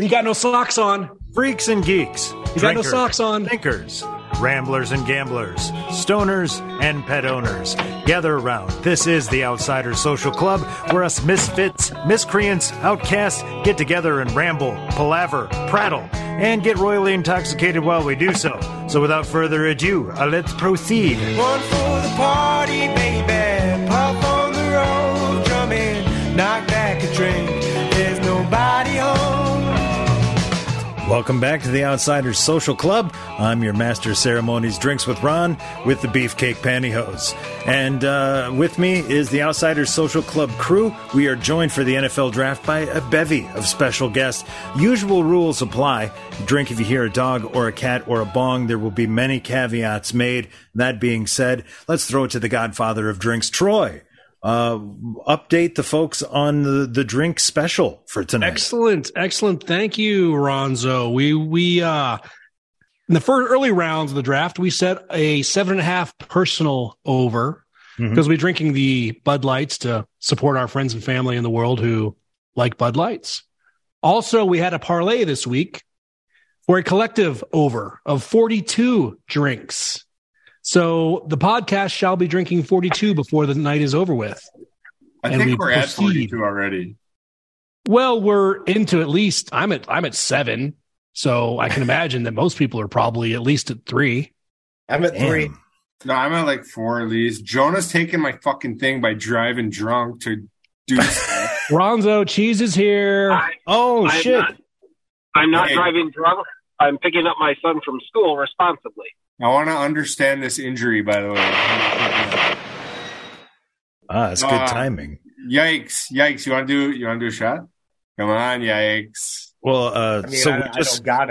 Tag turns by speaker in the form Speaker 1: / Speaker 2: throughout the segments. Speaker 1: He got no socks on.
Speaker 2: Freaks and geeks.
Speaker 1: He got no socks on.
Speaker 2: Thinkers, ramblers and gamblers, stoners and pet owners. Gather around. This is the Outsider Social Club, where us misfits, miscreants, outcasts get together and ramble, palaver, prattle, and get royally intoxicated while we do so. So without further ado, uh, let's proceed.
Speaker 3: One for the party, baby. Pop on the road, drumming. Knock back a drink. There's nobody home.
Speaker 2: Welcome back to the Outsiders Social Club. I'm your master of ceremonies, drinks with Ron, with the beefcake pantyhose, and uh, with me is the Outsiders Social Club crew. We are joined for the NFL draft by a bevy of special guests. Usual rules apply: drink if you hear a dog or a cat or a bong. There will be many caveats made. That being said, let's throw it to the Godfather of drinks, Troy. Uh, update the folks on the, the drink special for tonight.
Speaker 1: Excellent, excellent. Thank you, Ronzo. We we uh in the first early rounds of the draft, we set a seven and a half personal over
Speaker 4: Mm-hmm.
Speaker 2: Mhm.
Speaker 1: because we're drinking the Bud Lights to support our friends and family in the world who like Bud Lights. Also, we had a parlay this week for a collective over of 42 drinks. So the podcast shall be drinking 42 before the night is over with.
Speaker 4: I
Speaker 1: and we
Speaker 4: think we're at
Speaker 1: proceed.
Speaker 4: 42 already.
Speaker 1: Well, we're into at least I'm at I'm at seven, so I can imagine that most people are probably at least at three.
Speaker 5: I'm at
Speaker 2: Damn.
Speaker 5: three.
Speaker 4: No, I'm at like four at least. Jonah's taking my fucking thing by driving drunk to do stuff.
Speaker 1: Ronzo cheese is here.
Speaker 6: I-
Speaker 2: Oh
Speaker 6: I'm
Speaker 2: shit!
Speaker 6: not- I'm not
Speaker 4: Hey.
Speaker 6: driving drunk. I'm picking up my son from school responsibly.
Speaker 4: I want to understand this injury, by the way.
Speaker 2: Ah, it's good
Speaker 4: Uh,
Speaker 2: timing.
Speaker 4: Yikes! Yikes! You want to do? You want to do a shot? Come on! Yikes!
Speaker 2: Well, uh,
Speaker 5: I mean,
Speaker 2: so
Speaker 5: I,
Speaker 2: we
Speaker 5: I
Speaker 2: just
Speaker 5: don't got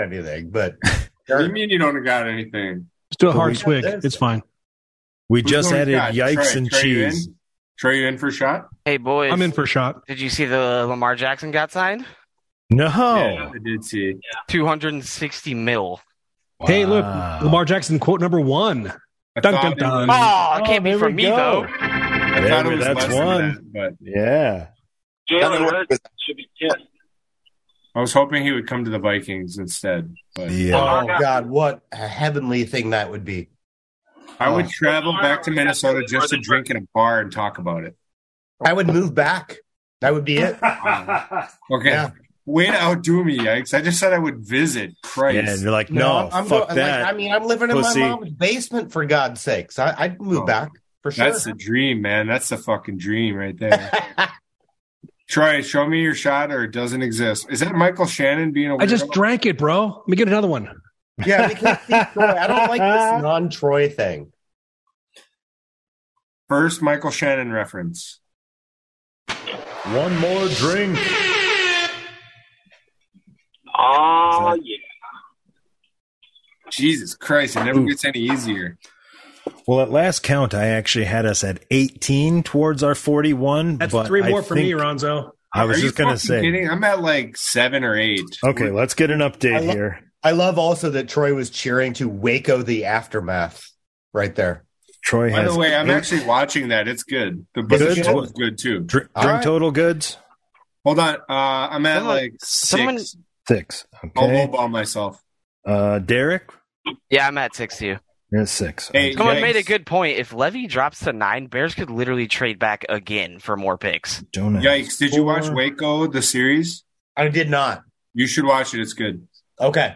Speaker 5: anything, but
Speaker 4: What do you mean you don't got anything?
Speaker 1: Just do a
Speaker 2: But
Speaker 1: hard
Speaker 2: we-
Speaker 1: swig. It's fine.
Speaker 2: we
Speaker 4: Who's
Speaker 2: just
Speaker 4: going
Speaker 2: added
Speaker 4: shot?
Speaker 2: yikes
Speaker 4: Trey-
Speaker 2: and
Speaker 4: Trey, you in?
Speaker 2: cheese.
Speaker 4: Trey, you in for a shot?
Speaker 7: Hey boys,
Speaker 1: I'm in for a shot.
Speaker 7: did you see the Lamar Jackson got signed?
Speaker 2: No.
Speaker 4: Oh. Yeah, I did see.
Speaker 7: Two hundred and sixty mil.
Speaker 1: Hey, look,
Speaker 2: Wow.
Speaker 1: Lamar Jackson quote number one.
Speaker 4: I
Speaker 1: Dun,
Speaker 4: thought
Speaker 1: dun,
Speaker 4: it
Speaker 1: dun.
Speaker 4: was-
Speaker 7: Oh, it can't
Speaker 2: there
Speaker 7: be for
Speaker 2: we
Speaker 7: me
Speaker 2: go.
Speaker 7: though.
Speaker 4: I thought
Speaker 2: There,
Speaker 4: it was
Speaker 2: that's
Speaker 4: less than
Speaker 2: one.
Speaker 4: that,
Speaker 2: Yeah.
Speaker 5: Another
Speaker 6: Jalen
Speaker 5: one
Speaker 6: Hurts
Speaker 5: was-
Speaker 6: should be kissed.
Speaker 4: but I was hoping he would come to the Vikings instead. But
Speaker 2: Yeah.
Speaker 5: oh god, what a heavenly thing that would be!
Speaker 4: I
Speaker 5: Oh.
Speaker 4: would travel back to Minnesota just to drink in a bar and talk about it.
Speaker 5: I would move back. That would be it.
Speaker 4: Um, Okay.
Speaker 5: Yeah.
Speaker 4: Way to outdo me, yikes. I just said I would visit. Christ.
Speaker 2: Yeah, you're like, no,
Speaker 5: I'm
Speaker 2: fuck
Speaker 5: go-
Speaker 2: that.
Speaker 5: Like, I mean, I'm living in
Speaker 2: Pussy.
Speaker 5: my mom's basement for God's sakes. I, I'd move
Speaker 4: Oh.
Speaker 5: back for sure.
Speaker 4: That's the dream, man. That's the fucking dream right there. Troy, show me your shot or it doesn't exist. Is that Michael Shannon being a weirdo?
Speaker 1: I just drank it, bro. Let me get another one.
Speaker 5: yeah, we can't see Troy. I don't like this non-Troy thing.
Speaker 4: First Michael Shannon reference.
Speaker 2: One more drink.
Speaker 7: Ah,
Speaker 6: Oh yeah.
Speaker 4: Jesus Christ, it never
Speaker 2: Ooh.
Speaker 4: gets any easier.
Speaker 2: Well, at last count, I actually had us at 18 towards our 41.
Speaker 1: That's
Speaker 2: but
Speaker 1: three
Speaker 2: I
Speaker 1: more for me,
Speaker 2: think-
Speaker 1: Ronzo.
Speaker 2: I was
Speaker 4: Are you
Speaker 2: just going to
Speaker 4: fucking
Speaker 2: say. Oh,
Speaker 4: kidding? I'm at like seven or eight.
Speaker 2: Okay, let's get an
Speaker 5: I
Speaker 2: update
Speaker 5: lo-
Speaker 2: here.
Speaker 5: I love also that Troy was cheering to Waco the aftermath right there.
Speaker 2: Troy
Speaker 4: By
Speaker 2: has.
Speaker 4: the way, I'm
Speaker 2: eight-
Speaker 4: actually watching that. It's good. The
Speaker 2: Good?
Speaker 4: good? is good too.
Speaker 2: Dr-
Speaker 5: All
Speaker 2: drink
Speaker 5: right.
Speaker 2: total goods
Speaker 4: Hold on. Uh, I'm at
Speaker 7: Someone-
Speaker 4: like six.
Speaker 7: someone-
Speaker 2: six.
Speaker 4: I'll
Speaker 2: Okay,
Speaker 4: lowball myself.
Speaker 2: uh, Derek
Speaker 7: Yeah, I'm at sixty.
Speaker 2: is six.
Speaker 4: Hey,
Speaker 7: Someone
Speaker 4: Yikes.
Speaker 7: made a good point. If Levy drops to nine, Bears could literally trade back again for more picks.
Speaker 2: Jonah.
Speaker 4: Yikes. Did you watch
Speaker 2: Four.
Speaker 4: Waco, the series?
Speaker 5: I did not.
Speaker 4: You should watch it. It's good.
Speaker 5: Okay.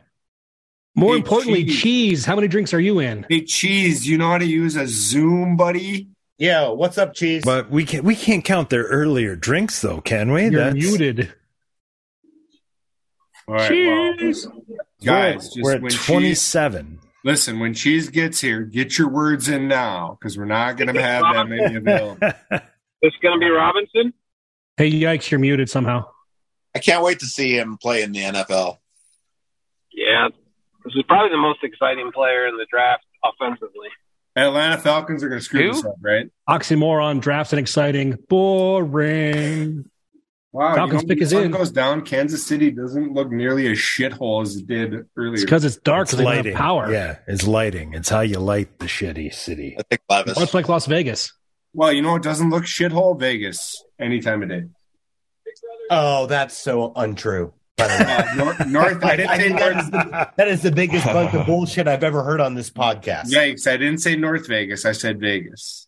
Speaker 1: More
Speaker 4: Hey,
Speaker 1: importantly,
Speaker 4: cheese.
Speaker 1: cheese. How many drinks are you in?
Speaker 4: Hey, Cheese, you know how to use a Zoom, buddy?
Speaker 5: Yeah. What's up, Cheese?
Speaker 2: But we can't we can't count their earlier drinks though, can we?
Speaker 1: You're muted.
Speaker 4: All right, well, guys, just
Speaker 2: we're at
Speaker 4: when
Speaker 2: twenty
Speaker 4: cheese,
Speaker 2: seven.
Speaker 4: listen, when Cheese gets here, get your words in now because we're not going to have that many available.
Speaker 6: This gonna be Robinson.
Speaker 1: Hey, yikes! You're muted somehow.
Speaker 8: I can't wait to see him play in the NFL.
Speaker 6: Yeah. This is probably the most exciting player in the draft offensively.
Speaker 4: Atlanta Falcons are going to screw
Speaker 7: Who?
Speaker 4: this up, right?
Speaker 1: Oxymoron drafts and exciting. Boring.
Speaker 4: Wow,
Speaker 1: Falcons
Speaker 4: you know,
Speaker 1: pick
Speaker 4: when the
Speaker 1: is
Speaker 4: sun
Speaker 1: in.
Speaker 4: goes down. Kansas City doesn't look nearly as shithole as it did
Speaker 1: It's
Speaker 4: earlier.
Speaker 1: because it's dark.
Speaker 2: It's
Speaker 1: It's they don't
Speaker 2: lighting.
Speaker 1: have power.
Speaker 2: Yeah, it's lighting. It's how you light the shitty city.
Speaker 8: I think Levis.
Speaker 1: Much like Las Vegas.
Speaker 4: well, you know, it doesn't look shithole Vegas any time of day.
Speaker 5: oh, that's so untrue. I don't know.
Speaker 4: Uh, North, North, I didn't
Speaker 5: I
Speaker 4: say
Speaker 5: think that
Speaker 4: North.
Speaker 5: is, the, that is the biggest bunch of bullshit I've ever heard on this podcast.
Speaker 4: Yikes! I didn't say North Vegas. I said Vegas.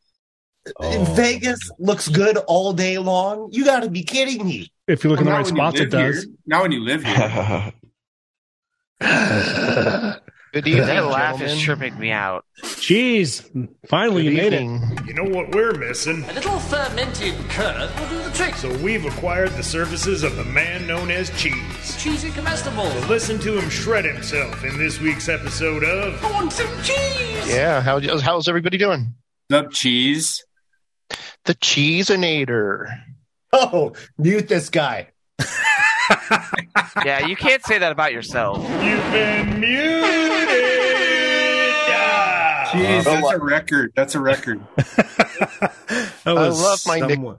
Speaker 2: Oh.
Speaker 5: Vegas looks good all day long. You got to be kidding me.
Speaker 1: If you look in the
Speaker 4: Well,
Speaker 1: right
Speaker 4: not when
Speaker 1: spots,
Speaker 4: you
Speaker 1: it
Speaker 4: live
Speaker 1: does.
Speaker 4: here. Not when you live here.
Speaker 5: Good
Speaker 7: That laugh is tripping me out.
Speaker 1: Jeez, finally you made it.
Speaker 2: You know what we're missing?
Speaker 9: A little fermented curd will do the trick.
Speaker 2: So we've acquired the services of the man known as Cheese.
Speaker 9: Cheesy comestibles.
Speaker 2: Listen to him shred himself in this week's episode of
Speaker 9: I want some cheese.
Speaker 10: Yeah, how, how's everybody doing?
Speaker 4: Up cheese.
Speaker 10: The Cheeseinator.
Speaker 5: Oh, mute this guy.
Speaker 7: Yeah, you can't say that about yourself.
Speaker 2: You've Been Muted. Ah!
Speaker 7: Oh,
Speaker 11: don't
Speaker 4: Jeez, that's
Speaker 11: like-
Speaker 4: a record. That's a record.
Speaker 2: That was
Speaker 10: love my nick- uh,
Speaker 2: somewhat-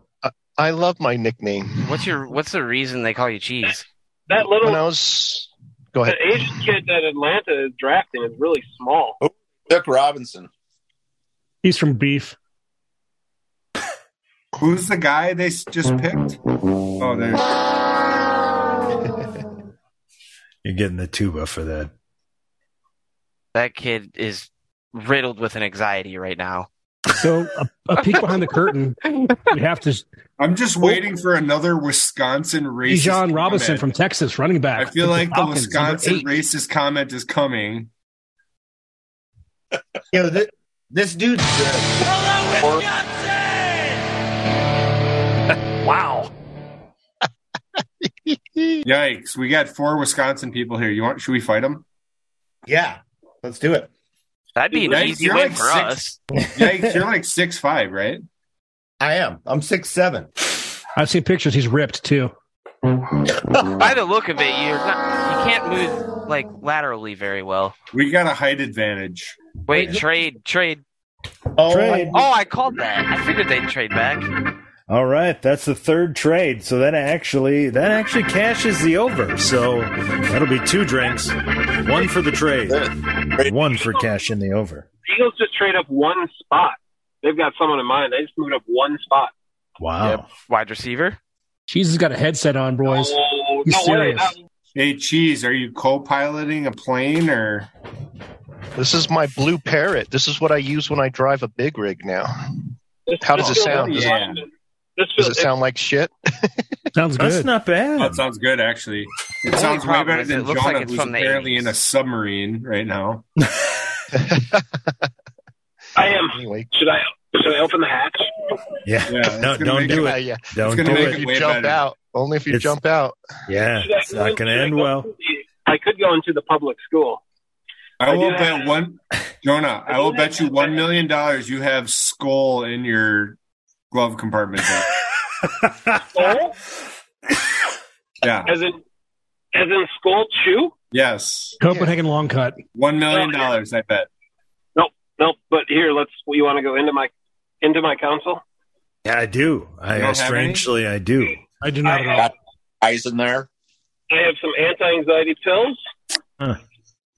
Speaker 10: I love my nickname.
Speaker 7: What's your What's the reason they call you cheese?
Speaker 12: That little
Speaker 10: When I was, go
Speaker 12: the
Speaker 10: ahead.
Speaker 12: Asian kid that Atlanta is drafting is really small.
Speaker 10: Oh,
Speaker 11: Dick Robinson.
Speaker 1: He's from Beef.
Speaker 4: Who's the guy they s- just picked? Oh, there.
Speaker 2: You're getting the tuba for that.
Speaker 7: That kid is riddled with an anxiety right now.
Speaker 1: So a, a peek behind the curtain. We have to
Speaker 4: I'm just waiting for another Wisconsin racist.
Speaker 1: Bijan Robinson
Speaker 4: comment.
Speaker 1: from Texas, running back.
Speaker 4: I feel like the
Speaker 1: Falcons, number
Speaker 4: Wisconsin
Speaker 1: eight.
Speaker 4: racist comment is coming.
Speaker 5: You know, th- this dude's good.
Speaker 11: Or-
Speaker 7: Wow.
Speaker 4: Yikes! We got four Wisconsin people here. You want? Should we fight them?
Speaker 5: Yeah, let's do it.
Speaker 7: That'd be
Speaker 4: You're
Speaker 7: an easy
Speaker 4: like
Speaker 7: win for
Speaker 4: six-
Speaker 7: us.
Speaker 4: Yikes! You're like six five, right?
Speaker 5: I am. I'm six seven.
Speaker 1: I've seen pictures. He's ripped too.
Speaker 7: By the look of it, you're not. You can't move like laterally very well.
Speaker 4: We got a height advantage.
Speaker 7: Wait, trade, trade.
Speaker 5: Oh,
Speaker 2: Trade.
Speaker 7: Oh, I called that. I figured they'd trade back.
Speaker 12: Um,
Speaker 2: All right, that's the third trade. So that actually that actually cashes the over. So that'll be two drinks, one for the trade, one for cash in the over.
Speaker 12: Eagles just trade up one spot. They've got someone in mind. They just moved up one spot.
Speaker 2: Wow.
Speaker 7: Yep. Wide receiver.
Speaker 1: Jesus has got a headset on, boys.
Speaker 12: Oh,
Speaker 1: He's
Speaker 12: no way.
Speaker 1: serious.
Speaker 12: That-
Speaker 4: Hey, cheese. Are you co-piloting a plane or?
Speaker 10: This is my blue parrot. This is what I use when I drive a big rig now.
Speaker 12: this-
Speaker 10: How does
Speaker 12: this
Speaker 10: it
Speaker 12: feels
Speaker 10: sound?
Speaker 12: like
Speaker 4: Yeah.
Speaker 12: London. This
Speaker 10: Does
Speaker 12: feels,
Speaker 10: it sound like shit?
Speaker 1: Sounds
Speaker 2: That's
Speaker 1: good.
Speaker 2: not
Speaker 4: That
Speaker 2: bad.
Speaker 4: sounds good, actually. It
Speaker 7: Only
Speaker 4: sounds way
Speaker 7: problem
Speaker 4: better
Speaker 7: is it
Speaker 4: than
Speaker 7: looks like
Speaker 4: Jonah,
Speaker 7: it's
Speaker 4: who's
Speaker 7: from the
Speaker 4: apparently
Speaker 7: 80s.
Speaker 4: in a submarine right now.
Speaker 12: I am.
Speaker 10: anyway,
Speaker 12: Should I should I open the hatch?
Speaker 2: Yeah.
Speaker 4: Yeah, it's
Speaker 2: no,
Speaker 4: gonna
Speaker 2: don't
Speaker 4: make
Speaker 2: do
Speaker 10: yeah,
Speaker 2: it.
Speaker 10: yeah.
Speaker 2: Don't do
Speaker 4: gonna make
Speaker 10: Only if
Speaker 2: it.
Speaker 4: it
Speaker 10: you
Speaker 4: way
Speaker 10: jump
Speaker 4: better.
Speaker 10: out. Only if you
Speaker 2: It's-
Speaker 10: jump out.
Speaker 2: Yeah,
Speaker 12: Should I
Speaker 2: it's
Speaker 12: go
Speaker 2: not going to
Speaker 12: into-
Speaker 2: end well.
Speaker 12: I could go into the public school.
Speaker 4: I will
Speaker 12: do
Speaker 4: bet
Speaker 12: that.
Speaker 4: one, Jonah. I
Speaker 12: do
Speaker 4: will
Speaker 12: that.
Speaker 4: bet you one million dollars you have skull in your glove compartment. there.
Speaker 12: Skull?
Speaker 4: yeah.
Speaker 12: As in as in school chew?
Speaker 4: Yes.
Speaker 1: Copenhagen long cut.
Speaker 4: One million dollars. I bet.
Speaker 12: Nope. But here, let's. You want to go into my into my council?
Speaker 2: Yeah, I do. I
Speaker 4: You don't have any?
Speaker 2: strangely I do.
Speaker 1: I do not
Speaker 12: I-
Speaker 1: at all.
Speaker 11: Eyes in there.
Speaker 12: I have some anti-anxiety pills.
Speaker 2: Huh.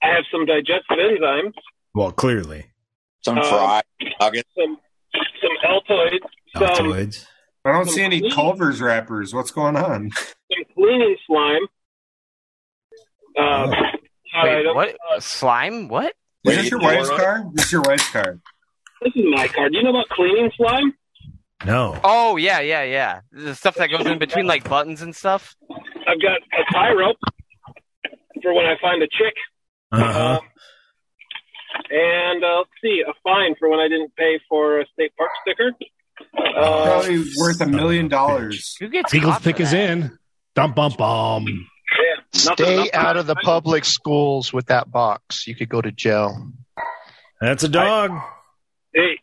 Speaker 12: I have some digestive enzymes.
Speaker 2: Well, clearly.
Speaker 11: Some
Speaker 7: uh,
Speaker 12: Um,
Speaker 11: fry. Nugget.
Speaker 12: Some some Altoids. Some
Speaker 2: Altoids.
Speaker 4: I don't see any Culver's wrappers. What's going on?
Speaker 12: some cleaning slime.
Speaker 2: Oh.
Speaker 12: Um, I
Speaker 7: Wait,
Speaker 12: don't-
Speaker 7: what? Slime? What?
Speaker 4: Is
Speaker 11: Wait,
Speaker 4: this your
Speaker 11: you're
Speaker 4: wife's
Speaker 11: right.
Speaker 4: car? This is your wife's car.
Speaker 12: This is my card. Do you know about cleaning slime?
Speaker 2: No.
Speaker 7: Oh yeah, yeah, yeah. The stuff that goes in between like buttons and stuff.
Speaker 12: I've got a tie rope for when I find a chick,
Speaker 2: Uh-huh.
Speaker 12: and uh, let's see, a fine for when I didn't pay for a state park sticker. Uh,
Speaker 4: Probably worth a million dollars.
Speaker 7: Who gets
Speaker 1: Eagles
Speaker 7: caught for
Speaker 1: pick is
Speaker 7: that?
Speaker 1: in. Dum bum bum.
Speaker 12: yeah, nothing-
Speaker 10: Stay
Speaker 12: nothing-
Speaker 10: out of the
Speaker 12: I-
Speaker 10: public schools with that box. You could go to jail.
Speaker 2: That's a dog.
Speaker 12: Hey,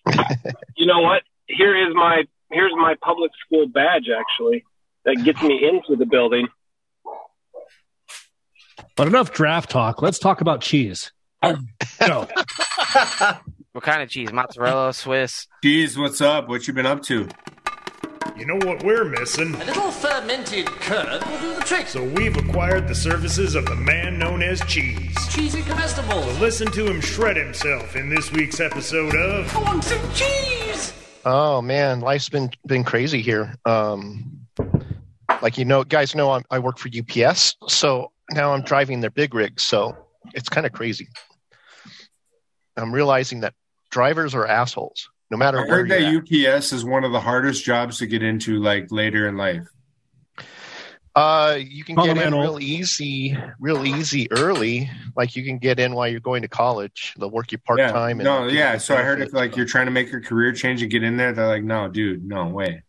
Speaker 12: you know what? Here is my here's my public school badge actually that gets me into the building.
Speaker 1: But enough draft talk. Let's talk about cheese. Go.
Speaker 7: What kind of cheese? Mozzarella, Swiss.
Speaker 4: Geez, what's up? What you been up to?
Speaker 2: You know what we're missing?
Speaker 9: A little fermented curd will do the trick.
Speaker 2: So we've acquired the services of the man known as Cheese.
Speaker 9: Cheesy comestibles.
Speaker 2: Listen to him shred himself in this week's episode of
Speaker 9: I want some cheese.
Speaker 10: Oh man, life's been been crazy here. Um, like you know, guys know I'm, I work for UPS, so now I'm driving their big rigs, so it's kind of crazy. I'm realizing that drivers are assholes, no matter
Speaker 4: I
Speaker 10: where
Speaker 4: heard
Speaker 10: you're at.
Speaker 4: that UPS is one of the hardest jobs to get into, like later in life.
Speaker 10: Uh, you can
Speaker 1: Call
Speaker 10: get
Speaker 1: the
Speaker 10: in
Speaker 1: man
Speaker 10: real
Speaker 1: old.
Speaker 10: easy, real easy early. Like you can get in while you're going to college. They'll work you part
Speaker 4: yeah.
Speaker 10: time.
Speaker 4: No, yeah. So I heard if like you're trying to make your career change and get in there, they're like, no, dude, no way.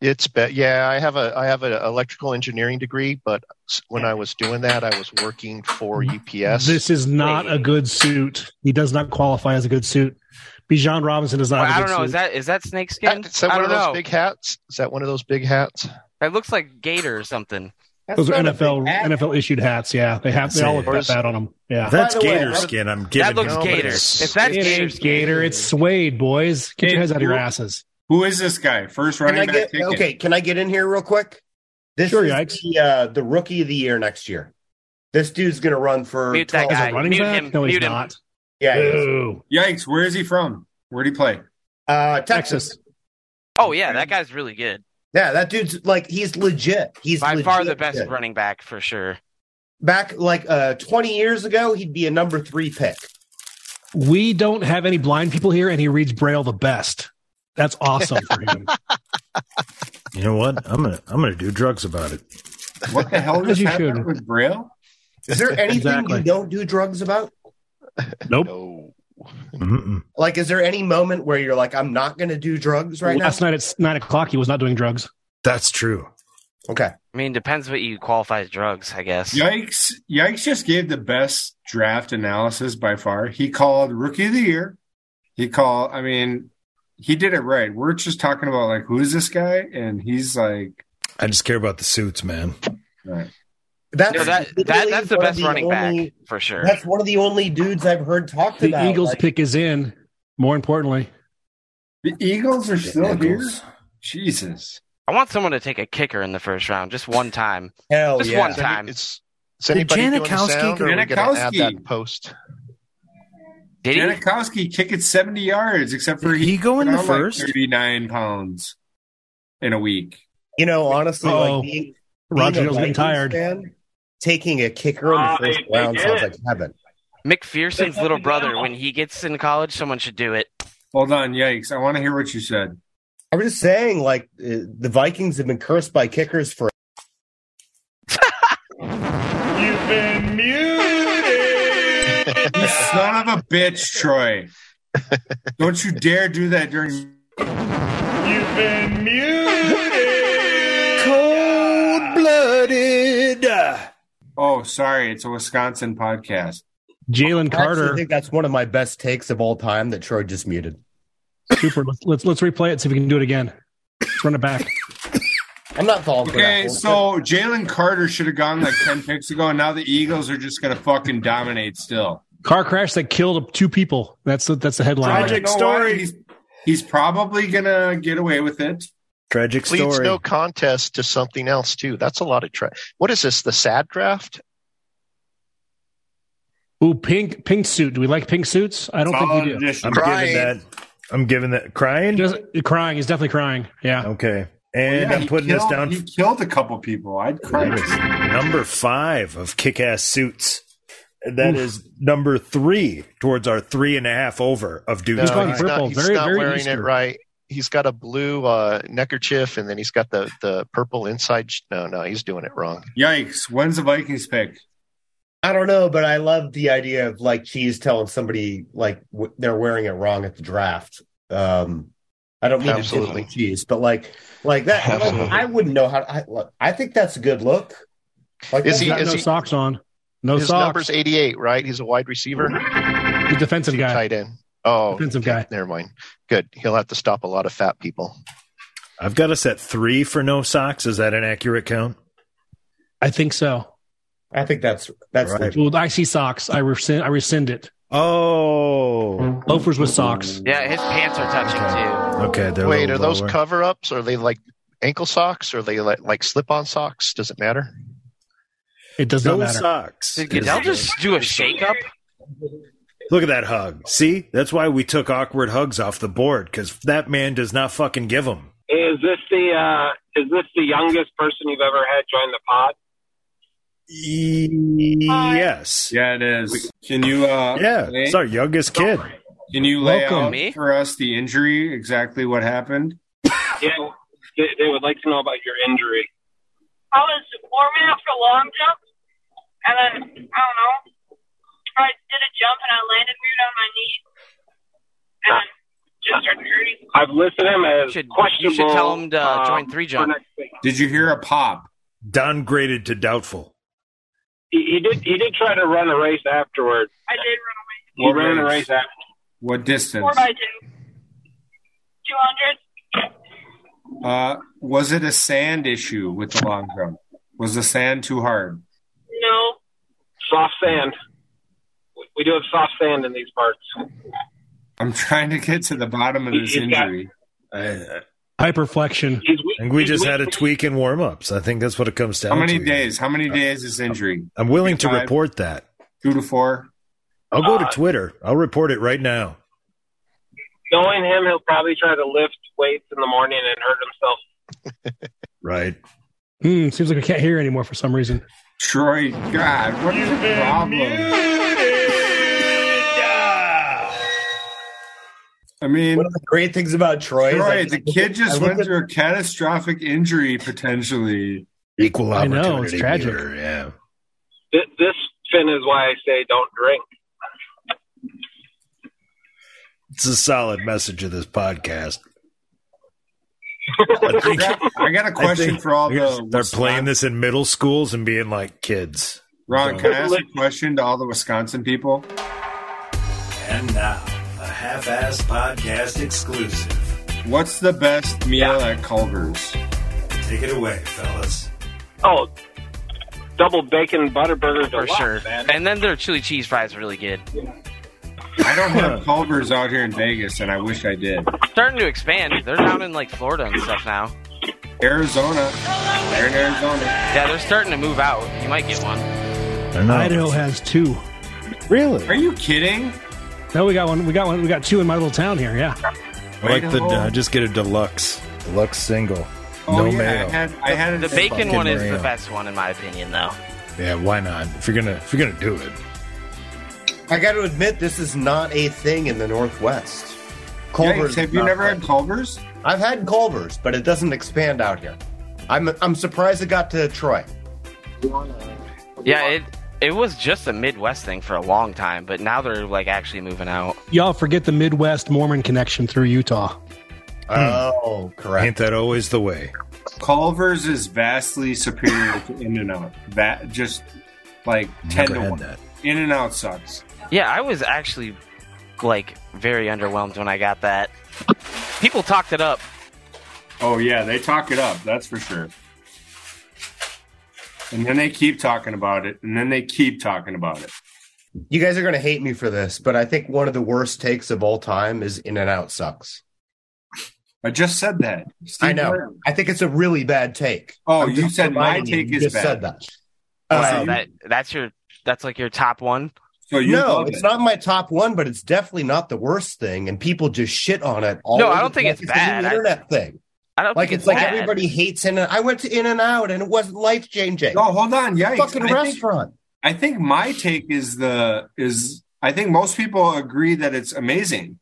Speaker 10: It's be- yeah, I have a I have an electrical engineering degree, but s- when I was doing that, I was working for
Speaker 4: Oh.
Speaker 10: UPS.
Speaker 1: This is not a good suit. He does not qualify as a good suit. Bijan Robinson does not.
Speaker 7: Well,
Speaker 1: have
Speaker 7: I
Speaker 1: a
Speaker 7: don't
Speaker 1: good
Speaker 7: know.
Speaker 1: Suit.
Speaker 7: Is that is that snakeskin?
Speaker 10: is that
Speaker 7: I
Speaker 10: one
Speaker 7: don't
Speaker 10: of those
Speaker 7: know.
Speaker 10: big hats? Is that one of those big hats?
Speaker 7: That looks like gator or something.
Speaker 1: Those are NFL NFL issued hats. Yeah, they have. They all look that bad on them. Yeah,
Speaker 2: That's
Speaker 5: By the way,
Speaker 2: gator
Speaker 5: I-
Speaker 2: skin. I'm giving.
Speaker 7: that looks
Speaker 2: you.
Speaker 10: no, but
Speaker 7: gator.
Speaker 10: it's-
Speaker 7: If that's
Speaker 1: it
Speaker 7: gator
Speaker 1: ain't gator. It's suede, boys. Get your
Speaker 4: Hey,
Speaker 1: heads out of your
Speaker 4: who-
Speaker 1: asses.
Speaker 4: Who is this guy? First
Speaker 5: Can I
Speaker 4: running back
Speaker 5: get
Speaker 4: ticket.
Speaker 5: okay? Can I get in here real quick? This
Speaker 1: Sure,
Speaker 5: is
Speaker 1: yikes.
Speaker 5: the uh, the rookie of the year next year. This dude's gonna run for
Speaker 7: Mute that
Speaker 5: 12
Speaker 1: As
Speaker 7: guy.
Speaker 1: a running
Speaker 7: mute
Speaker 1: back?
Speaker 7: him,
Speaker 1: no, he's
Speaker 7: mute him.
Speaker 1: not.
Speaker 5: Yeah, he is.
Speaker 1: Ooh.
Speaker 4: Yikes! Where is he from? Where would he play?
Speaker 5: uh, Texas.
Speaker 1: Texas.
Speaker 7: Oh yeah, that guy's really good.
Speaker 5: Yeah, that dude's like he's legit. He's
Speaker 7: By far
Speaker 5: legit
Speaker 7: the best
Speaker 5: good.
Speaker 7: running back for sure.
Speaker 5: Back like uh, twenty years ago, he'd be a number three pick.
Speaker 1: We don't have any blind people here, and he reads braille the best. That's awesome for him.
Speaker 2: You know what? I'm gonna I'm gonna do drugs about it.
Speaker 4: What the hell
Speaker 1: As
Speaker 4: is
Speaker 1: you
Speaker 4: happening
Speaker 1: should.
Speaker 4: with Braille?
Speaker 5: Is there anything
Speaker 1: Exactly.
Speaker 5: you don't do drugs about?
Speaker 1: nope.
Speaker 10: No.
Speaker 4: Um,
Speaker 2: Mm-mm.
Speaker 5: Like, is there any moment where you're like, I'm not going to do drugs right
Speaker 1: Last
Speaker 5: now?
Speaker 1: night at nine o'clock, he was not doing drugs.
Speaker 2: That's true.
Speaker 5: Okay.
Speaker 7: I mean, depends what you qualify as drugs, I guess.
Speaker 4: Yikes! Yikes just gave the best draft analysis by far. He called rookie of the year. He called. I mean, he did it right. We're just talking about like who is this guy, and he's like,
Speaker 2: I just care about the suits, man.
Speaker 4: right.
Speaker 5: That's,
Speaker 7: No, that, that
Speaker 5: literally
Speaker 7: that's the
Speaker 5: one of
Speaker 7: best running
Speaker 5: only-
Speaker 7: back for sure.
Speaker 5: That's one of the only dudes I've heard talk
Speaker 1: The
Speaker 5: about.
Speaker 1: Eagles
Speaker 5: like,
Speaker 1: pick is in. More importantly,
Speaker 4: the Eagles are still
Speaker 2: Eagles.
Speaker 4: here. Jesus!
Speaker 7: I want someone to take a kicker in the first round, just one time.
Speaker 5: hell
Speaker 7: Just
Speaker 5: yeah.
Speaker 7: one
Speaker 10: Is any-
Speaker 7: time.
Speaker 10: Is, is anybody doing the
Speaker 2: Janikowski-
Speaker 10: sound, or are we going to add
Speaker 4: Janikowski.
Speaker 10: that post?
Speaker 7: Did he?
Speaker 4: Janikowski kicked it seventy yards, except for
Speaker 2: Did he go in the
Speaker 4: put on, like,
Speaker 2: first?
Speaker 4: thirty-nine pounds in a week.
Speaker 5: You know, honestly,
Speaker 1: Uh-oh.
Speaker 5: like being, being
Speaker 1: Roger
Speaker 5: a
Speaker 1: was getting
Speaker 5: Vikings
Speaker 1: tired.
Speaker 5: fan, taking a kicker in the
Speaker 6: Ah,
Speaker 5: first
Speaker 6: they- they
Speaker 5: round
Speaker 6: did
Speaker 5: sounds
Speaker 6: it.
Speaker 5: like heaven.
Speaker 7: McPherson's little brother, when he gets in college, someone should do it.
Speaker 4: Hold on, yikes! I want to hear what you said.
Speaker 5: I was just saying, like, uh, the Vikings have been cursed by kickers for.
Speaker 4: You son of a bitch, Troy! Don't you dare do that during
Speaker 2: Cold blooded.
Speaker 4: Oh, sorry. It's a Wisconsin podcast.
Speaker 1: Jalen
Speaker 5: I actually
Speaker 1: Carter.
Speaker 5: think that's one of my best takes of all time that Troy just muted.
Speaker 1: Super. Let's, let's let's replay it. See if we can do it again. Let's run it back.
Speaker 5: I'm not falling for that.
Speaker 4: Okay,
Speaker 5: bullshit.
Speaker 4: so Jalen Carter should have gone like 10 picks ago, and now the Eagles are just going to fucking dominate still.
Speaker 1: Car crash that killed two people. That's the, that's the headline.
Speaker 2: Project
Speaker 4: You know what?
Speaker 2: story.
Speaker 4: He's, he's probably going to get away with it.
Speaker 2: Tragic
Speaker 10: Pleads
Speaker 2: story.
Speaker 10: no contest to something else too. That's a lot of tra- What is this? The sad draft?
Speaker 1: Ooh, pink pink suit. Do we like pink suits? I don't think we do.
Speaker 4: Edition.
Speaker 2: I'm
Speaker 8: Crying.
Speaker 2: giving that. I'm giving that. Crying.
Speaker 1: Just, crying. He's definitely crying. Yeah.
Speaker 2: okay. And
Speaker 4: Oh, Yeah,
Speaker 2: I'm
Speaker 4: he
Speaker 2: putting
Speaker 4: killed,
Speaker 2: this down.
Speaker 4: He killed a couple people. I'd cry.
Speaker 2: That is number five of kick ass suits. And That is number three towards our three and a half over of dudes.
Speaker 10: No,
Speaker 1: He's going
Speaker 10: he's
Speaker 1: purple.
Speaker 10: not, he's
Speaker 1: Very,
Speaker 10: not
Speaker 1: very
Speaker 10: wearing
Speaker 1: Easter.
Speaker 10: it right. He's got a blue uh, neckerchief, and then he's got the the purple inside. sh- No, no, he's doing it wrong.
Speaker 4: Yikes. When's the Vikings pick?
Speaker 5: I don't know, but I love the idea of like cheese telling somebody like w- they're wearing it wrong at the draft. Um, I don't mean
Speaker 10: Absolutely.
Speaker 5: absolutely cheese, but like like that. I don't- I wouldn't know how. I look, I think that's a good look. Like
Speaker 10: Is
Speaker 1: He's
Speaker 10: he-
Speaker 1: got
Speaker 10: is
Speaker 1: no
Speaker 10: he-
Speaker 1: socks on. No
Speaker 10: His
Speaker 1: socks.
Speaker 10: number's eighty eight, right? He's a wide receiver,
Speaker 1: The defensive guy.
Speaker 10: tight end. Oh,
Speaker 1: Defensive guy.
Speaker 10: never mind. Good. He'll have to stop a lot of fat people.
Speaker 2: I've got us at three for no socks. Is that an accurate count?
Speaker 1: I think so.
Speaker 5: I think that's that's
Speaker 2: Right.
Speaker 1: Well, I see socks. I rescind. I rescind it.
Speaker 2: Oh,
Speaker 1: Loafers with socks.
Speaker 7: Yeah, his pants are touching too.
Speaker 2: okay. they're a
Speaker 10: Wait, are
Speaker 2: little
Speaker 10: those
Speaker 2: lower.
Speaker 10: cover ups? Are they like ankle socks? Are they like, like slip on socks? Does it matter?
Speaker 1: It does
Speaker 2: no
Speaker 1: not matter.
Speaker 2: socks?
Speaker 7: Did Goodell just do a shakeup?
Speaker 2: Look at that hug. See, that's why we took awkward hugs off the board because that man does not fucking give them.
Speaker 6: Is this the uh, is this the youngest person you've ever had join the pod?
Speaker 2: Yes.
Speaker 4: Yeah, it is. Can you? Uh,
Speaker 2: Yeah.
Speaker 4: lay-
Speaker 2: It's our youngest kid.
Speaker 4: Can you lay
Speaker 1: Welcome.
Speaker 4: out
Speaker 7: Me?
Speaker 4: for us the injury? Exactly what happened?
Speaker 6: Yeah, they, they would like to know about your injury.
Speaker 13: I was warming up for long jump, and then I don't know. I did a jump and I landed weird on my knee, and just started hurting.
Speaker 6: I've listed him
Speaker 7: You
Speaker 6: as
Speaker 7: should-
Speaker 6: questionable.
Speaker 7: you should tell him to uh,
Speaker 6: um,
Speaker 7: join three jump.
Speaker 6: for next week.
Speaker 4: Did you hear a pop?
Speaker 2: Downgraded to doubtful.
Speaker 6: He, he did. He did try to run a race afterward.
Speaker 13: I did run away
Speaker 6: He
Speaker 4: What
Speaker 6: ran a
Speaker 4: race?
Speaker 6: race after.
Speaker 4: What
Speaker 13: four
Speaker 4: distance?
Speaker 13: by two, two hundred.
Speaker 4: Uh, was it a sand issue with the long jump? Was the sand too hard?
Speaker 13: No,
Speaker 6: Soft sand. We- We do have soft sand in these parts.
Speaker 4: I'm trying to get to the bottom of this
Speaker 6: He's got-
Speaker 4: injury. Uh,
Speaker 1: Hyperflexion.
Speaker 6: He's weak.
Speaker 2: And we
Speaker 6: he's
Speaker 2: just
Speaker 6: weak.
Speaker 2: had a tweak in warm ups. I think that's what it comes down
Speaker 4: how
Speaker 2: to.
Speaker 4: many days? How many days is injury?
Speaker 2: Uh, I'm willing to
Speaker 4: Five.
Speaker 2: report that.
Speaker 4: Two to four. Uh,
Speaker 2: I'll go to Twitter. I'll report it right now.
Speaker 6: Knowing him, he'll probably try to lift weights in the morning and hurt himself.
Speaker 2: Right.
Speaker 1: Hmm, seems like I can't hear anymore for some reason.
Speaker 4: Troy, God, what is the problem? I mean,
Speaker 5: One of the great things about Troy, is
Speaker 4: Troy,
Speaker 5: I-
Speaker 4: the kid
Speaker 5: I
Speaker 4: just
Speaker 5: look
Speaker 4: went
Speaker 5: at-
Speaker 4: through a catastrophic injury potentially.
Speaker 2: Equal
Speaker 1: I
Speaker 2: opportunity.
Speaker 1: know, it's tragic.
Speaker 2: here, Yeah.
Speaker 6: Th- This fin is why I say don't drink.
Speaker 2: It's a solid message of this podcast.
Speaker 4: I got, I got a question for all the.
Speaker 2: They're playing this in middle schools and being like kids.
Speaker 4: Ron, can I ask a question to all the Wisconsin people?
Speaker 2: And now, a half ass podcast exclusive.
Speaker 4: What's the best meal at Culver's?
Speaker 2: Take it away, fellas.
Speaker 6: Oh, double bacon butter burger
Speaker 7: for sure. And then their chili cheese fries are really good.
Speaker 4: I don't have Culver's out here in Vegas, and I wish I did.
Speaker 7: Starting to expand. They're down in like Florida and stuff now.
Speaker 4: Arizona. They're in Arizona.
Speaker 7: Yeah, they're starting to move out. You might get one.
Speaker 1: Idaho has two.
Speaker 2: Really?
Speaker 4: Are you kidding?
Speaker 1: No, we got one. We got one. We got two in my little town here. Yeah.
Speaker 2: I like the
Speaker 4: Idaho.
Speaker 2: uh, just get a deluxe, deluxe single,
Speaker 4: Oh,
Speaker 2: no
Speaker 4: yeah,
Speaker 2: mail.
Speaker 4: I had, I had
Speaker 7: The
Speaker 4: it-
Speaker 7: bacon one is the
Speaker 2: Fucking
Speaker 7: best one in my opinion, though.
Speaker 2: yeah, why not? If you're gonna, if you're gonna do it,
Speaker 5: I got to admit, this is not a thing in the Northwest.
Speaker 4: Yikes,
Speaker 5: Culver's.
Speaker 4: have you
Speaker 5: not
Speaker 4: never
Speaker 5: a-
Speaker 4: had Culver's?
Speaker 5: I've had Culver's, but it doesn't expand out here. I'm I'm surprised it got to Troy.
Speaker 7: Yeah, it it was just a Midwest thing for a long time, but now they're like actually moving out.
Speaker 1: Y'all forget the Midwest Mormon connection through Utah.
Speaker 5: Oh,
Speaker 2: ain't
Speaker 5: correct.
Speaker 2: that always the way?
Speaker 4: Culver's is vastly superior to In and Out. That just like ten
Speaker 2: Never
Speaker 4: to
Speaker 2: had
Speaker 4: one.
Speaker 2: that.
Speaker 4: In and Out sucks.
Speaker 7: Yeah, I was actually like very underwhelmed when I got that. People talked it up.
Speaker 4: Oh yeah, they talk it up. That's for sure. And then they keep talking about it, and then they keep talking about it.
Speaker 5: You guys are going to hate me for this, but I think one of the worst takes of all time is In and Out sucks.
Speaker 4: I just said that.
Speaker 5: I
Speaker 4: Steve
Speaker 5: know.
Speaker 4: Irwin.
Speaker 5: I think it's a really bad take.
Speaker 4: Oh,
Speaker 5: I'm
Speaker 4: you
Speaker 5: just
Speaker 4: said my
Speaker 5: reminding you,
Speaker 4: take
Speaker 5: you
Speaker 4: is
Speaker 5: just
Speaker 4: bad.
Speaker 5: said that.
Speaker 7: Oh,
Speaker 4: Wow.
Speaker 5: Um,
Speaker 7: That that's your that's like your top one.
Speaker 4: So you
Speaker 5: no,
Speaker 4: love
Speaker 5: it's
Speaker 4: it.
Speaker 5: not my top one, but it's definitely not the worst thing, and people just shit on it. All
Speaker 7: No, I
Speaker 5: over
Speaker 7: don't
Speaker 5: the
Speaker 7: think
Speaker 5: place.
Speaker 7: it's bad.
Speaker 5: An
Speaker 7: I-
Speaker 5: internet thing.
Speaker 7: I don't
Speaker 5: Like
Speaker 7: think
Speaker 5: it's like
Speaker 7: bad.
Speaker 5: everybody hates in and I went to In and Out, and it wasn't life changing.
Speaker 4: No, hold on. Yikes!
Speaker 5: fucking
Speaker 4: I think-
Speaker 5: restaurant.
Speaker 4: I think my take is the is I think most people agree that it's amazing.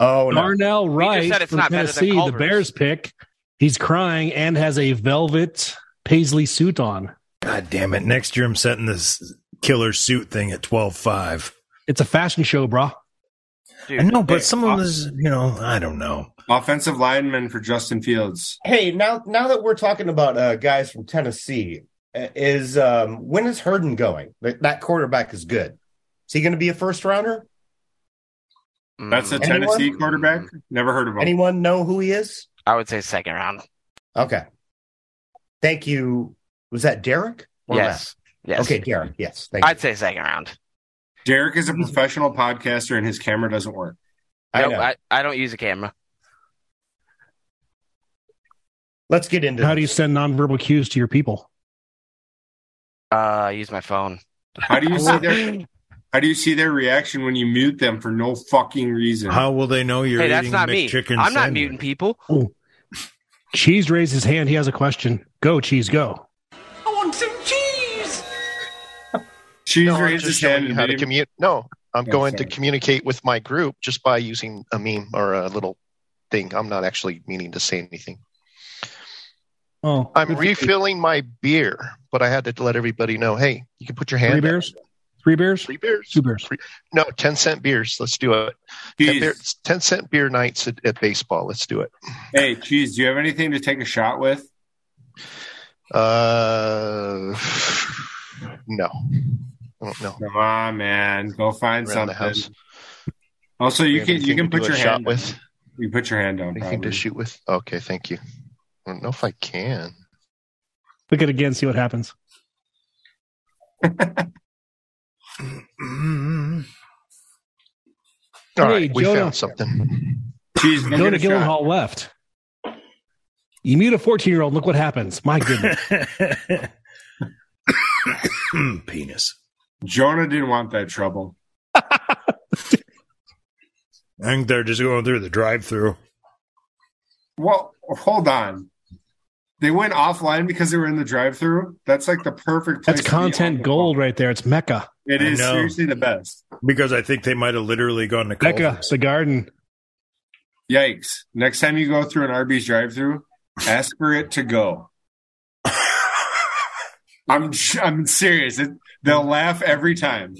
Speaker 5: Oh no.
Speaker 1: Darnell Rice
Speaker 7: said it's
Speaker 1: from
Speaker 7: not better than
Speaker 1: Tennessee, the
Speaker 7: Culver's.
Speaker 1: Bears pick. He's crying and has a velvet paisley suit on.
Speaker 2: God damn it! Next year, I'm setting this killer suit thing at twelve five.
Speaker 1: It's a fashion show, brah.
Speaker 2: I know, but
Speaker 4: hey,
Speaker 2: some of
Speaker 4: uh,
Speaker 2: this, you know, I don't know.
Speaker 4: Offensive lineman for Justin Fields.
Speaker 5: Hey, now now that we're talking about uh, guys from Tennessee, uh, is um, when is Herden going? That, that quarterback is good. Is he going to be a first rounder?
Speaker 7: Mm,
Speaker 4: That's a
Speaker 5: Anyone?
Speaker 4: Tennessee quarterback. Never heard of him.
Speaker 5: Anyone know who he is?
Speaker 7: I would say second round.
Speaker 5: Okay. Thank you. Was that Derek? or
Speaker 7: yes.
Speaker 5: Matt?
Speaker 7: Yes.
Speaker 5: Okay, Derek. Yes. Thank
Speaker 7: I'd
Speaker 5: you.
Speaker 7: say second round.
Speaker 4: Derek is a professional podcaster, and his camera doesn't work.
Speaker 5: I
Speaker 7: Nope,
Speaker 5: know.
Speaker 7: I, I don't use a camera.
Speaker 5: Let's get into
Speaker 1: How
Speaker 5: it.
Speaker 1: do you send nonverbal cues to your people?
Speaker 7: Uh, I use my phone.
Speaker 4: How do you see their How do you see their reaction when you mute them for no fucking reason?
Speaker 2: How will they know you're
Speaker 7: hey,
Speaker 2: eating
Speaker 7: that's not me.
Speaker 2: McChicken
Speaker 7: I'm not
Speaker 2: sandwich?
Speaker 7: muting people.
Speaker 1: Cheese raised his hand. He has a question. Go, Cheese, go.
Speaker 14: I want some cheese.
Speaker 4: Cheese
Speaker 10: no, I'm
Speaker 4: raised
Speaker 10: just
Speaker 4: his hand
Speaker 10: showing you
Speaker 4: and
Speaker 10: how to
Speaker 4: made him-
Speaker 10: commu- No, I'm
Speaker 4: Oh,
Speaker 10: going
Speaker 4: sorry.
Speaker 10: to communicate with my group just by using a meme or a little thing. I'm not actually meaning to say anything.
Speaker 1: Oh,
Speaker 10: I'm refilling my beer, but I had to let everybody know. Hey, you can put your hand.
Speaker 1: Three
Speaker 10: up.
Speaker 1: beers? Three beers?
Speaker 10: Three beers.
Speaker 1: Two beers.
Speaker 10: No, ten cent beers. Let's do it. Ten, beer, ten cent beer nights at, at baseball. Let's do it.
Speaker 4: Hey, cheese. Do you have anything to take a shot with?
Speaker 10: Uh, no. I don't know.
Speaker 4: Come on, man. Go find
Speaker 10: Around the
Speaker 4: something.
Speaker 10: house.
Speaker 4: Also,
Speaker 10: We
Speaker 4: you
Speaker 10: have
Speaker 4: can you
Speaker 10: anything
Speaker 4: can
Speaker 10: to
Speaker 4: put
Speaker 10: do a
Speaker 4: your
Speaker 10: shot
Speaker 4: hand
Speaker 10: with?
Speaker 4: You put your hand down.
Speaker 10: Anything
Speaker 4: Probably.
Speaker 10: to shoot with? Okay, thank you. I don't know if I can.
Speaker 1: Look at it again, see what happens.
Speaker 10: All
Speaker 1: Hey,
Speaker 10: right, we
Speaker 1: Jonah.
Speaker 10: found something.
Speaker 4: Cheese. go
Speaker 1: Jonah
Speaker 4: get a shot.
Speaker 1: Gyllenhaal left. You mute a 14 year old, look what happens. My goodness.
Speaker 4: Penis. Jonah didn't want that trouble.
Speaker 2: I think they're just going through the drive-through.
Speaker 4: Well, hold on. They went offline because they were in the drive-through. That's like the perfect. Place
Speaker 1: That's
Speaker 4: to be
Speaker 1: content gold right there. It's Mecca.
Speaker 4: It
Speaker 2: I
Speaker 4: is
Speaker 2: know.
Speaker 4: seriously the best.
Speaker 2: Because I think they might have literally gone to
Speaker 1: Mecca, it's the garden.
Speaker 4: Yikes! Next time you go through an Arby's drive-through, ask for it to go. I'm I'm serious. It, they'll laugh every time.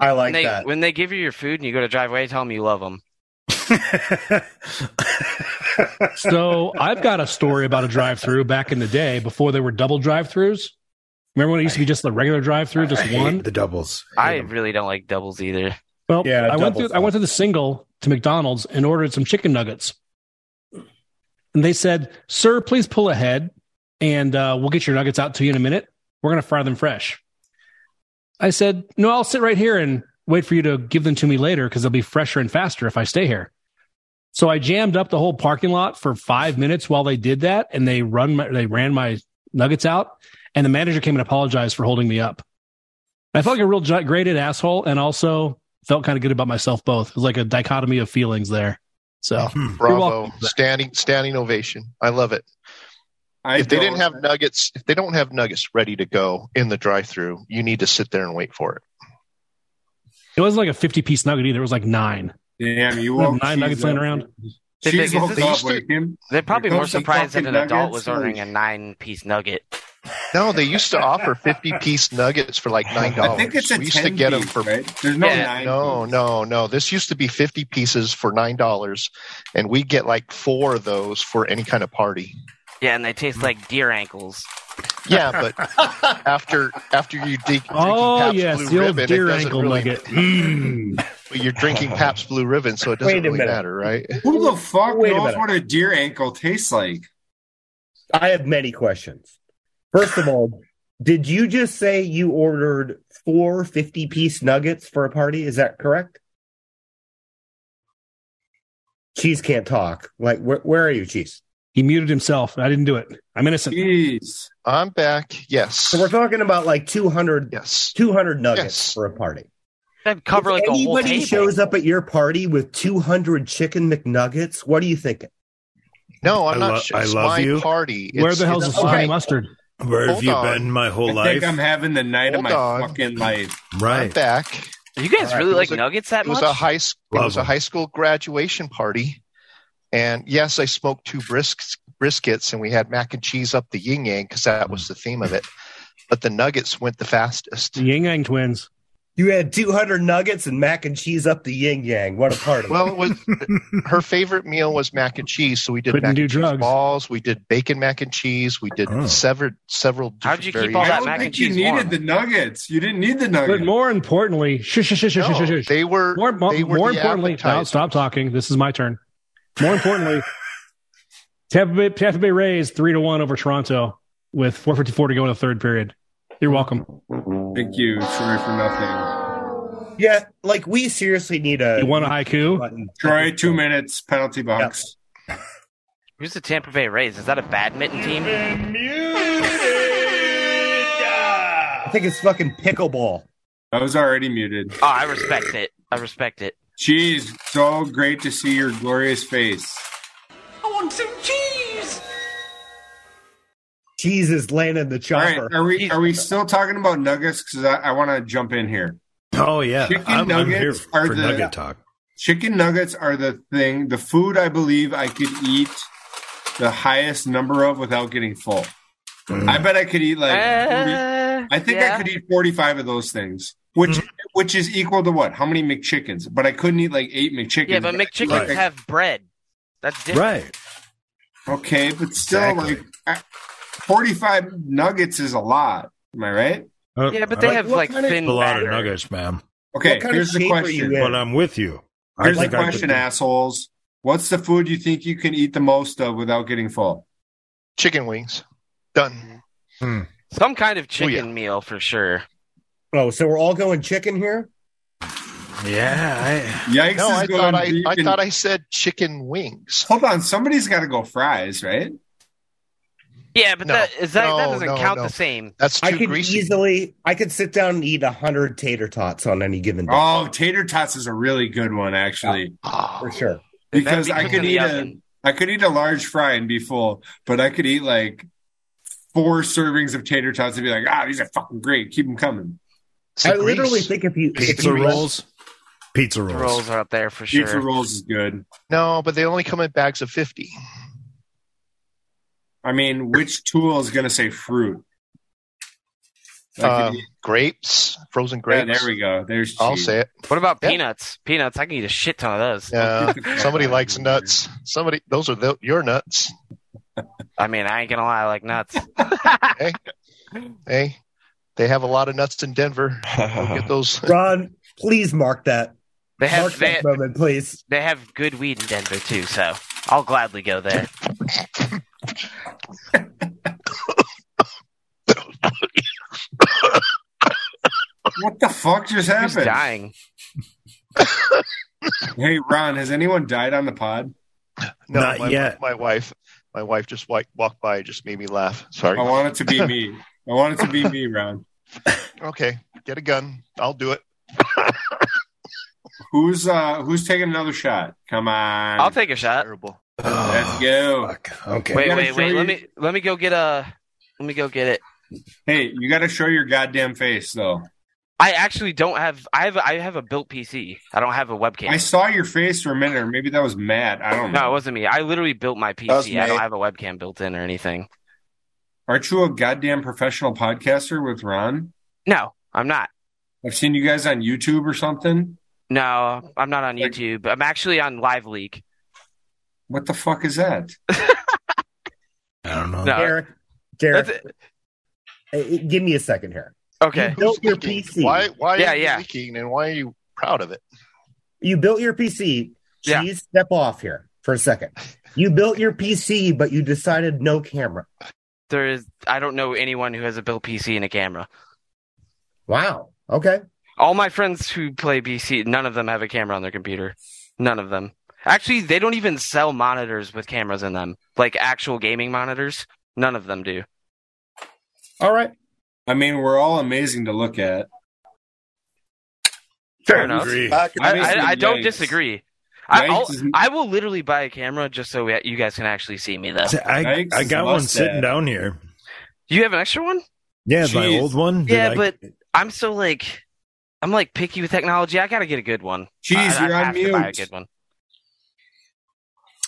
Speaker 5: I
Speaker 7: when
Speaker 5: like
Speaker 7: they, when they give you your food and you go to drive away, tell them you love them.
Speaker 1: So I've got a story about a drive through back in the day before there were double drive throughs. Remember when it used to be just the regular drive through, just one?
Speaker 2: the doubles.
Speaker 7: I really don't like doubles either.
Speaker 1: Well,
Speaker 7: Yeah,
Speaker 1: I went
Speaker 7: double
Speaker 1: through. I went to the single to McDonald's and ordered some chicken nuggets, and they said, "Sir, please pull ahead, and uh, we'll get your nuggets out to you in a minute. We're going to fry them fresh." I said, "No, I'll sit right here and wait for you to give them to me later because they'll be fresher and faster if I stay here." So I jammed up the whole parking lot for five minutes while they did that, and they run. My, they ran my nuggets out, and the manager came and apologized for holding me up. I felt like a real gi- graded asshole, and also felt kind of good about myself. Both it was like a dichotomy of feelings there. So you're
Speaker 10: Bravo!
Speaker 1: welcome.
Speaker 10: Standing standing ovation. I love it.
Speaker 4: I
Speaker 10: if they didn't
Speaker 4: don't-
Speaker 10: have nuggets, if they don't have nuggets ready to go in the drive-through, you need to sit there and wait for it.
Speaker 1: It wasn't like a fifty piece nugget either. It was like nine.
Speaker 4: Damn, you
Speaker 1: Nine
Speaker 4: woke cheese
Speaker 1: nuggets laying
Speaker 4: up.
Speaker 1: around.
Speaker 7: They
Speaker 4: Cheese
Speaker 7: think- is
Speaker 4: woke
Speaker 7: this-
Speaker 4: up, wake him.
Speaker 7: They're probably
Speaker 4: Here
Speaker 7: more
Speaker 4: comes some
Speaker 7: surprised that an
Speaker 4: fucking
Speaker 7: adult
Speaker 4: nuggets.
Speaker 7: was ordering a nine-piece nugget.
Speaker 10: No, they used to offer fifty-piece nuggets for like nine dollars.
Speaker 4: I think it's a
Speaker 10: we used to
Speaker 4: 10
Speaker 10: get them
Speaker 4: piece,
Speaker 10: for
Speaker 4: right? There's no
Speaker 7: Yeah.
Speaker 4: nine.
Speaker 10: no, no, no. This used to be fifty pieces for nine dollars, and we get like four of those for any kind of party.
Speaker 7: Yeah, and they taste like deer ankles.
Speaker 10: Yeah, but after after you de-
Speaker 1: Oh
Speaker 10: drinking Pabst
Speaker 1: yes,
Speaker 10: Blue
Speaker 1: the old
Speaker 10: Ribbon, it
Speaker 1: deer
Speaker 10: doesn't
Speaker 1: ankle
Speaker 10: really.
Speaker 1: nugget.
Speaker 10: But you're drinking Pabst Blue Ribbon, so it doesn't
Speaker 5: Wait a
Speaker 10: really
Speaker 5: minute.
Speaker 10: matter, right?
Speaker 4: Who the fuck
Speaker 5: Wait a
Speaker 4: knows
Speaker 5: minute.
Speaker 4: what a deer ankle tastes like?
Speaker 5: I have many questions. First of all, did you just say you ordered four 50 piece nuggets for a party? Is that correct? Cheese can't talk. Like, where, where are you, Cheese?
Speaker 1: He muted himself. I didn't do it. I'm innocent.
Speaker 4: Jeez.
Speaker 10: I'm back. Yes.
Speaker 5: So we're talking about like 200,
Speaker 10: Yes.
Speaker 5: 200 nuggets
Speaker 10: Yes.
Speaker 5: for a party.
Speaker 7: That'd cover like
Speaker 5: if
Speaker 7: a whole
Speaker 5: anybody
Speaker 7: table.
Speaker 5: shows up at your party with 200 chicken McNuggets, what are you thinking?
Speaker 10: No, Oh, I'm
Speaker 2: I
Speaker 10: not.
Speaker 2: lo-
Speaker 10: sure.
Speaker 2: I
Speaker 10: It's
Speaker 2: love
Speaker 10: my
Speaker 2: you.
Speaker 10: party.
Speaker 1: Where
Speaker 10: It's-
Speaker 1: the hell's the
Speaker 10: it's
Speaker 1: salami
Speaker 10: my-
Speaker 1: mustard?
Speaker 2: Where have
Speaker 10: Hold
Speaker 2: you
Speaker 10: on.
Speaker 2: been my whole
Speaker 4: I
Speaker 2: life?
Speaker 4: think I'm having the night of
Speaker 10: Hold
Speaker 4: my
Speaker 10: on.
Speaker 4: fucking life.
Speaker 10: I'm
Speaker 2: right.
Speaker 10: back.
Speaker 7: You guys
Speaker 10: All right,
Speaker 7: really
Speaker 10: it was
Speaker 7: like
Speaker 10: a-
Speaker 7: nuggets that
Speaker 10: It was
Speaker 7: much?
Speaker 10: a high. s- It
Speaker 2: Love
Speaker 10: was a
Speaker 2: them.
Speaker 10: high school graduation party, and yes, I smoked two brisks, briskets, and we had mac and cheese up the yin yang because that was the theme of it. But the nuggets went the fastest.
Speaker 1: The Ying Yang twins.
Speaker 5: You had 200 nuggets and mac and cheese up the yin yang. What a party.
Speaker 10: Well, it was her favorite meal was mac and cheese, so we did
Speaker 1: Couldn't
Speaker 10: mac
Speaker 1: do
Speaker 10: and cheese
Speaker 1: drugs.
Speaker 10: balls. We did bacon mac and cheese. We did
Speaker 2: Oh.
Speaker 10: severed several.
Speaker 7: How'd
Speaker 10: different
Speaker 7: you keep
Speaker 10: variations.
Speaker 7: all
Speaker 4: I
Speaker 7: that
Speaker 4: don't
Speaker 7: mac and
Speaker 4: think you
Speaker 7: cheese
Speaker 4: needed
Speaker 7: warm?
Speaker 4: the nuggets. You didn't need the nuggets.
Speaker 1: But more importantly, shush, shush, shush, shush,
Speaker 10: No,
Speaker 1: shush, shush.
Speaker 10: they were
Speaker 1: More, more,
Speaker 10: they were
Speaker 1: more
Speaker 10: the
Speaker 1: importantly,
Speaker 10: appetizer.
Speaker 1: no, stop talking. This is my turn. More importantly, Tampa Bay, Tampa Bay Rays three to one over Toronto with four fifty four to go in the third period. You're welcome.
Speaker 4: Thank you, Troy, for nothing.
Speaker 5: yeah, like we seriously need a.
Speaker 1: You want a haiku?
Speaker 5: button.
Speaker 4: Troy, two minutes penalty box.
Speaker 7: Who's the Tampa Bay Rays? Is that a badminton team?
Speaker 5: I think it's fucking pickleball.
Speaker 4: I was already muted.
Speaker 7: Oh, I respect it. I respect it.
Speaker 4: Cheese, so great to see your glorious face.
Speaker 14: I want some cheese.
Speaker 5: Jesus landed the
Speaker 4: All
Speaker 5: chopper.
Speaker 4: right, are we are we still talking about nuggets? Because I, I want to jump in here.
Speaker 2: Oh yeah,
Speaker 4: Chicken
Speaker 2: I'm, I'm
Speaker 4: nuggets
Speaker 2: here
Speaker 4: are
Speaker 2: for
Speaker 4: the-
Speaker 2: nugget talk.
Speaker 4: Chicken nuggets are the thing, the food I believe I could eat the highest number of without getting full.
Speaker 2: Mm.
Speaker 4: I bet I could eat like
Speaker 7: Uh,
Speaker 4: 40 I think I could eat 45 of those things, which
Speaker 2: Mm-hmm.
Speaker 4: which is equal to what? How many McChickens? But I couldn't eat like 8 McChickens.
Speaker 7: Yeah, but McChickens
Speaker 4: Like, I-
Speaker 7: have bread. That's different.
Speaker 2: Right.
Speaker 4: Okay, but still like I- 45 nuggets is a lot. Am I right?
Speaker 2: Uh,
Speaker 7: Yeah, but they have like thin
Speaker 2: a lot
Speaker 7: batter.
Speaker 2: of nuggets, ma'am.
Speaker 4: Okay, here's the question.
Speaker 2: But uh, I'm with you. I
Speaker 4: Here's the
Speaker 2: think I could
Speaker 4: question,
Speaker 2: do-
Speaker 4: assholes. What's the food you think you can eat the most of without getting full?
Speaker 10: Chicken wings. Done.
Speaker 7: Some kind
Speaker 4: Oh,
Speaker 7: of chicken meal for sure.
Speaker 5: Oh, so we're all going chicken here?
Speaker 2: Yeah.
Speaker 4: Yikes!
Speaker 10: No,
Speaker 4: is
Speaker 10: I
Speaker 4: going
Speaker 10: thought I,
Speaker 4: deep
Speaker 10: I
Speaker 4: in-
Speaker 10: thought I said chicken wings.
Speaker 4: Hold on, somebody's got to go fries, right?
Speaker 7: Yeah, but
Speaker 10: No,
Speaker 7: that is that, that
Speaker 10: no,
Speaker 7: doesn't
Speaker 10: no,
Speaker 7: count
Speaker 10: no.
Speaker 7: the same.
Speaker 10: That's
Speaker 5: I
Speaker 10: too
Speaker 5: could
Speaker 10: greasy.
Speaker 5: easily I could sit down and eat hundred tater tots on any given day.
Speaker 4: Oh, tater tots is a really good one, actually,
Speaker 7: Ah.
Speaker 5: for sure.
Speaker 7: That'd
Speaker 4: because
Speaker 7: be
Speaker 4: I
Speaker 7: cooked
Speaker 4: could
Speaker 7: in the
Speaker 4: eat a
Speaker 7: oven.
Speaker 4: I could eat a large fry and be full, but I could eat like four servings of tater tots and be like, ah, these are fucking great. Keep them coming.
Speaker 10: It's the
Speaker 5: I literally
Speaker 10: grease.
Speaker 5: think if you if
Speaker 2: pizza
Speaker 5: you-
Speaker 2: rolls. Pizza rolls.
Speaker 7: rolls are up there for
Speaker 4: Pizza
Speaker 7: sure.
Speaker 4: rolls is good.
Speaker 10: No, but they only come in bags of fifty.
Speaker 4: I mean, which tool is going to say fruit? I could
Speaker 10: Uh,
Speaker 4: eat-
Speaker 10: grapes, frozen
Speaker 4: yeah,
Speaker 10: grapes.
Speaker 4: there we go. There's
Speaker 10: I'll
Speaker 4: cheese.
Speaker 10: say it.
Speaker 7: What about
Speaker 10: Yeah.
Speaker 7: peanuts? Peanuts, I can eat a shit ton of those.
Speaker 10: Yeah, somebody likes nuts. Somebody, those are the, your nuts.
Speaker 7: I mean, I ain't gonna lie, Oh, I like nuts.
Speaker 10: Hey, they have a lot of nuts in Denver. Go get those.
Speaker 5: Ron, please mark that.
Speaker 7: They
Speaker 5: mark
Speaker 7: have they,
Speaker 5: that moment, please.
Speaker 7: they have good weed in Denver too, so I'll gladly go there.
Speaker 4: What the fuck
Speaker 7: Who's
Speaker 4: just happened?
Speaker 7: dying?
Speaker 4: Hey, Ron, has anyone died on the pod?
Speaker 10: No,
Speaker 2: Not
Speaker 10: my,
Speaker 2: yet.
Speaker 10: My wife, my wife just wi- walked by, and just made me laugh. Sorry.
Speaker 4: I want it to be me. I want it to be me, Ron.
Speaker 10: Okay, get a gun. I'll do it.
Speaker 4: Who's uh who's taking another shot? Come on.
Speaker 7: I'll take a shot.
Speaker 10: Terrible.
Speaker 4: Let's go.
Speaker 2: Oh, Fuck. Okay.
Speaker 7: Wait,
Speaker 4: gotta
Speaker 7: wait,
Speaker 4: show
Speaker 7: wait. Let
Speaker 4: you-
Speaker 7: me let me go get a let me go get it.
Speaker 4: Hey, you gotta show your goddamn face though.
Speaker 7: I actually don't have I have I have a built PC. I don't have a
Speaker 4: I
Speaker 7: webcam.
Speaker 4: saw your face for a minute, or maybe that was Matt. I don't
Speaker 7: No, it
Speaker 4: know.
Speaker 7: wasn't me. I literally built my
Speaker 8: was
Speaker 7: PC. I don't
Speaker 8: me.
Speaker 7: have a webcam built in or anything.
Speaker 4: Aren't you a goddamn professional podcaster with Ron?
Speaker 7: No, I'm not.
Speaker 4: I've seen you guys on YouTube or something.
Speaker 7: No, I'm not on
Speaker 4: Like-
Speaker 7: YouTube. I'm actually on Live Leak.
Speaker 4: What the fuck is that?
Speaker 2: I don't know.
Speaker 7: No,
Speaker 5: Derek, Derek,
Speaker 7: that's-
Speaker 5: eh, give me a second here.
Speaker 7: okay.
Speaker 5: Built your
Speaker 10: Leaking.
Speaker 5: PC.
Speaker 10: Why? Why?
Speaker 7: Hmm. Yeah,
Speaker 10: are you
Speaker 7: yeah.
Speaker 10: Leaking, and why are you proud of it?
Speaker 5: You built your PC.
Speaker 7: Yeah.
Speaker 5: Cheese, step off here for a second. You built your PC, but you decided no camera.
Speaker 7: There is. I don't know anyone who has a built PC and a camera.
Speaker 5: Wow. Okay.
Speaker 7: All my friends who play PC, none of them have a camera on their computer. None of them. Actually, they don't even sell monitors with cameras in them, like actual gaming monitors. None of them do.
Speaker 5: All right.
Speaker 4: I mean, we're all amazing to look at.
Speaker 7: Fair enough.
Speaker 2: Agree.
Speaker 7: I,
Speaker 4: Amazing
Speaker 7: I, I don't
Speaker 4: yikes.
Speaker 7: disagree. I,
Speaker 4: Yikes
Speaker 7: I'll,
Speaker 4: is-
Speaker 7: I will literally buy a camera just so we, you guys can actually see me. Though
Speaker 2: See, I,
Speaker 4: Yikes,
Speaker 2: I got one
Speaker 4: must
Speaker 2: sitting
Speaker 4: have.
Speaker 2: down here.
Speaker 7: you have an extra one.
Speaker 2: Yeah, my
Speaker 4: Jeez.
Speaker 2: old one.
Speaker 7: Yeah,
Speaker 2: that I-
Speaker 7: but I'm so like, I'm like picky with technology. I gotta get a good one.
Speaker 4: Jeez,
Speaker 7: I, I
Speaker 4: you're on
Speaker 7: have to buy a
Speaker 4: mute.
Speaker 7: good one.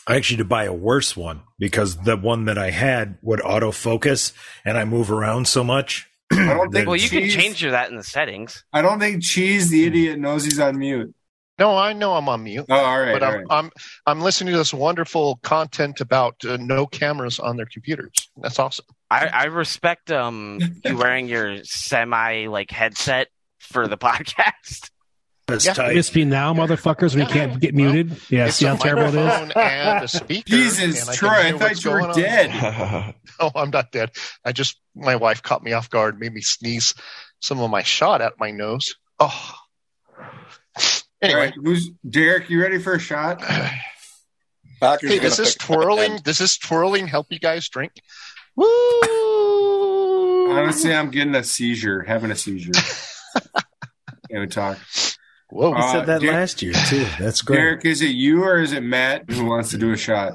Speaker 2: I actually to buy a worse one because the one that I had would autofocus, and I move around so much.
Speaker 4: I don't
Speaker 2: Well,
Speaker 4: think.
Speaker 7: Well, you can
Speaker 4: Cheese-
Speaker 7: change your that in the settings.
Speaker 4: I don't think Cheese the idiot knows he's on mute.
Speaker 10: Hmm. No, I know I'm on mute.
Speaker 4: Oh, all right.
Speaker 10: but
Speaker 4: all
Speaker 10: I'm,
Speaker 4: right.
Speaker 10: I'm I'm listening to this wonderful content about uh, no cameras on their computers. That's awesome.
Speaker 7: I, I respect um you wearing your semi like headset for the podcast.
Speaker 2: That's
Speaker 10: Yeah.
Speaker 2: tight.
Speaker 1: Miss me now, motherfuckers, when you can't get muted. Yeah,
Speaker 10: It's
Speaker 1: see
Speaker 10: a
Speaker 1: how terrible it is?
Speaker 10: microphone And a speaker.
Speaker 4: Jesus,
Speaker 10: and can
Speaker 4: Troy, I
Speaker 10: hear
Speaker 4: thought
Speaker 10: what's
Speaker 4: you were
Speaker 10: going on.
Speaker 4: dead.
Speaker 10: No, I'm not dead. I just my wife caught me off guard, made me sneeze some of my shot at my nose. Oh.
Speaker 4: All
Speaker 10: Anyway,
Speaker 4: right, who's Derek? You ready for a shot?
Speaker 8: Packers
Speaker 10: hey,
Speaker 8: gonna
Speaker 10: does this
Speaker 8: pick up
Speaker 10: twirling?
Speaker 8: again.
Speaker 10: Does this twirling help you guys drink? Woo!
Speaker 4: Honestly, I'm getting a seizure, having a seizure. Can we talk?
Speaker 10: Whoa!
Speaker 2: We
Speaker 4: Uh,
Speaker 2: said that
Speaker 4: Derek-
Speaker 2: last year too. That's great.
Speaker 4: Derek, is it you or is it Matt who wants to do a shot?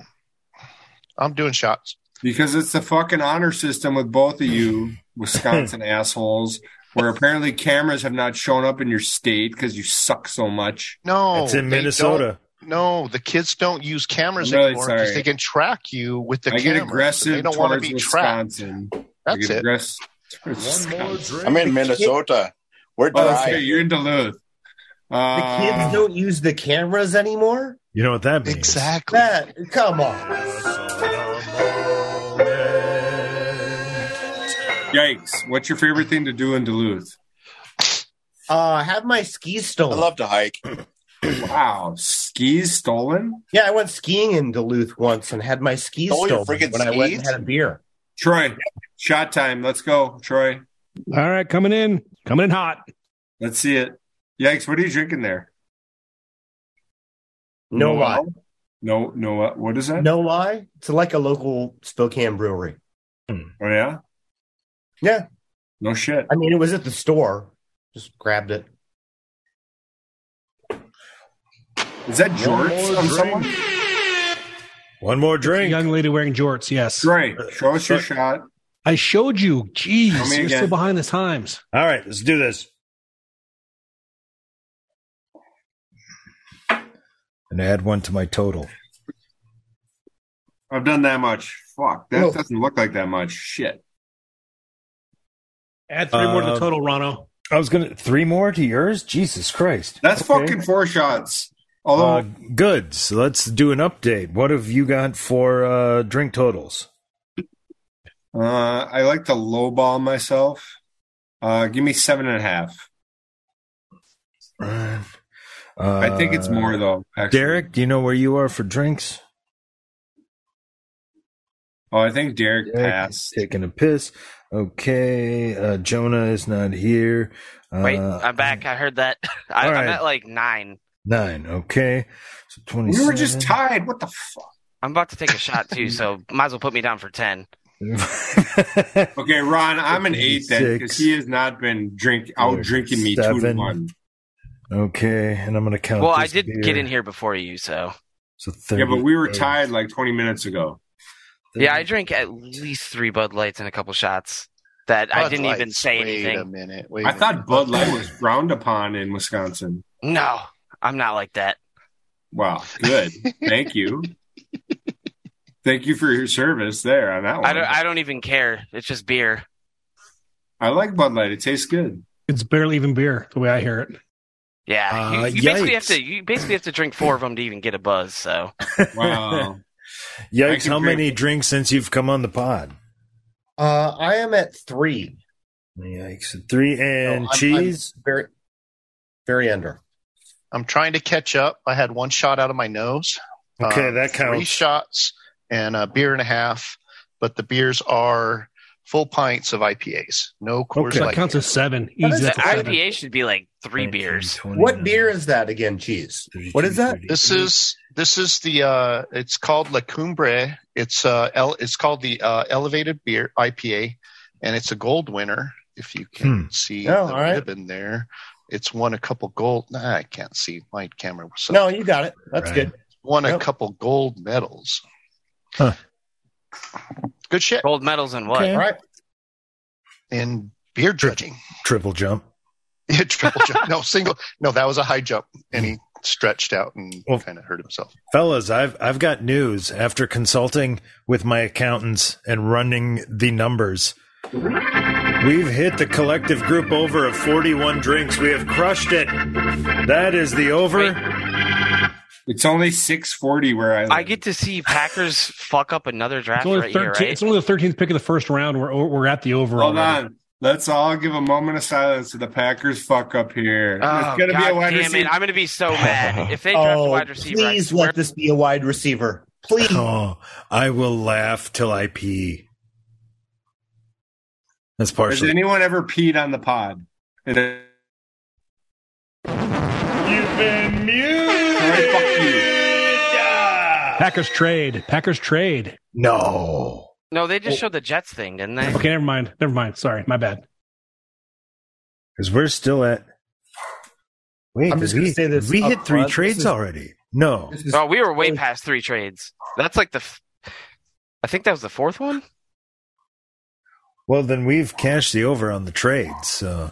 Speaker 10: I'm doing shots.
Speaker 4: because it's the fucking honor system with both of you Wisconsin assholes, where apparently cameras have not shown up in your state because you suck so much.
Speaker 10: No,
Speaker 4: It's in
Speaker 10: they
Speaker 4: Minnesota.
Speaker 10: don't- No, the kids don't use cameras
Speaker 4: I'm really
Speaker 10: anymore because
Speaker 4: sorry.
Speaker 10: they can track you with the
Speaker 4: I get
Speaker 10: camera.
Speaker 4: aggressive
Speaker 10: They don't want to
Speaker 4: towards
Speaker 10: be tracked.
Speaker 4: Wisconsin. I
Speaker 10: That's
Speaker 4: get
Speaker 10: it.
Speaker 4: aggressive towards
Speaker 10: One more
Speaker 4: Wisconsin.
Speaker 10: drink. I'm in Minnesota. We're
Speaker 4: Oh, that's
Speaker 10: dry.
Speaker 4: right. You're in Duluth.
Speaker 5: The
Speaker 4: Uh,
Speaker 5: kids don't use the cameras anymore.
Speaker 2: You know what that means?
Speaker 10: Exactly.
Speaker 5: That, come on.
Speaker 4: Yikes! What's your favorite thing to do in Duluth?
Speaker 5: Uh, have my skis stolen. I love
Speaker 10: to hike.
Speaker 4: wow, skis stolen?
Speaker 5: Yeah, I went skiing in Duluth once and had my skis
Speaker 4: Stole your
Speaker 5: stolen
Speaker 4: friggin'
Speaker 5: when I went and
Speaker 4: skis?
Speaker 5: had a beer.
Speaker 4: Troy, shot time. Let's go, Troy.
Speaker 1: All right, coming in, coming in hot.
Speaker 4: Let's see it. Yikes! What are you drinking there?
Speaker 5: No lie.
Speaker 4: No, no. What, what is that?
Speaker 5: No lie. It's like a local Spokane brewery.
Speaker 4: Oh yeah.
Speaker 5: Yeah.
Speaker 4: No shit.
Speaker 5: I mean, it was at the store. Just grabbed it.
Speaker 4: Is that
Speaker 2: jorts on someone? One more drink. Uh,
Speaker 1: young lady wearing jorts. Yes.
Speaker 4: Right. Show us your shot.
Speaker 1: I showed you. Jeez,
Speaker 2: Show me
Speaker 1: you're
Speaker 2: again.
Speaker 1: still behind the times.
Speaker 2: All right, let's do this. And add one to my total.
Speaker 4: I've done that much. Fuck. That
Speaker 1: Whoa.
Speaker 4: doesn't look like that much. Shit.
Speaker 1: Add three more to the
Speaker 2: Uh,
Speaker 1: total, Rono.
Speaker 2: I was gonna three more to yours. Jesus Christ,
Speaker 4: that's fucking four shots. Although
Speaker 2: Uh, good. So let's do an update. What have you got for uh, drink totals?
Speaker 4: Uh, I like to lowball myself. Uh, give me seven and a half. I think it's more though. Actually.
Speaker 2: Uh, Derek, do you know where you are for drinks?
Speaker 4: Oh, I think Derek
Speaker 2: Derek
Speaker 4: passed.
Speaker 2: is taking a piss. Okay, uh, Jonah is not here. Uh,
Speaker 7: Wait, I'm back. I heard that. I,
Speaker 2: all right.
Speaker 7: I'm at like nine.
Speaker 2: nine. Okay, so twenty.
Speaker 7: We were just
Speaker 4: tied. What the fuck?
Speaker 7: I'm about to take a shot too, so might as well put me down for ten.
Speaker 4: Okay, Ron, I'm an eight then because he has not been drink out drinking me two to
Speaker 2: Seven.
Speaker 4: one.
Speaker 2: Okay, and I'm gonna count.
Speaker 7: well, I
Speaker 2: this
Speaker 7: did
Speaker 2: beer.
Speaker 7: get in here before you, so
Speaker 2: So
Speaker 4: Yeah, but we were
Speaker 7: 38.
Speaker 4: tied like 20 minutes ago.
Speaker 7: yeah, I drank at least three Bud Lights and a couple shots that I
Speaker 4: Bud
Speaker 7: didn't even
Speaker 4: Lights,
Speaker 7: say
Speaker 4: wait
Speaker 7: anything.
Speaker 4: a I thought Bud Light was frowned upon in Wisconsin.
Speaker 7: No, I'm not like that.
Speaker 4: Wow, good. Thank you. Thank you for your service there on that one.
Speaker 7: I don't. I don't even care. It's just beer.
Speaker 4: I like Bud Light. It tastes good.
Speaker 1: It's barely even beer, the way I hear it.
Speaker 7: Yeah,
Speaker 1: Uh,
Speaker 7: you, you basically have
Speaker 1: yikes.
Speaker 7: to. You basically have to drink four of them to even get a buzz. So
Speaker 4: Wow.
Speaker 2: Yikes!
Speaker 4: can
Speaker 2: How
Speaker 4: drink-
Speaker 2: many drinks since you've come on the pod?
Speaker 5: Uh, I am at three.
Speaker 2: Yikes! Three and
Speaker 5: I'm- I'm
Speaker 2: cheese.
Speaker 5: very, very under.
Speaker 10: I'm trying to catch up. I had one shot out of my nose. um,
Speaker 2: Okay, that
Speaker 10: Three
Speaker 2: counts.
Speaker 10: shots and a beer and a half, but the beers are full pints of IPAs. No Coors
Speaker 1: Okay, that
Speaker 10: Light.
Speaker 1: counts as seven.
Speaker 7: the
Speaker 1: Easy. that's a seven.
Speaker 7: IPA should be like three beers.
Speaker 5: What beer is that again, Cheese? What is that?
Speaker 10: This is this is the uh, it's called La Cumbre. It's uh, el- it's called the uh, Elevated Beer IPA, and it's a gold winner. If you can
Speaker 2: Hmm.
Speaker 10: see
Speaker 5: Oh,
Speaker 10: the
Speaker 5: all right.
Speaker 10: ribbon there, it's won a couple gold. Nah, I can't see my camera. was up.
Speaker 5: No, you got it. That's
Speaker 10: Right.
Speaker 5: good.
Speaker 10: won
Speaker 5: Yep.
Speaker 10: a couple gold medals.
Speaker 2: Huh.
Speaker 10: Good shit.
Speaker 7: Gold medals and what?
Speaker 10: All right. In beer judging.
Speaker 2: Triple jump.
Speaker 10: Yeah, triple jump. No, single. No, that was a high jump, and
Speaker 2: Hmm.
Speaker 10: he stretched out and kind of hurt himself.
Speaker 2: Fellas, I've I've got news. After consulting with my accountants and running the numbers, we've hit the collective group over of 41 drinks. We have crushed it. That is the over.
Speaker 4: It's only 640 where I live.
Speaker 7: I get to see Packers fuck up another draft
Speaker 1: It's only,
Speaker 7: right
Speaker 1: 13,
Speaker 7: here, right?
Speaker 1: it's only the thirteenth pick of the first round. We're we're at the overall.
Speaker 4: Hold on. Let's all give a moment of silence to the Packers fuck up here.
Speaker 7: Oh,
Speaker 4: it's going to be
Speaker 7: God
Speaker 4: a wide
Speaker 7: damn it.
Speaker 4: receiver.
Speaker 7: I'm going to be so mad if they draft a wide receiver. I
Speaker 5: Oh, please let this be a wide receiver. Please.
Speaker 2: Oh, I will laugh till I pee. That's
Speaker 4: Has
Speaker 2: partially.
Speaker 4: anyone ever peed on the pod? You've been muted.
Speaker 1: Packers trade. Packers trade.
Speaker 2: No.
Speaker 7: No, they just showed the Jets thing, didn't they?
Speaker 1: Okay, never mind. Never mind. Sorry, my bad.
Speaker 2: Because we're still at. Wait,
Speaker 5: I'm just
Speaker 2: we,
Speaker 5: gonna say this
Speaker 2: we
Speaker 5: up
Speaker 2: hit three
Speaker 5: front. This
Speaker 2: trades
Speaker 5: is-
Speaker 2: already. No.
Speaker 7: Oh, we were way past three trades. That's like the. F- I think that was the fourth one.
Speaker 2: Well, then we've cashed the over on the trade. So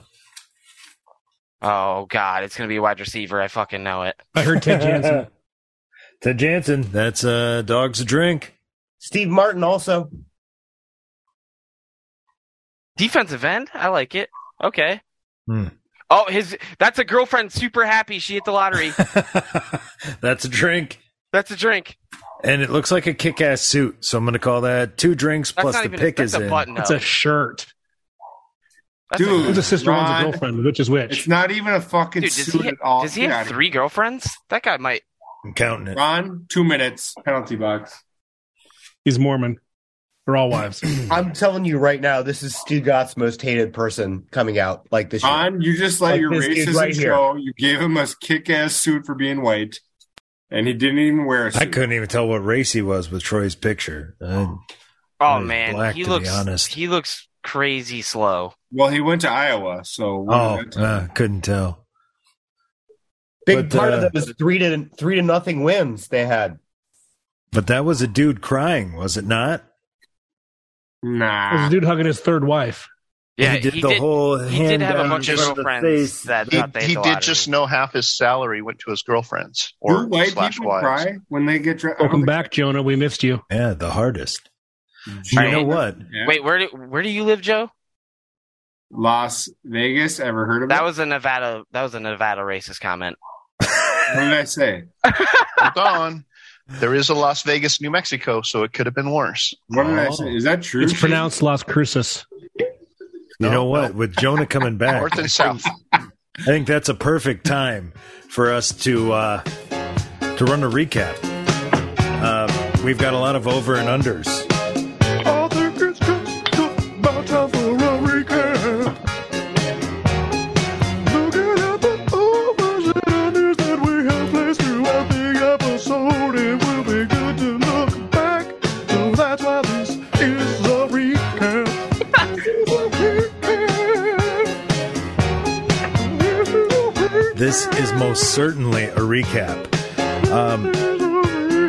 Speaker 7: Oh God, it's gonna be a wide receiver. I fucking know it.
Speaker 1: I heard Ted Jansen.
Speaker 2: Ted Jansen, that's uh, dogs a drink.
Speaker 5: Steve Martin also.
Speaker 7: Defensive end, I like it. Okay.
Speaker 2: Hmm.
Speaker 7: Oh, his that's a girlfriend. Super happy she hit the lottery.
Speaker 2: That's a drink,
Speaker 7: that's a drink.
Speaker 2: and it looks like a kick-ass suit. So I'm going to call that two drinks
Speaker 7: That's
Speaker 2: plus
Speaker 7: not
Speaker 2: the
Speaker 7: even-
Speaker 2: pick
Speaker 7: that's
Speaker 2: is
Speaker 7: a
Speaker 2: in.
Speaker 7: button
Speaker 1: It's a shirt.
Speaker 7: That's
Speaker 4: Dude,
Speaker 1: Who's a sister, one's a
Speaker 4: Ron,
Speaker 1: girlfriend. Which is which?
Speaker 4: It's not even a fucking
Speaker 7: Dude, does
Speaker 4: suit
Speaker 7: he,
Speaker 4: at all.
Speaker 7: does he
Speaker 4: Get
Speaker 7: have
Speaker 4: outta
Speaker 7: three girlfriends? That guy might.
Speaker 2: I'm counting
Speaker 4: here.
Speaker 2: it.
Speaker 4: Ron, two minutes penalty box.
Speaker 1: He's Mormon. They're all wives.
Speaker 5: I'm telling you right now, this is Stu Gott's most hated person coming out like this. year.
Speaker 4: Ron, you just let
Speaker 5: Like
Speaker 4: your
Speaker 5: this dude
Speaker 4: racism
Speaker 5: right here.
Speaker 4: show. You gave him a kick-ass suit for being white, and he didn't even wear a suit.
Speaker 2: I couldn't even tell what race he was with Troy's picture. Uh,
Speaker 7: Oh
Speaker 2: He's
Speaker 7: man,
Speaker 2: black,
Speaker 7: he
Speaker 2: to be
Speaker 7: looks.
Speaker 2: honest.
Speaker 7: He looks crazy slow.
Speaker 4: Well, he went to Iowa, so
Speaker 2: oh, uh, couldn't tell.
Speaker 5: Big
Speaker 2: But,
Speaker 5: part
Speaker 2: uh,
Speaker 5: of those three to three to nothing wins they had.
Speaker 2: But that was a dude crying, was it not?
Speaker 1: There's
Speaker 4: nah.
Speaker 1: a dude hugging his third wife.
Speaker 7: Yeah,
Speaker 2: he did the whole
Speaker 7: He
Speaker 2: hand
Speaker 7: did have a
Speaker 2: down
Speaker 7: bunch of
Speaker 2: in front the
Speaker 7: girlfriends
Speaker 2: face.
Speaker 7: that
Speaker 10: He,
Speaker 7: thought they
Speaker 10: he
Speaker 7: the
Speaker 10: did
Speaker 7: lottery.
Speaker 10: just know half his salary went to his girlfriends
Speaker 4: Do
Speaker 10: or
Speaker 4: white
Speaker 10: slash
Speaker 4: people
Speaker 10: wives.
Speaker 4: cry when they get dressed?
Speaker 1: Welcome back, Jonah. We missed you.
Speaker 2: Yeah, the hardest. You
Speaker 7: Right.
Speaker 2: know what?
Speaker 7: Wait, where do where do you live, Joe?
Speaker 4: Las Vegas. Ever heard of
Speaker 7: That
Speaker 4: it?
Speaker 7: was a Nevada. That was a Nevada racist comment.
Speaker 4: what did I say?
Speaker 10: Hold on. There is a Las Vegas, New Mexico, so it could have been worse.
Speaker 4: What did I
Speaker 2: Oh.
Speaker 4: say? Is that true?
Speaker 1: It's pronounced Las Cruces.
Speaker 2: You know what? With Jonah coming back,
Speaker 10: North and south.
Speaker 2: I think that's a perfect time for us to uh, to run a recap. Uh, we've got a lot of over and unders. This is most certainly a recap. Um,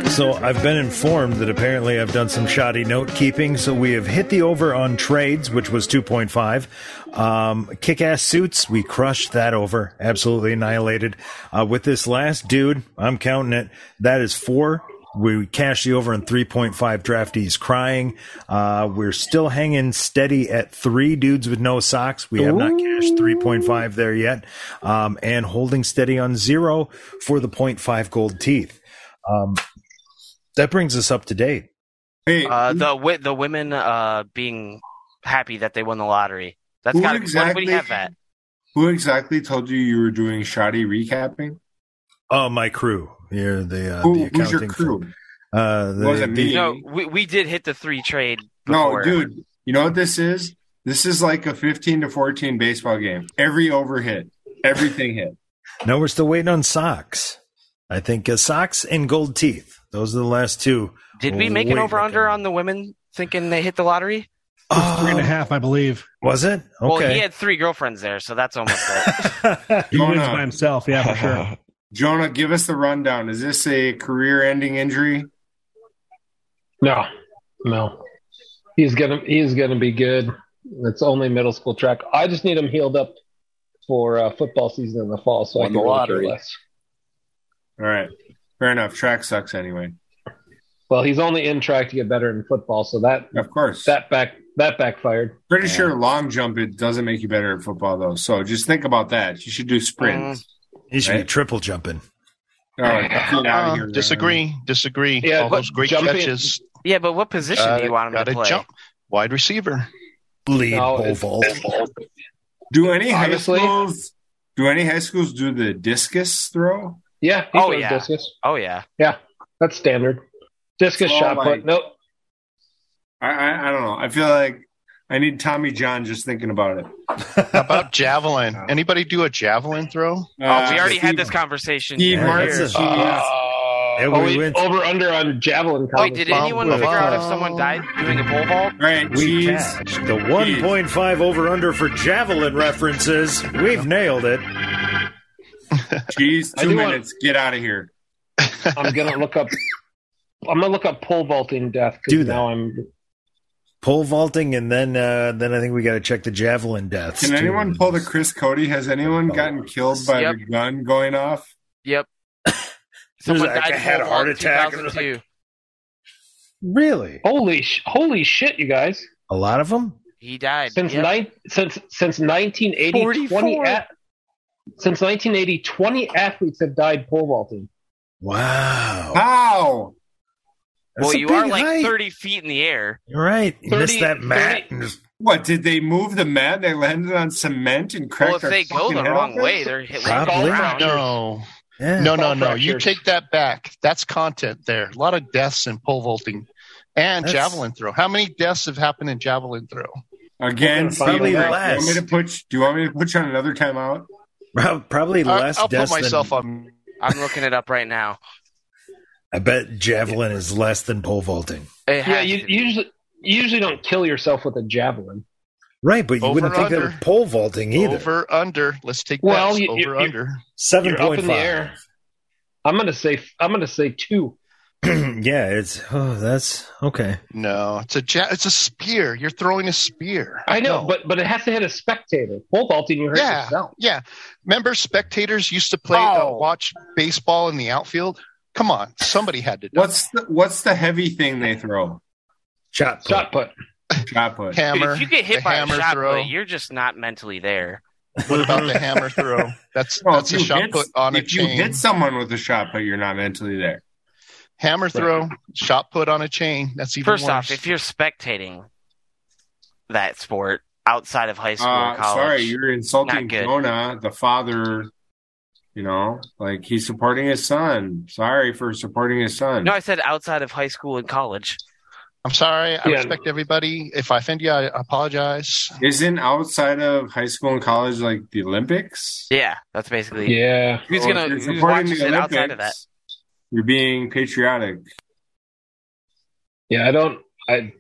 Speaker 2: so I've been informed that apparently I've done some shoddy note keeping. So we have hit the over on trades, which was 2.5. Um, Kick ass suits, we crushed that over, absolutely annihilated. Uh, with this last dude, I'm counting it. That is four. We cashed the over on 3.5 draftees crying. Uh, we're still hanging steady at three dudes with no socks. We have not cashed 3.5 there yet. Um, and holding steady on zero for the 0.5 gold teeth. Um, that brings us up to date.
Speaker 4: Hey,
Speaker 7: Uh, the wi- the women uh, being happy that they won the lottery. That's
Speaker 4: Who
Speaker 7: got to be. Why would
Speaker 4: exactly-
Speaker 7: he have that?
Speaker 4: who exactly told you you were doing shoddy recapping?
Speaker 2: Oh, my crew. You're the, uh, the
Speaker 4: Who,
Speaker 2: accounting.
Speaker 4: who's your crew?
Speaker 2: firm. Uh, the,
Speaker 4: Wasn't
Speaker 2: the-
Speaker 4: me.
Speaker 7: No, we, we did hit the three trade.
Speaker 4: No,
Speaker 7: before.
Speaker 4: dude. You know what this is? This is like a 15 to 14 baseball game. Every over hit, everything hit.
Speaker 2: No, we're still waiting on socks. I think uh, socks and gold teeth. Those are the last two.
Speaker 7: Did we make an
Speaker 2: Wait,
Speaker 7: over under
Speaker 2: okay.
Speaker 7: on the women thinking they hit the lottery?
Speaker 1: Three and a
Speaker 2: Oh,
Speaker 1: half, I believe.
Speaker 2: was it?
Speaker 7: Well, he
Speaker 2: Okay.
Speaker 7: had three girlfriends there, so that's almost it.
Speaker 1: He
Speaker 4: Jonah.
Speaker 1: wins by himself. Yeah, for sure.
Speaker 4: Jonah, give us the rundown. Is this a career ending injury?
Speaker 12: No, no. He's gonna he's gonna be good. It's only middle school track. I just need him healed up for uh, football season in the fall, so I can
Speaker 10: Won the
Speaker 12: really care
Speaker 10: lottery.
Speaker 12: less.
Speaker 4: All right. Fair enough. Track sucks anyway.
Speaker 12: Well, he's only in track to get better in football, so that
Speaker 4: Of course.
Speaker 12: that back that backfired.
Speaker 4: Pretty sure long jump it doesn't make you better at football though. So just think about that. You should do sprints.
Speaker 2: Mm. he should be
Speaker 4: Right.
Speaker 2: triple jumping.
Speaker 4: All right. Get out
Speaker 10: Uh,
Speaker 4: of here, Ryan.
Speaker 10: disagree. Disagree.
Speaker 12: Yeah,
Speaker 10: All
Speaker 12: but
Speaker 10: those great
Speaker 12: jumping-
Speaker 10: catches. Uh,
Speaker 7: yeah, but what position do you want him to
Speaker 10: gotta
Speaker 7: play?
Speaker 10: jump. Wide receiver.
Speaker 2: Bleed,
Speaker 12: No,
Speaker 2: pole
Speaker 12: it's-
Speaker 2: vault.
Speaker 4: Do any high
Speaker 12: Honestly?
Speaker 4: schools do any high schools do the discus throw?
Speaker 12: Yeah, he
Speaker 7: Oh,
Speaker 12: throws
Speaker 7: yeah.
Speaker 12: discus.
Speaker 7: Oh yeah,
Speaker 12: That's standard. Discus
Speaker 4: Oh,
Speaker 12: shot
Speaker 4: my-
Speaker 12: put. Nope.
Speaker 4: I, I I don't know. I feel like I need Tommy John just thinking about it.
Speaker 10: How about javelin? Anybody do a javelin
Speaker 4: Uh,
Speaker 10: throw?
Speaker 7: oh, we already had this conversation.
Speaker 4: Steve
Speaker 7: for
Speaker 4: Martin.
Speaker 7: years.
Speaker 4: Uh,
Speaker 2: Yeah,
Speaker 12: oh,
Speaker 2: we
Speaker 12: we-
Speaker 2: went-
Speaker 12: over under on javelin.
Speaker 7: Wait, did
Speaker 10: Bomb
Speaker 7: anyone
Speaker 10: with
Speaker 7: figure out if
Speaker 10: bomb.
Speaker 7: someone died doing a pole vault?
Speaker 4: Right,
Speaker 2: We
Speaker 4: cheese.
Speaker 2: catched the 1.5 over under for javelin references. We've nailed it.
Speaker 4: Cheese.
Speaker 12: I
Speaker 4: Two
Speaker 12: do want-
Speaker 4: minutes. Get out of here.
Speaker 12: I'm gonna look up I'm gonna look up pole vaulting death. 'cause
Speaker 2: Do that.
Speaker 12: Now I'm
Speaker 2: Pole vaulting, and then uh, then I think we got to check the javelin deaths.
Speaker 4: Can
Speaker 2: too.
Speaker 4: anyone pull the Chris Cody? Has anyone gotten killed by the gun going off?
Speaker 7: Yep.
Speaker 2: Someone like, died I had a heart attack. Really?
Speaker 12: Holy sh- holy shit, you guys!
Speaker 2: A lot of them.
Speaker 7: He died
Speaker 12: since
Speaker 7: yep.
Speaker 12: nine since since 1980. 20
Speaker 7: 44.
Speaker 12: a- since 1980, 20 athletes have died pole vaulting.
Speaker 2: Wow.
Speaker 4: How?
Speaker 7: Well,
Speaker 12: That's a
Speaker 7: you are
Speaker 12: big
Speaker 7: like
Speaker 12: height.
Speaker 7: 30 feet in the air.
Speaker 2: You're right. You missed
Speaker 7: 30
Speaker 2: that mat.
Speaker 4: What did they move the mat? and They landed on cement and
Speaker 7: Well, if
Speaker 4: cracked.
Speaker 7: they go the wrong way, they're hit with
Speaker 10: Probably.
Speaker 7: around.
Speaker 10: No. No, no,
Speaker 7: Skull
Speaker 10: no. You
Speaker 7: fractures.
Speaker 10: take that back. That's content there. A lot of deaths in pole vaulting and
Speaker 2: That's-
Speaker 10: javelin throw. How many deaths have happened in javelin throw?
Speaker 4: again.
Speaker 10: Probably
Speaker 4: Steve, do you want
Speaker 10: less.
Speaker 4: me to put? Do you want me to put you on another timeout?
Speaker 2: Prob- Probably
Speaker 10: I-
Speaker 2: less
Speaker 10: I'll put
Speaker 2: deaths
Speaker 10: myself
Speaker 2: than,
Speaker 10: on.
Speaker 7: I'm looking it up right now.
Speaker 2: I bet javelin is less than pole vaulting.
Speaker 12: yeah, you you usually you usually don't kill yourself with a javelin.
Speaker 2: Right, but you
Speaker 12: Over
Speaker 2: wouldn't
Speaker 12: and
Speaker 2: think that
Speaker 12: under.
Speaker 2: with pole vaulting either.
Speaker 10: Over under. Let's take
Speaker 12: Well,
Speaker 10: that
Speaker 12: you- you-
Speaker 10: over
Speaker 12: you-
Speaker 10: under.
Speaker 2: Seven
Speaker 12: You're up
Speaker 2: point
Speaker 12: in the
Speaker 2: five.
Speaker 12: air. I'm gonna say I'm gonna say two.
Speaker 2: yeah, it's oh, that's okay.
Speaker 10: No, it's a ja- it's a spear. You're throwing a spear.
Speaker 12: I know, but but it has to hit a spectator. Pole vaulting, you hurt
Speaker 10: yeah,
Speaker 12: yourself. Oh.
Speaker 10: yeah. Remember, spectators used to play uh, watch baseball in the outfield. Come on, somebody had to do
Speaker 4: What's the What's the heavy thing they throw?
Speaker 2: Shot put.
Speaker 12: Shot put.
Speaker 4: Shot put.
Speaker 10: Ham-
Speaker 7: Dude,
Speaker 10: Hammer,
Speaker 7: if you get hit
Speaker 10: the
Speaker 7: by a
Speaker 10: hammer
Speaker 7: shot,
Speaker 10: throw.
Speaker 7: put, you're just not mentally there.
Speaker 10: What about the hammer throw? That's
Speaker 4: Well,
Speaker 10: that's
Speaker 4: if
Speaker 10: a
Speaker 4: you
Speaker 10: shot
Speaker 4: hit-
Speaker 10: put on a
Speaker 4: if you
Speaker 10: chain.
Speaker 4: hit someone with a shot put, you're not mentally there.
Speaker 10: hammer throw, shot put on a chain. That's even
Speaker 7: First
Speaker 10: worse.
Speaker 7: off, if you're spectating that sport outside of high school or
Speaker 4: Uh,
Speaker 7: college,
Speaker 4: sorry, you're insulting
Speaker 7: Not good.
Speaker 4: Jonah, the father. You know, like he's supporting his son. Sorry for supporting his son.
Speaker 7: no, I said outside of high school and college.
Speaker 10: I'm sorry. I
Speaker 12: Yeah.
Speaker 10: respect everybody. If I offend you, I apologize.
Speaker 4: Isn't outside of high school and college like the Olympics?
Speaker 7: Yeah, that's basically.
Speaker 12: Yeah.
Speaker 7: Who's
Speaker 4: So if
Speaker 7: gonna
Speaker 4: you're
Speaker 7: who's
Speaker 4: supporting
Speaker 7: watches
Speaker 4: the
Speaker 7: it outside of that?
Speaker 4: Olympics, You're being patriotic.
Speaker 12: Yeah, I don't I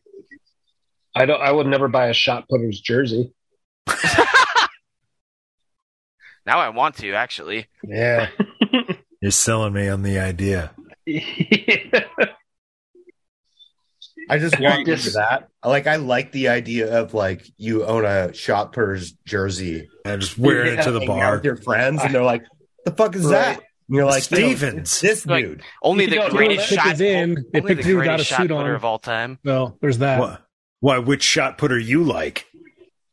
Speaker 12: I don't I would never buy a shot putter's jersey.
Speaker 7: Now I want to actually.
Speaker 2: Yeah. You're selling me on the idea.
Speaker 5: I just
Speaker 4: Yeah,
Speaker 5: walked
Speaker 4: you-
Speaker 5: into that. Like I like the idea of like you own a shot putter's jersey.
Speaker 2: I just wear it to the
Speaker 5: Hanging out
Speaker 2: bar.
Speaker 5: with your friends, and they're like, "The fuck is that?"
Speaker 12: Right.
Speaker 5: And you're like,
Speaker 2: Stevens.
Speaker 5: "Yo, it's this
Speaker 7: Like,
Speaker 5: dude."
Speaker 7: Only
Speaker 12: You
Speaker 7: the
Speaker 12: don't- you don't
Speaker 7: greatest
Speaker 12: pick
Speaker 7: shot.
Speaker 1: his in, they
Speaker 7: only the
Speaker 1: pick dude without
Speaker 7: greatest
Speaker 1: a
Speaker 7: shot
Speaker 1: suit on.
Speaker 7: putter of all time.
Speaker 1: Well, there's that.
Speaker 2: Why, why? Which shot putter you like?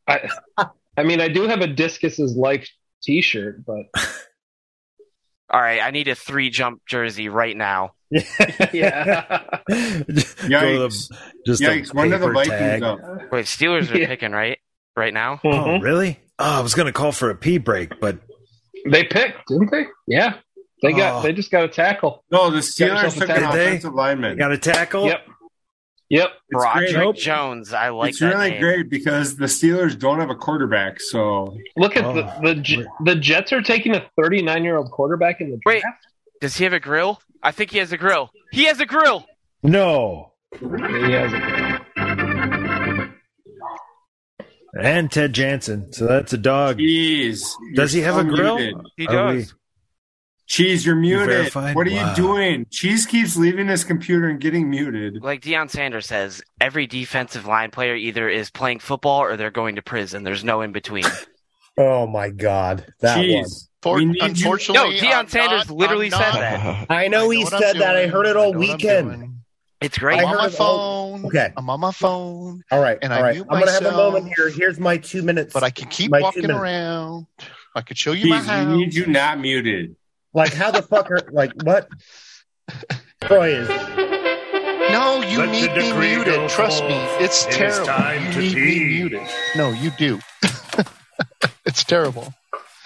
Speaker 12: I I mean I do have a discus is life t shirt, but
Speaker 7: All right, I need a three jump jersey right now.
Speaker 12: yeah.
Speaker 2: Go to the- just a
Speaker 4: Yikes! When do the
Speaker 2: paper
Speaker 4: Vikings
Speaker 2: tag.
Speaker 4: up?
Speaker 7: Wait, Steelers are
Speaker 12: Yeah.
Speaker 7: picking right right now.
Speaker 2: Oh,
Speaker 1: Uh-huh.
Speaker 12: Mhm.
Speaker 2: really? Oh, I was going to call for a pee break, but
Speaker 12: They picked, didn't they? Yeah. They got
Speaker 2: Oh.
Speaker 12: they just got a tackle.
Speaker 4: No, the
Speaker 12: yourself
Speaker 4: Steelers
Speaker 12: a
Speaker 4: took an
Speaker 12: tackle.
Speaker 2: Did they?
Speaker 4: offensive lineman.
Speaker 2: got a tackle.
Speaker 12: Yep. Yep.
Speaker 4: It's great.
Speaker 7: Broderick Jones, I like
Speaker 4: it's
Speaker 7: that
Speaker 4: really
Speaker 7: name.
Speaker 4: great because the Steelers don't have a quarterback. So
Speaker 12: Look at
Speaker 2: Oh,
Speaker 12: the the, J- the Jets are taking a 39 year old quarterback in the
Speaker 7: Wait.
Speaker 12: draft.
Speaker 7: Does he have a grill? I think he has a grill. He has a grill.
Speaker 2: No.
Speaker 12: He has a-
Speaker 2: And Ted Jansen. So that's a dog.
Speaker 4: jeez,
Speaker 2: Does he
Speaker 4: you're
Speaker 2: have
Speaker 4: so
Speaker 2: a grill?
Speaker 4: muted.
Speaker 7: He
Speaker 2: Are
Speaker 7: does.
Speaker 4: Cheese, you're muted.
Speaker 2: verified?
Speaker 4: what are
Speaker 2: Wow.
Speaker 4: you doing? Cheese keeps leaving his computer and getting muted.
Speaker 7: Like Deion Sanders says, every defensive line player either is playing football or they're going to prison. There's no in between.
Speaker 5: Oh my god, that one.
Speaker 4: Cheese.
Speaker 10: For,
Speaker 4: We need you-
Speaker 10: unfortunately,
Speaker 7: No, Deion
Speaker 10: I'm
Speaker 7: Sanders
Speaker 10: not-
Speaker 7: literally
Speaker 10: I'm
Speaker 7: said
Speaker 10: not-
Speaker 7: that.
Speaker 5: I know he
Speaker 10: what I'm
Speaker 5: said that. I
Speaker 10: doing.
Speaker 5: heard it
Speaker 10: I
Speaker 5: all
Speaker 10: know what I'm
Speaker 5: weekend.
Speaker 10: doing.
Speaker 7: It's
Speaker 10: I'm
Speaker 7: great.
Speaker 5: I
Speaker 10: on
Speaker 5: heard
Speaker 10: my
Speaker 5: it all-
Speaker 10: phone.
Speaker 5: Okay.
Speaker 10: I'm on my phone,
Speaker 5: All right,
Speaker 10: And I
Speaker 5: all right.
Speaker 10: mute
Speaker 5: I'm gonna have a
Speaker 10: myself.
Speaker 5: moment here. Here's my two minutes.
Speaker 10: but I can keep
Speaker 5: My two
Speaker 10: walking
Speaker 5: minutes.
Speaker 10: around. I could show you my
Speaker 4: Cheese,
Speaker 10: house.
Speaker 4: we need you not muted.
Speaker 5: like, how the fuck are like what? Troy is
Speaker 10: No, you
Speaker 2: Let the
Speaker 10: need me
Speaker 2: decree go
Speaker 10: muted. Trust me,
Speaker 2: forth.
Speaker 10: it's
Speaker 2: It is
Speaker 10: terrible.
Speaker 2: time
Speaker 10: you
Speaker 2: to
Speaker 10: need
Speaker 2: pee.
Speaker 10: me muted. No, you do. it's terrible.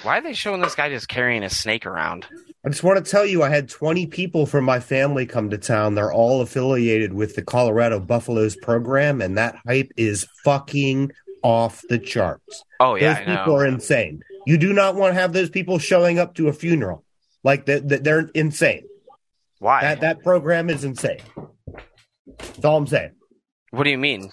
Speaker 7: Why are they showing this guy just carrying a snake around?
Speaker 5: I just want to tell you, I had 20 people from my family come to town. They're all affiliated with the Colorado Buffaloes program, and that hype is fucking off the charts.
Speaker 7: Oh yeah,
Speaker 5: those
Speaker 7: I
Speaker 5: people
Speaker 7: know.
Speaker 5: are insane. You do not want to have those people showing up to a funeral. Like that, that they're insane.
Speaker 7: Why?
Speaker 5: That that program is insane. That's all I'm saying.
Speaker 7: what do you mean?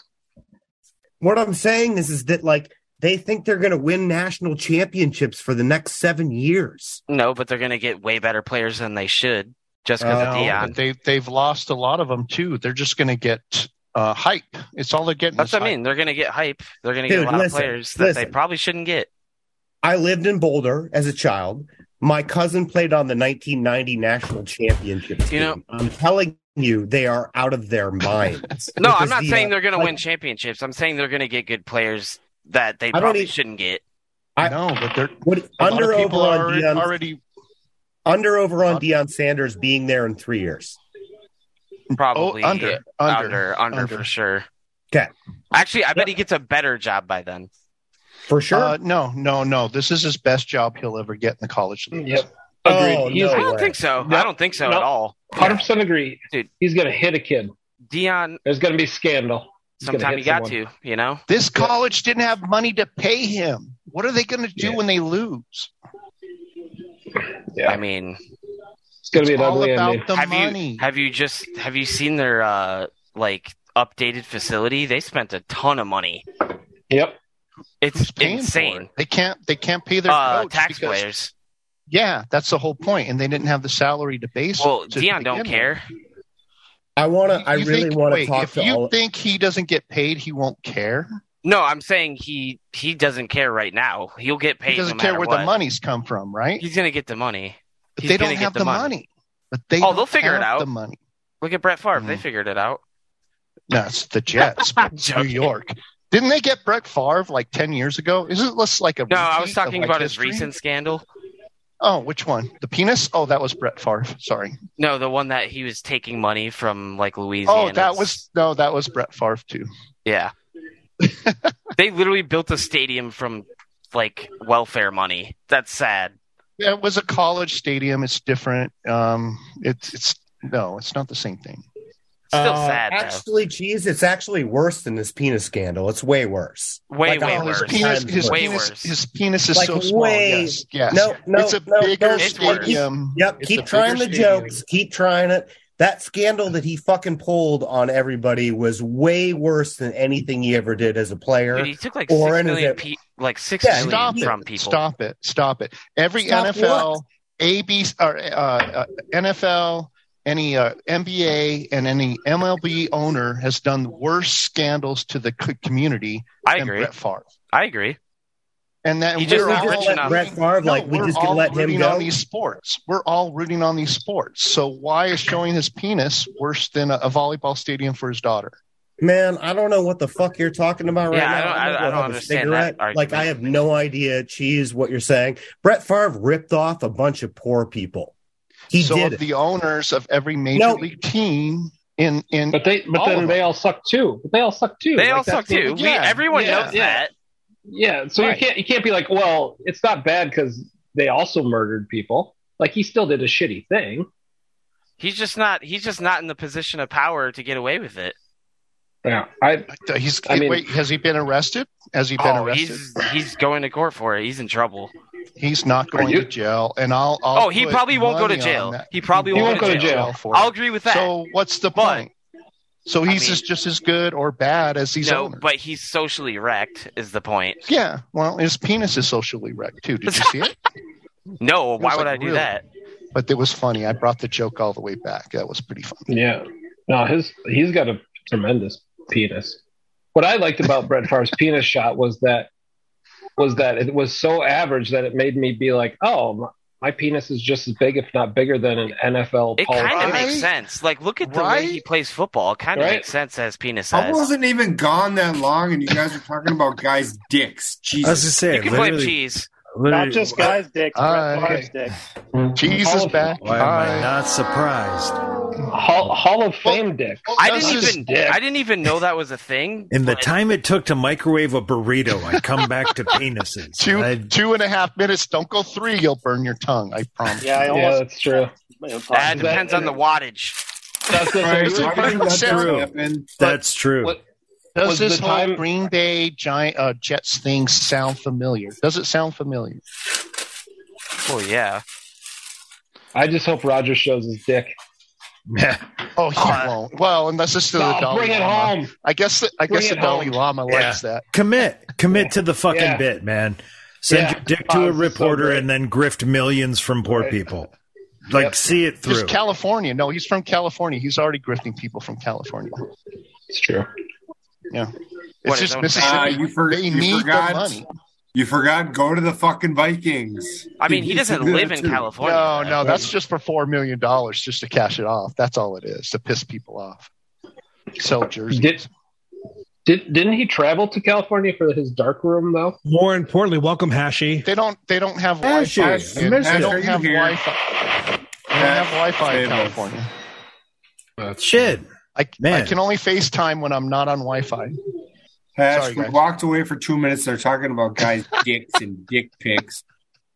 Speaker 5: What I'm saying is, is that like they think they're going to win national championships for the next seven years.
Speaker 7: No, but they're gonna get way better players than they should. just because
Speaker 10: No,
Speaker 7: of Dion.
Speaker 10: but They they've lost a lot of them too. They're just going to get uh, hype. It's all they're getting.
Speaker 7: That's
Speaker 10: is
Speaker 7: what I
Speaker 10: hype.
Speaker 7: mean. They're going to get hype. They're going to get
Speaker 10: Dude,
Speaker 7: a lot
Speaker 10: listen,
Speaker 7: of players that they
Speaker 10: listen.
Speaker 7: probably shouldn't get.
Speaker 5: I lived in Boulder as a child. My cousin played on the 1990 national championship.
Speaker 7: You
Speaker 5: team.
Speaker 7: know-
Speaker 5: I'm telling you, they are out of their minds.
Speaker 7: No, I'm
Speaker 5: Because
Speaker 7: not
Speaker 5: the,
Speaker 7: saying
Speaker 5: uh,
Speaker 7: they're going to
Speaker 5: like,
Speaker 7: win championships. I'm saying they're going to get good players that they
Speaker 5: don't
Speaker 12: e-,
Speaker 7: probably
Speaker 5: even-
Speaker 7: shouldn't
Speaker 12: oh,
Speaker 7: get.
Speaker 5: I
Speaker 10: know, but they're
Speaker 5: What,
Speaker 7: a lot
Speaker 5: under
Speaker 7: of
Speaker 5: over
Speaker 7: people
Speaker 5: on
Speaker 7: are alre-
Speaker 5: Deion,
Speaker 10: already
Speaker 5: under over on Deion Sanders being there in three years.
Speaker 7: Probably
Speaker 5: under, under,
Speaker 7: Oh, under, under
Speaker 5: under.
Speaker 7: for sure.
Speaker 5: Okay,
Speaker 7: Actually, I bet he gets a better job by then.
Speaker 5: for sure.
Speaker 10: Uh, no, no, no. This is his best job he'll ever get in the college league.
Speaker 12: Yep.
Speaker 10: Agreed.
Speaker 12: Oh, He's- no
Speaker 7: I don't
Speaker 12: way.
Speaker 7: think so. I don't think so
Speaker 12: No.
Speaker 7: at all.
Speaker 12: Hundred percent agree.
Speaker 7: Dude,
Speaker 12: he's gonna hit a kid.
Speaker 7: Dion,
Speaker 12: there's gonna be scandal. He's gonna
Speaker 7: Sometime
Speaker 12: hit
Speaker 7: you got
Speaker 12: someone.
Speaker 7: to, you know.
Speaker 10: This college didn't have money to pay him. What are they going to do when they lose?
Speaker 7: I mean,
Speaker 12: it's gonna be an
Speaker 10: It's all
Speaker 12: ugly
Speaker 10: about
Speaker 12: ending.
Speaker 10: the
Speaker 7: have
Speaker 10: money.
Speaker 7: you have you just have you seen their uh like updated facility? They spent a ton of money.
Speaker 12: Yep.
Speaker 7: It's
Speaker 10: paying for
Speaker 7: insane.
Speaker 10: They can't. They can't pay their
Speaker 7: Uh,
Speaker 10: coach because-
Speaker 7: taxpayers.
Speaker 10: Yeah, that's the whole point, and they didn't have the salary to base.
Speaker 7: Well,
Speaker 10: to
Speaker 7: Dion
Speaker 10: begin
Speaker 7: don't
Speaker 10: with.
Speaker 7: care.
Speaker 5: I want to. I
Speaker 10: You
Speaker 5: really
Speaker 10: think-
Speaker 5: want to
Speaker 10: wait,
Speaker 5: talk
Speaker 10: If
Speaker 5: to
Speaker 10: you
Speaker 5: all.
Speaker 10: think he doesn't get paid, he won't care.
Speaker 7: No, I'm saying he he doesn't care right now. He'll get paid.
Speaker 10: He doesn't
Speaker 7: no
Speaker 10: care
Speaker 7: matter
Speaker 10: where
Speaker 7: what.
Speaker 10: the money's come from, right?
Speaker 7: He's gonna get the money.
Speaker 10: But
Speaker 7: He's
Speaker 10: they
Speaker 7: gonna
Speaker 10: don't
Speaker 7: get
Speaker 10: have
Speaker 7: the
Speaker 10: the money.
Speaker 7: money.
Speaker 10: But they
Speaker 7: Oh,
Speaker 10: don't
Speaker 7: they'll figure it
Speaker 10: have
Speaker 7: out.
Speaker 10: The money. Mm-hmm.
Speaker 7: Look at Brett Favre. They figured it out.
Speaker 10: No, it's the Jets, but it's New York. Didn't they get Brett Favre like ten years ago? Isn't this like a
Speaker 7: No, I was
Speaker 10: repeat of,
Speaker 7: talking
Speaker 10: like,
Speaker 7: about his
Speaker 10: history?
Speaker 7: recent scandal.
Speaker 10: Oh, which one? The penis? Oh, that was Brett Favre. Sorry.
Speaker 7: No, the one that he was taking money from like Louisiana.
Speaker 10: Oh, that was no, that was Brett Favre too.
Speaker 7: Yeah. they literally built a stadium from like welfare money. That's sad.
Speaker 10: Yeah, it was a college stadium. It's different. Um, it's it's no, it's not the same thing.
Speaker 7: Still
Speaker 5: Uh,
Speaker 7: sad though.
Speaker 5: Actually, geez, it's actually worse than this penis scandal. It's way worse.
Speaker 7: Way,
Speaker 5: Like, oh,
Speaker 7: way
Speaker 5: all
Speaker 7: worse.
Speaker 10: His penis,
Speaker 5: Times
Speaker 10: his
Speaker 5: worse.
Speaker 10: penis,
Speaker 7: Way worse.
Speaker 10: his penis is
Speaker 5: Like,
Speaker 10: so small.
Speaker 5: way-
Speaker 10: yes, yes.
Speaker 5: No, no,
Speaker 10: it's a
Speaker 5: no,
Speaker 10: bigger
Speaker 5: no.
Speaker 7: It's worse.
Speaker 10: stadium.
Speaker 5: Yep,
Speaker 10: It's a
Speaker 5: keep trying
Speaker 10: bigger
Speaker 5: the
Speaker 10: stadium.
Speaker 5: jokes. Keep trying it. That scandal that he fucking pulled on everybody was way worse than anything he ever did as a player.
Speaker 7: Dude, he took like
Speaker 5: Or
Speaker 7: six
Speaker 5: in his-
Speaker 7: million pe- like six
Speaker 5: Yeah,
Speaker 7: million
Speaker 10: Stop it.
Speaker 7: from people.
Speaker 10: Stop it. Stop it. Every
Speaker 5: Stop
Speaker 10: NFL, ABC, or, uh, uh, NFL, any uh, NBA, and any MLB owner has done worse scandals to the c- community
Speaker 7: I
Speaker 10: than
Speaker 7: agree.
Speaker 10: Brett Favre.
Speaker 7: I agree.
Speaker 10: And that
Speaker 7: He
Speaker 10: we're
Speaker 7: just
Speaker 10: all
Speaker 7: not rich
Speaker 10: rooting-
Speaker 7: enough.
Speaker 5: Brett Favre, like, we
Speaker 10: we're
Speaker 5: just gonna
Speaker 10: all
Speaker 5: let him
Speaker 10: rooting
Speaker 5: go?
Speaker 10: on these sports. We're all rooting on these sports. So why is showing his penis worse than a, a volleyball stadium for his daughter?
Speaker 5: Man, I don't know what the fuck you're talking about right
Speaker 7: Yeah, I
Speaker 5: now.
Speaker 7: don't-
Speaker 5: I'm
Speaker 7: I-
Speaker 5: gonna
Speaker 7: I
Speaker 5: go
Speaker 7: don't
Speaker 5: have a
Speaker 7: understand that
Speaker 5: cigarette. Like, I
Speaker 7: argument.
Speaker 5: have no idea, cheese, what you're saying. Brett Favre ripped off a bunch of poor people. He
Speaker 10: so
Speaker 5: did.
Speaker 10: of
Speaker 5: it.
Speaker 10: the owners of every major
Speaker 5: No.
Speaker 10: league team in in
Speaker 12: But they but
Speaker 10: All of
Speaker 12: then they
Speaker 10: them.
Speaker 12: all suck too. But they all suck too.
Speaker 7: They
Speaker 12: Like,
Speaker 7: all
Speaker 12: that's
Speaker 7: suck
Speaker 12: the-
Speaker 7: too. we
Speaker 10: yeah,
Speaker 7: everyone
Speaker 10: yeah,
Speaker 7: knows
Speaker 12: yeah.
Speaker 7: that.
Speaker 12: Yeah, so
Speaker 10: Right.
Speaker 12: you can't you can't be like, well, it's not bad because they also murdered people. Like he still did a shitty thing.
Speaker 7: He's just not he's just not in the position of power to get away with it.
Speaker 12: Yeah, I
Speaker 10: Uh, He's.
Speaker 12: I mean-
Speaker 10: wait, has he been arrested? Has he been
Speaker 7: Oh,
Speaker 10: arrested?
Speaker 7: he's he's going to court for it. He's in trouble.
Speaker 10: He's, not going
Speaker 12: you-
Speaker 10: to jail, and I'll. I'll
Speaker 7: oh, he
Speaker 10: put
Speaker 7: probably won't go to
Speaker 10: money on
Speaker 7: jail.
Speaker 10: that.
Speaker 7: He probably
Speaker 12: He
Speaker 7: won't,
Speaker 12: won't go to jail.
Speaker 10: for
Speaker 7: I'll
Speaker 10: it.
Speaker 7: agree with that.
Speaker 10: So what's the
Speaker 7: But-
Speaker 10: point? So
Speaker 7: I
Speaker 10: he's
Speaker 7: mean-
Speaker 10: as- just as good or bad as these
Speaker 7: no,
Speaker 10: owners.
Speaker 7: but he's socially wrecked is the point.
Speaker 10: yeah, well, his penis is socially wrecked too. Did you see it?
Speaker 7: No, why
Speaker 10: was
Speaker 7: would
Speaker 10: like,
Speaker 7: I do
Speaker 10: really?
Speaker 7: that?
Speaker 10: but it was funny. I brought the joke all the way back. That was pretty funny.
Speaker 12: yeah. No, his he's got a tremendous penis. What I liked about Brett Favre's penis shot was that was that it was so average that it made me be like, oh, my, my penis is just as big, if not bigger, than an NFL.
Speaker 7: It
Speaker 12: Paul
Speaker 7: kind
Speaker 10: Right?
Speaker 7: of makes sense. Like, look at the way he
Speaker 10: Right?
Speaker 7: plays football. It kind of
Speaker 12: Right?
Speaker 7: makes sense as penis
Speaker 4: I
Speaker 7: size.
Speaker 4: wasn't even gone that long, and you guys are talking about guys'
Speaker 2: I
Speaker 4: dicks.
Speaker 2: was
Speaker 4: Jesus.
Speaker 2: just saying,
Speaker 7: You can blame cheese.
Speaker 15: Not just guys' dicks,
Speaker 2: Uh,
Speaker 10: All
Speaker 15: Brett Favre's
Speaker 10: right.
Speaker 15: dicks.
Speaker 10: Jesus
Speaker 12: All of-
Speaker 10: back.
Speaker 2: Why am I not surprised?
Speaker 12: Hall, Hall of Fame dick.
Speaker 2: Oh,
Speaker 7: I
Speaker 10: That's
Speaker 7: didn't
Speaker 10: his
Speaker 7: even.
Speaker 12: dick.
Speaker 7: I didn't even know that was a thing.
Speaker 2: In the
Speaker 7: but
Speaker 2: time it took to microwave a burrito, I come back to penises.
Speaker 10: Two
Speaker 2: I-
Speaker 10: two and a half minutes. Don't go three. You'll burn your tongue. I promise.
Speaker 15: Yeah, I
Speaker 12: Yeah,
Speaker 15: almost.
Speaker 12: that's true.
Speaker 7: that depends on the wattage.
Speaker 12: That's, that's
Speaker 4: Christ, why
Speaker 10: really
Speaker 4: did you
Speaker 10: fucking
Speaker 4: let that
Speaker 10: true.
Speaker 4: happen?
Speaker 2: That's true.
Speaker 12: what-
Speaker 10: Does
Speaker 12: Was
Speaker 10: this
Speaker 12: the
Speaker 10: whole
Speaker 12: time-
Speaker 10: Green Bay Giant uh, Jets thing sound familiar? Does it sound familiar?
Speaker 7: Oh yeah.
Speaker 12: I just hope Roger shows his dick.
Speaker 10: Oh, he
Speaker 7: Uh,
Speaker 10: won't. Well, unless it's to the
Speaker 12: Oh,
Speaker 10: Dalai
Speaker 12: bring it
Speaker 10: Lama.
Speaker 12: home.
Speaker 10: I guess the, I
Speaker 12: Bring
Speaker 10: guess the
Speaker 12: it home.
Speaker 10: Dalai Lama likes that.
Speaker 2: commit, commit to the fucking
Speaker 12: Yeah.
Speaker 2: bit, man. Send
Speaker 12: Yeah.
Speaker 2: your dick
Speaker 12: Oh,
Speaker 2: to a
Speaker 12: this is so
Speaker 2: reporter
Speaker 12: great.
Speaker 2: and then grift millions from poor
Speaker 12: Right.
Speaker 2: people. like see it through.
Speaker 10: Just California. No, he's from California. He's already grifting people from California.
Speaker 12: It's true.
Speaker 10: Yeah.
Speaker 12: What,
Speaker 10: It's
Speaker 12: his
Speaker 10: just
Speaker 12: own-
Speaker 10: Mississippi.
Speaker 12: Ah,
Speaker 4: you, for,
Speaker 10: they
Speaker 4: you
Speaker 10: need the
Speaker 4: forgot.
Speaker 10: money.
Speaker 4: You forgot. Go to the fucking Vikings.
Speaker 10: I mean, he
Speaker 7: doesn't live in California.
Speaker 10: No, no, that's just for four million dollars just to cash it off. That's all it is to piss people off. Sell jerseys.
Speaker 12: Did, did didn't he travel to California for his dark room though?
Speaker 1: More importantly, welcome Hashi.
Speaker 10: They don't. They don't have
Speaker 1: Ashley,
Speaker 10: Wi-Fi.
Speaker 1: I
Speaker 10: They don't
Speaker 1: missed it. Are
Speaker 10: have
Speaker 1: you
Speaker 10: Wi-Fi. They
Speaker 1: here?
Speaker 10: don't have Wi-Fi in California.
Speaker 2: Shit.
Speaker 10: I,
Speaker 4: Man.
Speaker 10: I can only FaceTime when I'm not on Wi-Fi.
Speaker 4: Hash,
Speaker 10: Sorry,
Speaker 4: we
Speaker 10: guys.
Speaker 4: walked away for two minutes. They're talking about guys' dicks and dick pics.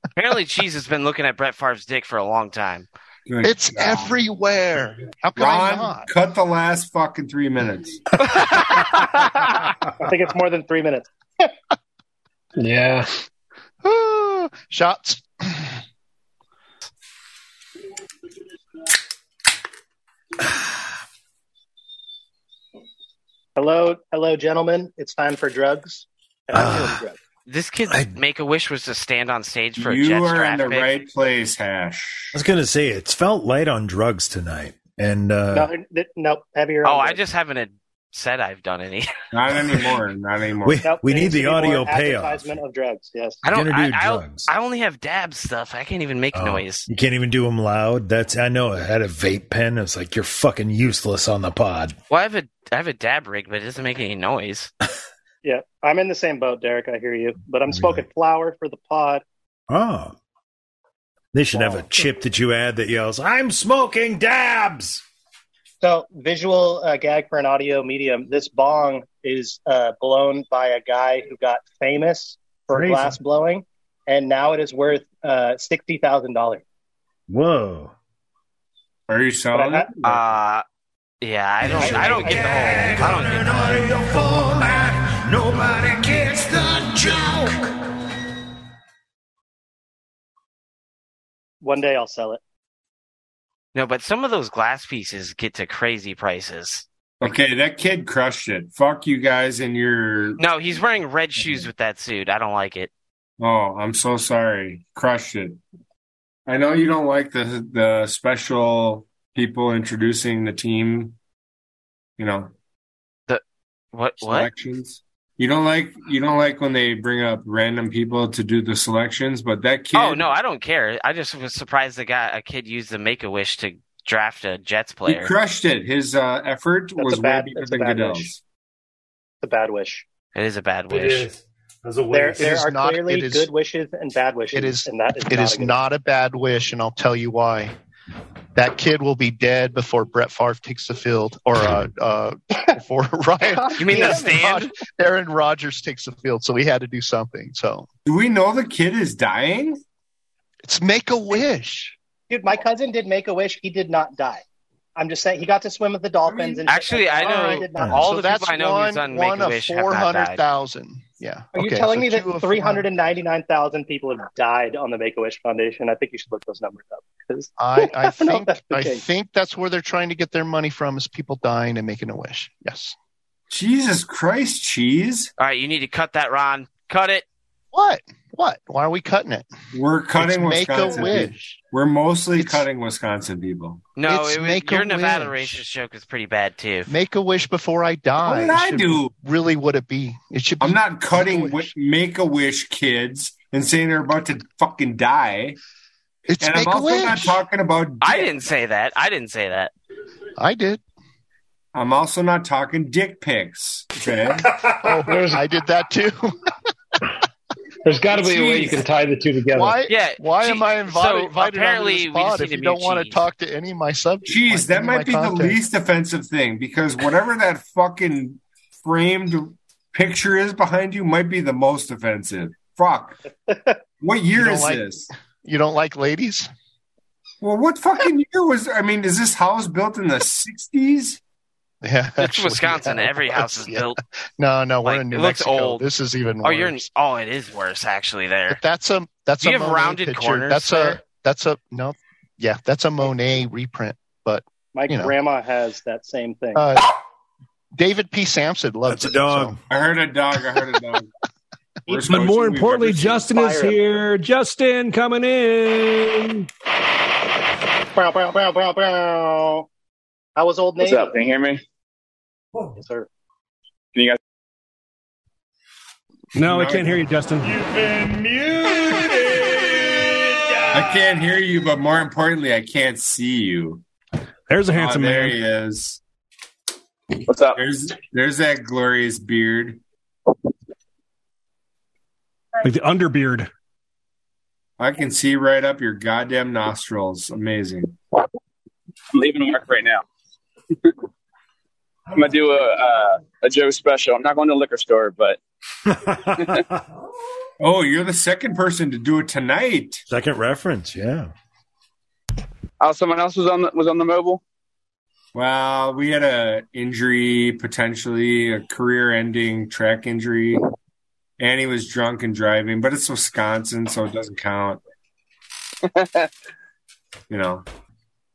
Speaker 7: Apparently, Cheese has been looking at Brett Favre's dick for a long time.
Speaker 10: It's everywhere. How can I not?
Speaker 4: Ron, cut the last fucking three minutes.
Speaker 15: I think it's more than three minutes.
Speaker 12: Yeah.
Speaker 10: Shots.
Speaker 15: Hello, hello, gentlemen. It's time for drugs. And I'm doing drugs.
Speaker 7: This kid's make a wish was to stand on stage for a
Speaker 4: You
Speaker 7: Jets
Speaker 4: are
Speaker 7: draft
Speaker 4: in the
Speaker 7: pick.
Speaker 4: right place, Hash.
Speaker 2: I was gonna say it's felt light on drugs tonight, and
Speaker 15: no,
Speaker 2: uh,
Speaker 15: th- nope. Have your
Speaker 7: Oh,
Speaker 15: own
Speaker 7: I
Speaker 15: drugs.
Speaker 7: just haven't ad- said I've done any.
Speaker 4: Not anymore. Not anymore.
Speaker 2: we, we
Speaker 15: there
Speaker 2: need
Speaker 15: needs to
Speaker 2: the
Speaker 15: be more
Speaker 2: audio payoff.
Speaker 15: advertisement of drugs. Yes.
Speaker 7: I don't.
Speaker 2: Gonna
Speaker 7: I,
Speaker 2: do
Speaker 7: I'll-
Speaker 2: drugs.
Speaker 7: I only have dab stuff. I can't even make
Speaker 2: Oh,
Speaker 7: noise.
Speaker 2: You can't even do them loud. That's I know. I had a vape pen. It's like you're fucking useless on the pod.
Speaker 7: Well, I have a I have a dab rig, but it doesn't make any noise.
Speaker 15: Yeah, I'm in the same boat, Derek. I hear you,
Speaker 10: Oh,
Speaker 15: but I'm smoking flower for the pod.
Speaker 2: Oh, they should have a chip that you add that yells, "I'm smoking dabs."
Speaker 15: So, visual uh, gag for an audio medium. This bong is uh, blown by a guy who got famous for
Speaker 2: Crazy.
Speaker 15: glass blowing, and now it is worth uh, sixty thousand dollars.
Speaker 2: Whoa.
Speaker 4: Are you selling it?
Speaker 7: Uh, yeah, I don't. I don't get the whole. I don't get the whole.
Speaker 14: Audio format. Nobody gets the joke.
Speaker 15: One day I'll sell it.
Speaker 7: No, but some of those glass pieces get to crazy prices.
Speaker 4: Okay, that kid crushed it. Fuck you guys and your.
Speaker 7: No, he's wearing red
Speaker 2: Mm-hmm.
Speaker 7: shoes with that suit. I don't like it.
Speaker 4: Oh, I'm so sorry. Crushed it. I know you don't like the the special people introducing the team. You know
Speaker 7: the what
Speaker 4: what selections. You don't like you don't like when they bring up random people to do the selections, but that kid.
Speaker 7: Oh no, I don't care. I just was surprised the guy, a kid, used the Make a Wish to draft a Jets
Speaker 4: He
Speaker 7: player.
Speaker 4: crushed it. His uh, effort
Speaker 15: That's
Speaker 4: was
Speaker 15: a bad.
Speaker 4: way better
Speaker 15: It's a
Speaker 4: than
Speaker 15: bad
Speaker 4: Goodell's.
Speaker 15: wish. It's a bad wish.
Speaker 7: It is a bad wish.
Speaker 15: There,
Speaker 10: It
Speaker 15: there
Speaker 10: is
Speaker 15: are
Speaker 10: not-
Speaker 15: clearly
Speaker 10: it is-
Speaker 15: good wishes and bad wishes,
Speaker 10: It is.
Speaker 15: and that is
Speaker 10: it
Speaker 15: not
Speaker 10: is
Speaker 15: a good
Speaker 10: not a bad wish, and I'll tell you why. That kid will be dead before Brett Favre takes the field, or uh, uh, before Ryan.
Speaker 7: You mean the
Speaker 10: Aaron
Speaker 7: stand?
Speaker 10: Rodgers- Aaron Rodgers takes the field, so we had to do something. So
Speaker 4: Do we know the kid is dying?
Speaker 10: it's Make a Wish.
Speaker 15: Dude, my cousin did make a wish. He did not die. I'm just saying he got to swim with the dolphins. and
Speaker 7: Actually,
Speaker 16: Oh,
Speaker 7: I
Speaker 15: He
Speaker 7: know
Speaker 15: did not
Speaker 7: all
Speaker 10: So
Speaker 7: the
Speaker 10: that's
Speaker 7: people I know who's
Speaker 10: one-
Speaker 7: on
Speaker 10: one
Speaker 7: Make a
Speaker 10: of
Speaker 7: Wish have not died.
Speaker 10: 400,000. Yeah.
Speaker 15: Are you
Speaker 10: Okay,
Speaker 15: telling
Speaker 10: so
Speaker 15: me
Speaker 10: two
Speaker 15: that
Speaker 10: of
Speaker 15: 399,000 people have died on the Make a Wish Foundation? I think you should look those numbers up. 'cause
Speaker 10: I, I
Speaker 15: don't know if
Speaker 10: think
Speaker 15: that's the
Speaker 10: I
Speaker 15: case.
Speaker 10: think that's where they're trying to get their money from is people dying and making a wish. Yes.
Speaker 4: Jesus Christ, cheese!
Speaker 7: All right, you need to cut that, Ron. Cut it.
Speaker 10: What? What? Why are we cutting it?
Speaker 4: We're cutting
Speaker 10: It's
Speaker 4: Wisconsin. people.
Speaker 10: Make-A-Wish.
Speaker 4: We're mostly cutting Wisconsin people.
Speaker 7: No,
Speaker 10: It's
Speaker 7: it was,
Speaker 10: Make a
Speaker 7: your Nevada
Speaker 10: Wish.
Speaker 7: racist joke is pretty bad too.
Speaker 10: Make a wish before I die.
Speaker 4: What did I
Speaker 10: should-
Speaker 4: do?
Speaker 10: Really, would it be? It should. Be,
Speaker 4: I'm not cutting make a wish kids and saying they're about to fucking die.
Speaker 10: It's
Speaker 4: and I'm also
Speaker 10: Make-A-Wish.
Speaker 4: not talking about.
Speaker 7: I didn't say that. I didn't say that.
Speaker 10: I did.
Speaker 4: I'm also not talking dick pics. Okay?
Speaker 10: Oh, I did that too.
Speaker 12: There's got to be a way you can tie the two together.
Speaker 10: why?
Speaker 7: Yeah,
Speaker 10: Why
Speaker 7: gee,
Speaker 10: am I
Speaker 7: so
Speaker 10: invited? invited
Speaker 7: apparently we
Speaker 10: onto this pod
Speaker 7: just need
Speaker 10: if
Speaker 7: to
Speaker 10: you don't
Speaker 7: mute
Speaker 10: want to
Speaker 7: Cheese.
Speaker 10: talk to any of my subjects.
Speaker 4: Jeez, that might be the
Speaker 10: content.
Speaker 4: least offensive thing because whatever that fucking framed picture is behind you might be the most offensive. Fuck. What year
Speaker 10: don't
Speaker 4: is
Speaker 10: like-
Speaker 4: this?
Speaker 10: You don't like ladies?
Speaker 4: Well, what fucking year was? I mean, is this house built in the '60s?
Speaker 10: Yeah,
Speaker 7: It's
Speaker 10: actually,
Speaker 7: Wisconsin.
Speaker 10: yeah,
Speaker 7: Every
Speaker 10: it
Speaker 7: house
Speaker 10: was,
Speaker 7: is
Speaker 10: yeah.
Speaker 7: built.
Speaker 10: No, no, we're
Speaker 7: Like,
Speaker 10: in
Speaker 7: it
Speaker 10: New
Speaker 7: looks
Speaker 10: Mexico.
Speaker 7: old.
Speaker 10: This is even worse.
Speaker 7: Oh, you're. Oh, it is worse actually. There.
Speaker 10: that's a that's
Speaker 7: Do you
Speaker 10: a
Speaker 7: have
Speaker 10: Monet
Speaker 7: rounded
Speaker 10: picture.
Speaker 7: corners
Speaker 10: That's a
Speaker 7: there?
Speaker 10: that's a no, yeah, that's a Monet reprint. But
Speaker 15: My
Speaker 10: you know.
Speaker 15: grandma has that same thing.
Speaker 10: uh, David P. Sampson loves
Speaker 2: That's a
Speaker 10: it, so-
Speaker 2: dog.
Speaker 4: I heard a dog. I heard a dog. Worst
Speaker 1: But more
Speaker 4: coaching we've
Speaker 1: importantly,
Speaker 4: ever seen.
Speaker 1: Justin is
Speaker 15: Fire.
Speaker 1: here. Justin coming in.
Speaker 15: Bow, bow, bow, bow, bow. How was Old
Speaker 17: What's
Speaker 15: Navy?
Speaker 17: up? Can you hear me?
Speaker 15: Yes, sir.
Speaker 17: Can you guys?
Speaker 1: No, I can't hear you, Justin.
Speaker 4: I can't hear you, but more importantly, I can't see you.
Speaker 1: There's a handsome
Speaker 4: there
Speaker 1: man.
Speaker 4: There he is.
Speaker 17: What's up?
Speaker 4: There's there's that glorious beard.
Speaker 1: Like the underbeard.
Speaker 4: I can see right up your goddamn nostrils. Amazing.
Speaker 17: I'm leaving work right now. I'm gonna do a uh, a Joe special. I'm not going to the liquor store, but
Speaker 4: Oh, you're the second person to do it tonight.
Speaker 2: Second reference, yeah.
Speaker 17: oh, someone else was on the, was on the mobile.
Speaker 4: Well, we had a injury, potentially a career-ending track injury, and he was drunk and driving. But it's Wisconsin, so it doesn't count. you know.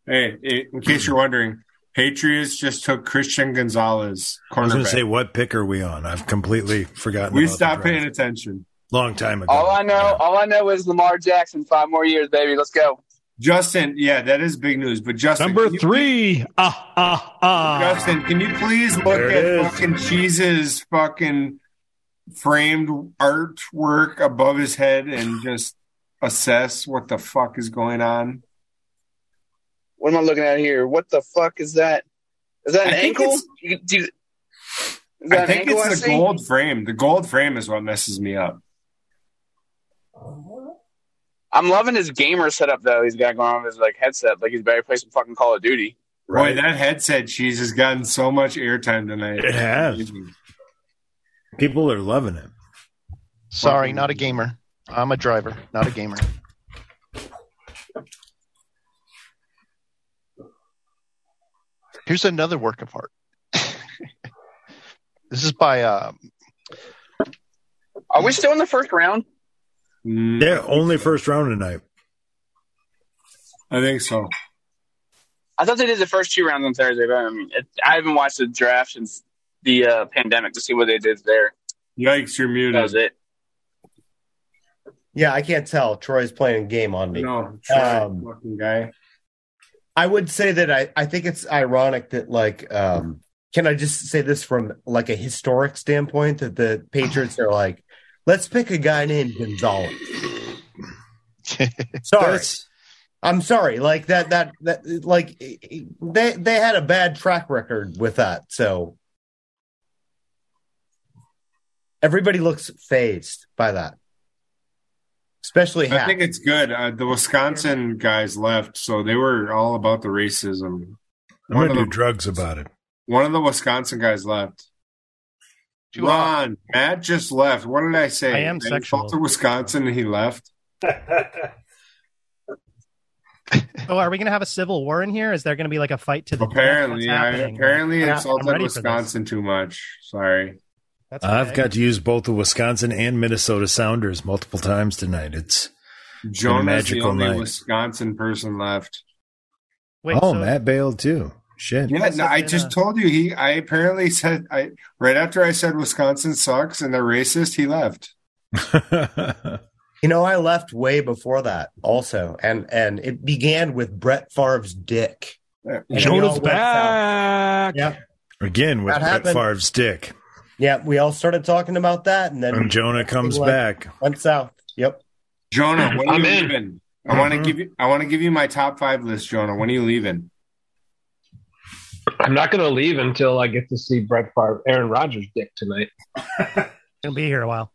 Speaker 4: Hey, i- in case you're wondering, Patriots just took Christian Gonzalez,
Speaker 2: I was going
Speaker 4: cornerback.
Speaker 2: to say, what pick are we on? I've completely forgotten.
Speaker 4: we
Speaker 2: about the
Speaker 4: stopped
Speaker 2: draft.
Speaker 4: paying attention.
Speaker 2: Long time ago.
Speaker 17: All I know, all I know is Lamar Jackson. Five more years, baby. Let's go.
Speaker 4: Justin, yeah, that is big news. But Justin,
Speaker 1: Number
Speaker 4: can you-
Speaker 1: three. Ah, ah, ah.
Speaker 4: Justin, can you please look
Speaker 1: There
Speaker 4: at
Speaker 1: it is.
Speaker 4: fucking Cheese's fucking framed artwork above his head and just assess what the fuck is going on?
Speaker 17: What am I looking at here? What the fuck is that? Is that an
Speaker 4: I think
Speaker 17: ankle?
Speaker 4: it's-
Speaker 17: You- do you- Is that
Speaker 4: I
Speaker 17: an
Speaker 4: think
Speaker 17: ankle I
Speaker 4: it's the
Speaker 17: see?
Speaker 4: gold frame. The gold frame is what messes me up.
Speaker 17: I'm loving his gamer setup though. He's got going on with his like headset, like he's better play some fucking Call of Duty.
Speaker 4: Boy, that headset cheese has gotten so much airtime tonight.
Speaker 2: It has. People are loving it.
Speaker 10: Sorry, not a gamer. I'm a driver, not a gamer. Here's another work of art. this is by uh,
Speaker 17: Are we still in the first round?
Speaker 2: Yeah, only first round tonight.
Speaker 4: I think so.
Speaker 17: I thought they did the first two rounds on Thursday, but I mean, it, I haven't watched the draft since the uh, pandemic to see what they did there.
Speaker 4: Yikes, you're muted.
Speaker 17: That was it.
Speaker 5: Yeah, I can't tell. Troy's playing a game on me.
Speaker 4: No, Troy,
Speaker 5: Um,
Speaker 4: fucking guy.
Speaker 5: I would say that I, I think it's ironic that like um can I just say this from like a historic standpoint that the Patriots are like, let's pick a guy named Gonzalez. sorry. I'm sorry. Like that that that like they they had a bad track record with that. So everybody looks phased by that. Especially
Speaker 4: I
Speaker 5: Hack.
Speaker 4: think it's good. Uh, the Wisconsin guys left, so they were all about the racism.
Speaker 2: I'm
Speaker 4: One
Speaker 2: going
Speaker 4: of
Speaker 2: to do
Speaker 4: the
Speaker 2: drugs about it.
Speaker 4: One of the Wisconsin guys left. Ron, Matt just left. What did I say?
Speaker 16: I am
Speaker 4: insulted
Speaker 16: sexual.
Speaker 4: Wisconsin and he left.
Speaker 16: Oh, are we going to have a civil war in here? Is there going to be like a fight to the death? What's
Speaker 4: Apparently, I
Speaker 16: happening?
Speaker 4: apparently
Speaker 16: I'm not- I'm
Speaker 4: insulted
Speaker 16: ready for this.
Speaker 4: Wisconsin too much. Sorry.
Speaker 16: That's
Speaker 2: I've
Speaker 16: okay.
Speaker 2: got to use both the Wisconsin and Minnesota Sounders multiple times tonight. It's been a
Speaker 4: Jonah's the
Speaker 2: magical
Speaker 4: only
Speaker 2: night.
Speaker 4: Wisconsin person left.
Speaker 16: Wait,
Speaker 2: oh,
Speaker 16: so-
Speaker 2: Matt bailed too. Shit.
Speaker 4: Yeah, no, I
Speaker 16: in
Speaker 4: just
Speaker 16: a-
Speaker 4: told you he. I apparently said I right after I said Wisconsin sucks and they're racist. He left.
Speaker 5: You know, I left way before that also. And and it began with Brett Favre's dick.
Speaker 4: Yeah.
Speaker 5: And we all
Speaker 1: Jonah's
Speaker 5: went
Speaker 1: back.
Speaker 5: south. Yep.
Speaker 2: Again with
Speaker 5: That
Speaker 2: Brett
Speaker 5: happened.
Speaker 2: Favre's dick.
Speaker 5: Yeah, we all started talking about that and then
Speaker 2: And Jonah comes
Speaker 5: Like-
Speaker 2: back.
Speaker 5: went south. Yep.
Speaker 4: Jonah, when are
Speaker 12: I'm
Speaker 4: you
Speaker 12: in.
Speaker 4: leaving? I want to give you. I want to give you my top five list, Jonah. When are you leaving?
Speaker 12: I'm not going to leave until I get to see Brett Favre, Aaron Rodgers' dick tonight.
Speaker 16: Gonna be here a while.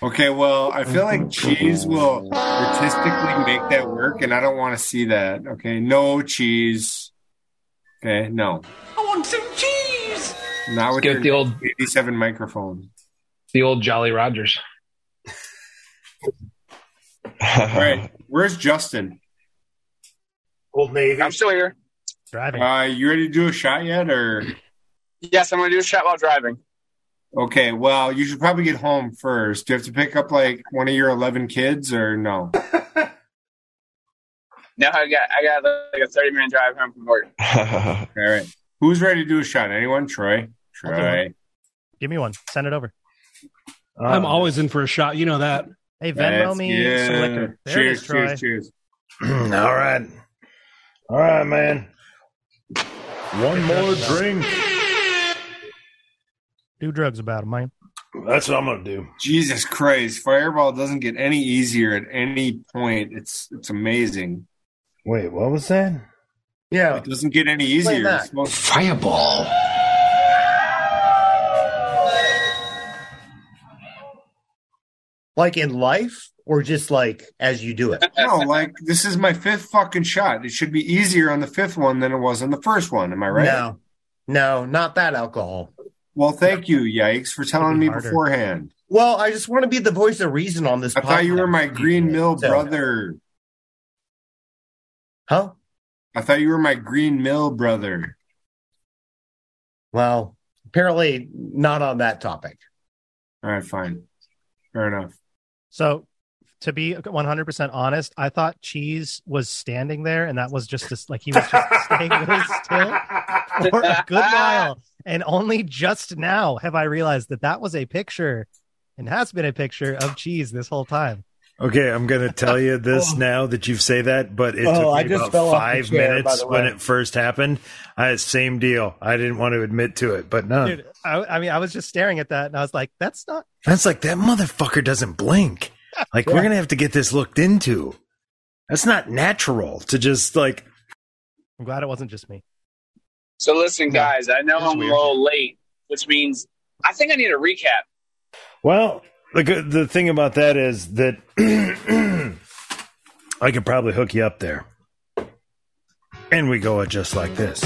Speaker 4: Okay, well, I feel like cheese will artistically make that work, and I don't want to see that. Okay, no cheese. Okay, no,
Speaker 14: I want some cheese.
Speaker 4: not with
Speaker 12: Get
Speaker 4: your
Speaker 12: the old-
Speaker 4: eighty-seven microphone.
Speaker 12: The old Jolly Rodgers.
Speaker 4: All right, where's Justin?
Speaker 2: Old Navy.
Speaker 17: I'm still here.
Speaker 16: Driving.
Speaker 4: Uh, you ready to do a shot yet, or
Speaker 17: Yes, I'm going to do a shot while driving.
Speaker 4: okay? Well, you should probably get home first. Do you have to pick up like one of your eleven kids, or no?
Speaker 17: Now I got I got like a 30 minute drive home from work.
Speaker 4: All right, who's ready to do a shot? Anyone? Troy.
Speaker 16: I'll do
Speaker 4: Troy.
Speaker 16: Give me one. Send it over. Uh,
Speaker 1: I'm always in for a shot. You know that.
Speaker 16: Hey, Venmo
Speaker 4: That's
Speaker 16: me some
Speaker 4: good.
Speaker 16: liquor. There it
Speaker 4: cheers,
Speaker 16: is, Troy.
Speaker 4: cheers, cheers.
Speaker 2: All right. All right, man. One more drink.
Speaker 16: Do drugs about him, man.
Speaker 2: That's what I'm gonna do.
Speaker 4: Jesus Christ, Fireball doesn't get any easier at any point. It's it's amazing.
Speaker 2: Wait, what was that?
Speaker 4: Yeah, it doesn't get any easier.
Speaker 2: that.
Speaker 4: It's most-
Speaker 2: Fireball.
Speaker 5: Like in life, or just like as you do it?
Speaker 4: no, like this is my fifth fucking shot. It should be easier on the fifth one than it was on the first one. Am I right?
Speaker 5: No, no, not that alcohol.
Speaker 4: Well, thank you, yikes, for telling me beforehand.
Speaker 5: Well, I just want to be the voice of reason on this.
Speaker 4: I thought you were my Green Mill
Speaker 5: So-
Speaker 4: Oh, brother.
Speaker 5: Huh?
Speaker 4: I thought you were my Green Mill brother.
Speaker 5: Well, apparently not on that topic.
Speaker 4: All right, fine. Fair enough.
Speaker 16: So, to be 100% honest, I thought Cheese was standing there and that was just a, like he was just staying really still for a good while. And only just now have I realized that that was a picture and has been a picture of Cheese this whole time.
Speaker 2: Okay, I'm gonna tell you this now that you say that, but it
Speaker 16: Oh,
Speaker 2: took me
Speaker 16: I just
Speaker 2: about
Speaker 16: fell off the
Speaker 2: five
Speaker 16: chair, by
Speaker 2: minutes
Speaker 16: the
Speaker 2: when
Speaker 16: way.
Speaker 2: it first happened. I same deal. I didn't want to admit to it, but no,
Speaker 16: Dude, I, I mean, I was just staring at that and I was like, that's not.
Speaker 2: that's like that motherfucker doesn't blink. Like we're gonna have to get this looked into. That's not natural to just like
Speaker 16: I'm glad it wasn't just me.
Speaker 17: So listen, guys, I know I'm a little late, which means I think I need a recap.
Speaker 2: Well, the good, the thing about that is that I could probably hook you up there, and we go it just like this.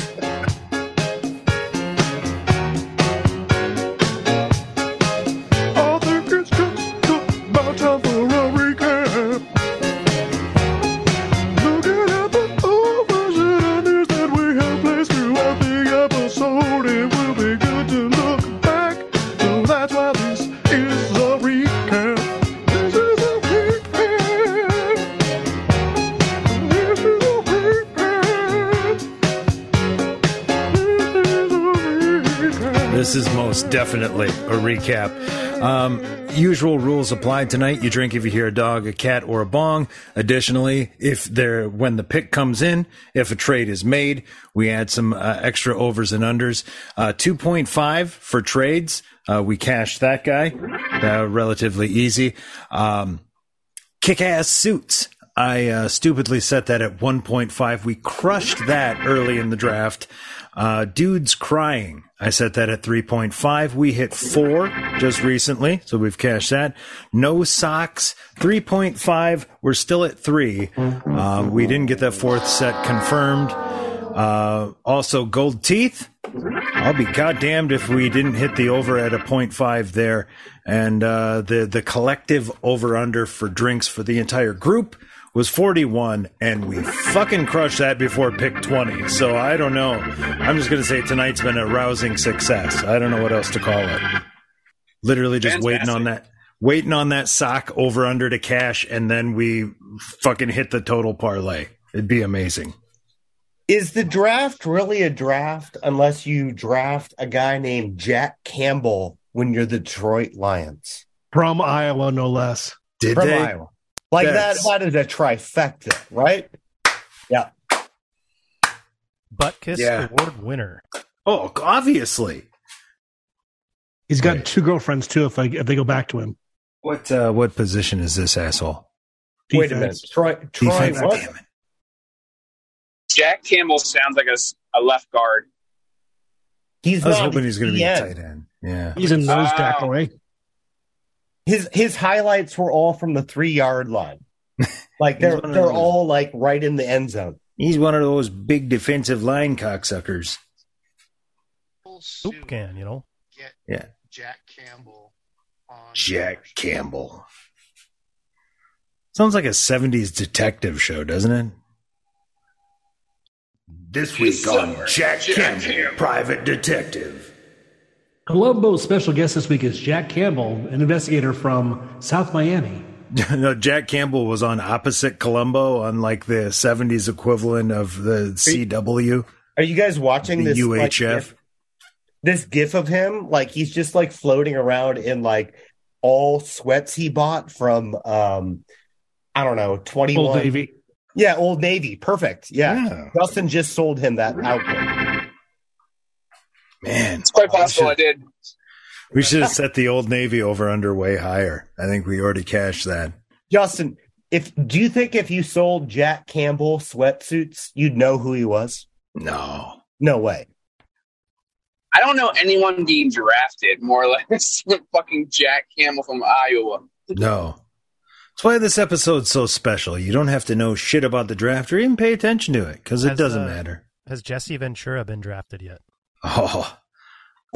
Speaker 14: I think it's just about time for a recap. Looking at the overs and unders that we have placed throughout the episode, it will be good to look back. So that's why this is a recap. This is a recap. This is a recap. This is a recap.
Speaker 2: This is most definitely a recap. Um, usual rules apply tonight. You drink if you hear a dog, a cat, or a bong. Additionally, if there, when the pick comes in, if a trade is made, we add some uh, extra overs and unders. Uh, 2.5 for trades. Uh, we cashed that guy. Uh, relatively easy. Um, kick ass suits. I uh, stupidly set that at 1.5. We crushed that early in the draft. Uh, dudes crying. I set that at 3.5. We hit four just recently, so we've cashed that. No socks, 3.5. We're still at three. Uh, we didn't get that fourth set confirmed. Uh, also, gold teeth. I'll be goddamned if we didn't hit the over at a 0.5 there. And uh, the, the collective over under for drinks for the entire group was 41, and we fucking crushed that before pick 20. So I don't know. I'm just going to say tonight's been a rousing success. I don't know what else to call it. Literally just waiting on that. Waiting on that sock over under to cash, and then we fucking hit the total parlay. It'd be amazing.
Speaker 5: Is the draft really a draft unless you draft a guy named Jack Campbell when you're the Detroit Lions?
Speaker 1: From Iowa, no less.
Speaker 2: Did
Speaker 5: From
Speaker 1: they?
Speaker 5: Iowa. Like
Speaker 1: That's-
Speaker 5: that that is a trifecta, right? Yeah.
Speaker 16: Butt Kiss
Speaker 2: Yeah.
Speaker 16: Award winner.
Speaker 2: Oh, obviously.
Speaker 1: He's got two girlfriends too. If I, if they go back to him,
Speaker 2: What uh, what position is this asshole?
Speaker 5: Wait a minute. Troy Troy
Speaker 2: Defense,
Speaker 5: what?
Speaker 2: damn
Speaker 17: Jack Campbell sounds like a, s- a left guard.
Speaker 5: He's
Speaker 2: I was
Speaker 5: not E
Speaker 2: hoping he's going to be a
Speaker 5: DN.
Speaker 2: tight end. Yeah,
Speaker 1: he's a nose
Speaker 17: Wow.
Speaker 1: tackle, eh?
Speaker 5: His his highlights were all from the three yard line. Like they're
Speaker 2: He's one of
Speaker 5: they're
Speaker 2: those.
Speaker 5: all like right in the end zone.
Speaker 2: He's one of those big defensive line cocksuckers.
Speaker 16: Soup can, you know?
Speaker 2: Yeah,
Speaker 10: Jack Campbell.
Speaker 2: Jack Campbell. Sounds like a '70s detective show, doesn't it? This week on Jack, Campbell, Private Detective.
Speaker 1: Colombo's special guest this week is Jack Campbell, an investigator from South Miami.
Speaker 2: no, Jack Campbell was on opposite Columbo on like the '70s equivalent of the CW,
Speaker 5: Are you guys watching
Speaker 2: the
Speaker 5: this like,
Speaker 2: UHF.
Speaker 5: this gif of him like he's just like floating around in like all sweats he bought from um i don't know 21
Speaker 1: Old Navy.
Speaker 5: Yeah, Old Navy. Perfect. Yeah. Justin just sold him that outfit.
Speaker 2: Man,
Speaker 17: it's quite possible I did.
Speaker 2: we should have set the old Navy over under way higher. I think we already cashed that.
Speaker 5: Justin, if do you think if you sold Jack Campbell sweatsuits, you'd know who he was?
Speaker 2: No.
Speaker 5: No way.
Speaker 17: I don't know anyone being drafted more or less than fucking Jack Campbell from Iowa.
Speaker 2: No. That's why this episode's so special. You don't have to know shit about the draft or even pay attention to it because it
Speaker 16: Has,
Speaker 2: doesn't
Speaker 16: uh,
Speaker 2: matter.
Speaker 16: Has Jesse Ventura been drafted yet?
Speaker 2: Oh,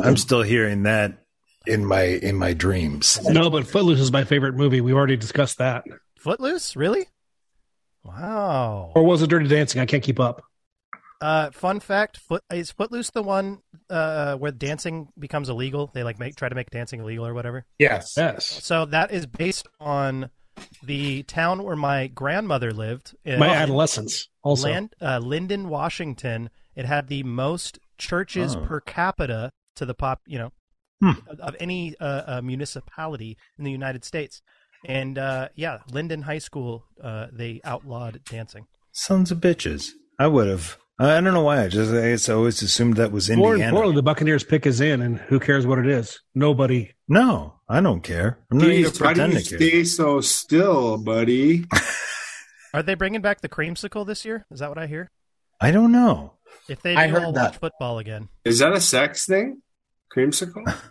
Speaker 2: I'm still hearing that in my in my dreams.
Speaker 1: No, but Footloose is my favorite movie. We've already discussed that.
Speaker 16: Footloose, really? Wow.
Speaker 1: Or was it Dirty Dancing? I can't keep up.
Speaker 16: Uh, fun fact: Foot is Footloose the one uh, where dancing becomes illegal? They like make try to make dancing illegal or whatever.
Speaker 1: Yes. Yes.
Speaker 16: So that is based on the town where my grandmother lived. in-
Speaker 1: My adolescence also.
Speaker 16: Land, uh, Linden, Washington. It had the most churches
Speaker 1: Oh.
Speaker 16: per capita to the pop, you know,
Speaker 1: Hmm.
Speaker 16: of, of any uh, uh, municipality in the United States. And uh, yeah, Linden High School, uh, they outlawed dancing.
Speaker 2: Sons of bitches. I would have. I don't know why. I just I just always assumed that was
Speaker 1: More importantly,
Speaker 2: Indiana.
Speaker 1: the Buccaneers pick is in, and who cares what it is? Nobody.
Speaker 2: No, I don't care. I'm not even
Speaker 4: Jeez, why do you
Speaker 2: pretending to care.
Speaker 4: stay so still, buddy?
Speaker 16: Are they bringing back the creamsicle this year? Is that what I hear?
Speaker 2: I don't know.
Speaker 16: If they do,
Speaker 4: I heard
Speaker 16: will
Speaker 4: that.
Speaker 16: watch football again.
Speaker 4: Is that a sex thing? Creamsicle?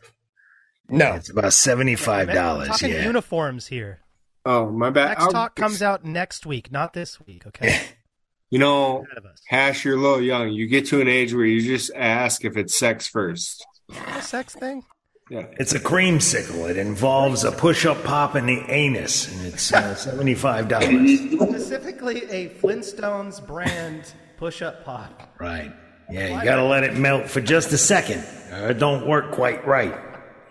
Speaker 5: No,
Speaker 2: it's about seventy five
Speaker 16: We're
Speaker 2: dollars.
Speaker 16: talking
Speaker 2: Yeah.
Speaker 16: uniforms here.
Speaker 4: Oh, my bad.
Speaker 16: Next
Speaker 4: I'll-
Speaker 16: talk comes out next week, not this week. Okay.
Speaker 4: You know, hash, you're a little young. You get to an age where you just ask if it's sex first.
Speaker 16: a sex thing?
Speaker 2: It's a creamsicle. It involves a push up pop in the anus, and it's uh, seventy five dollars.
Speaker 16: Specifically, a Flintstones brand push-up pop.
Speaker 2: Right. Yeah, you gotta let it melt for just a second. Uh, it don't work quite right.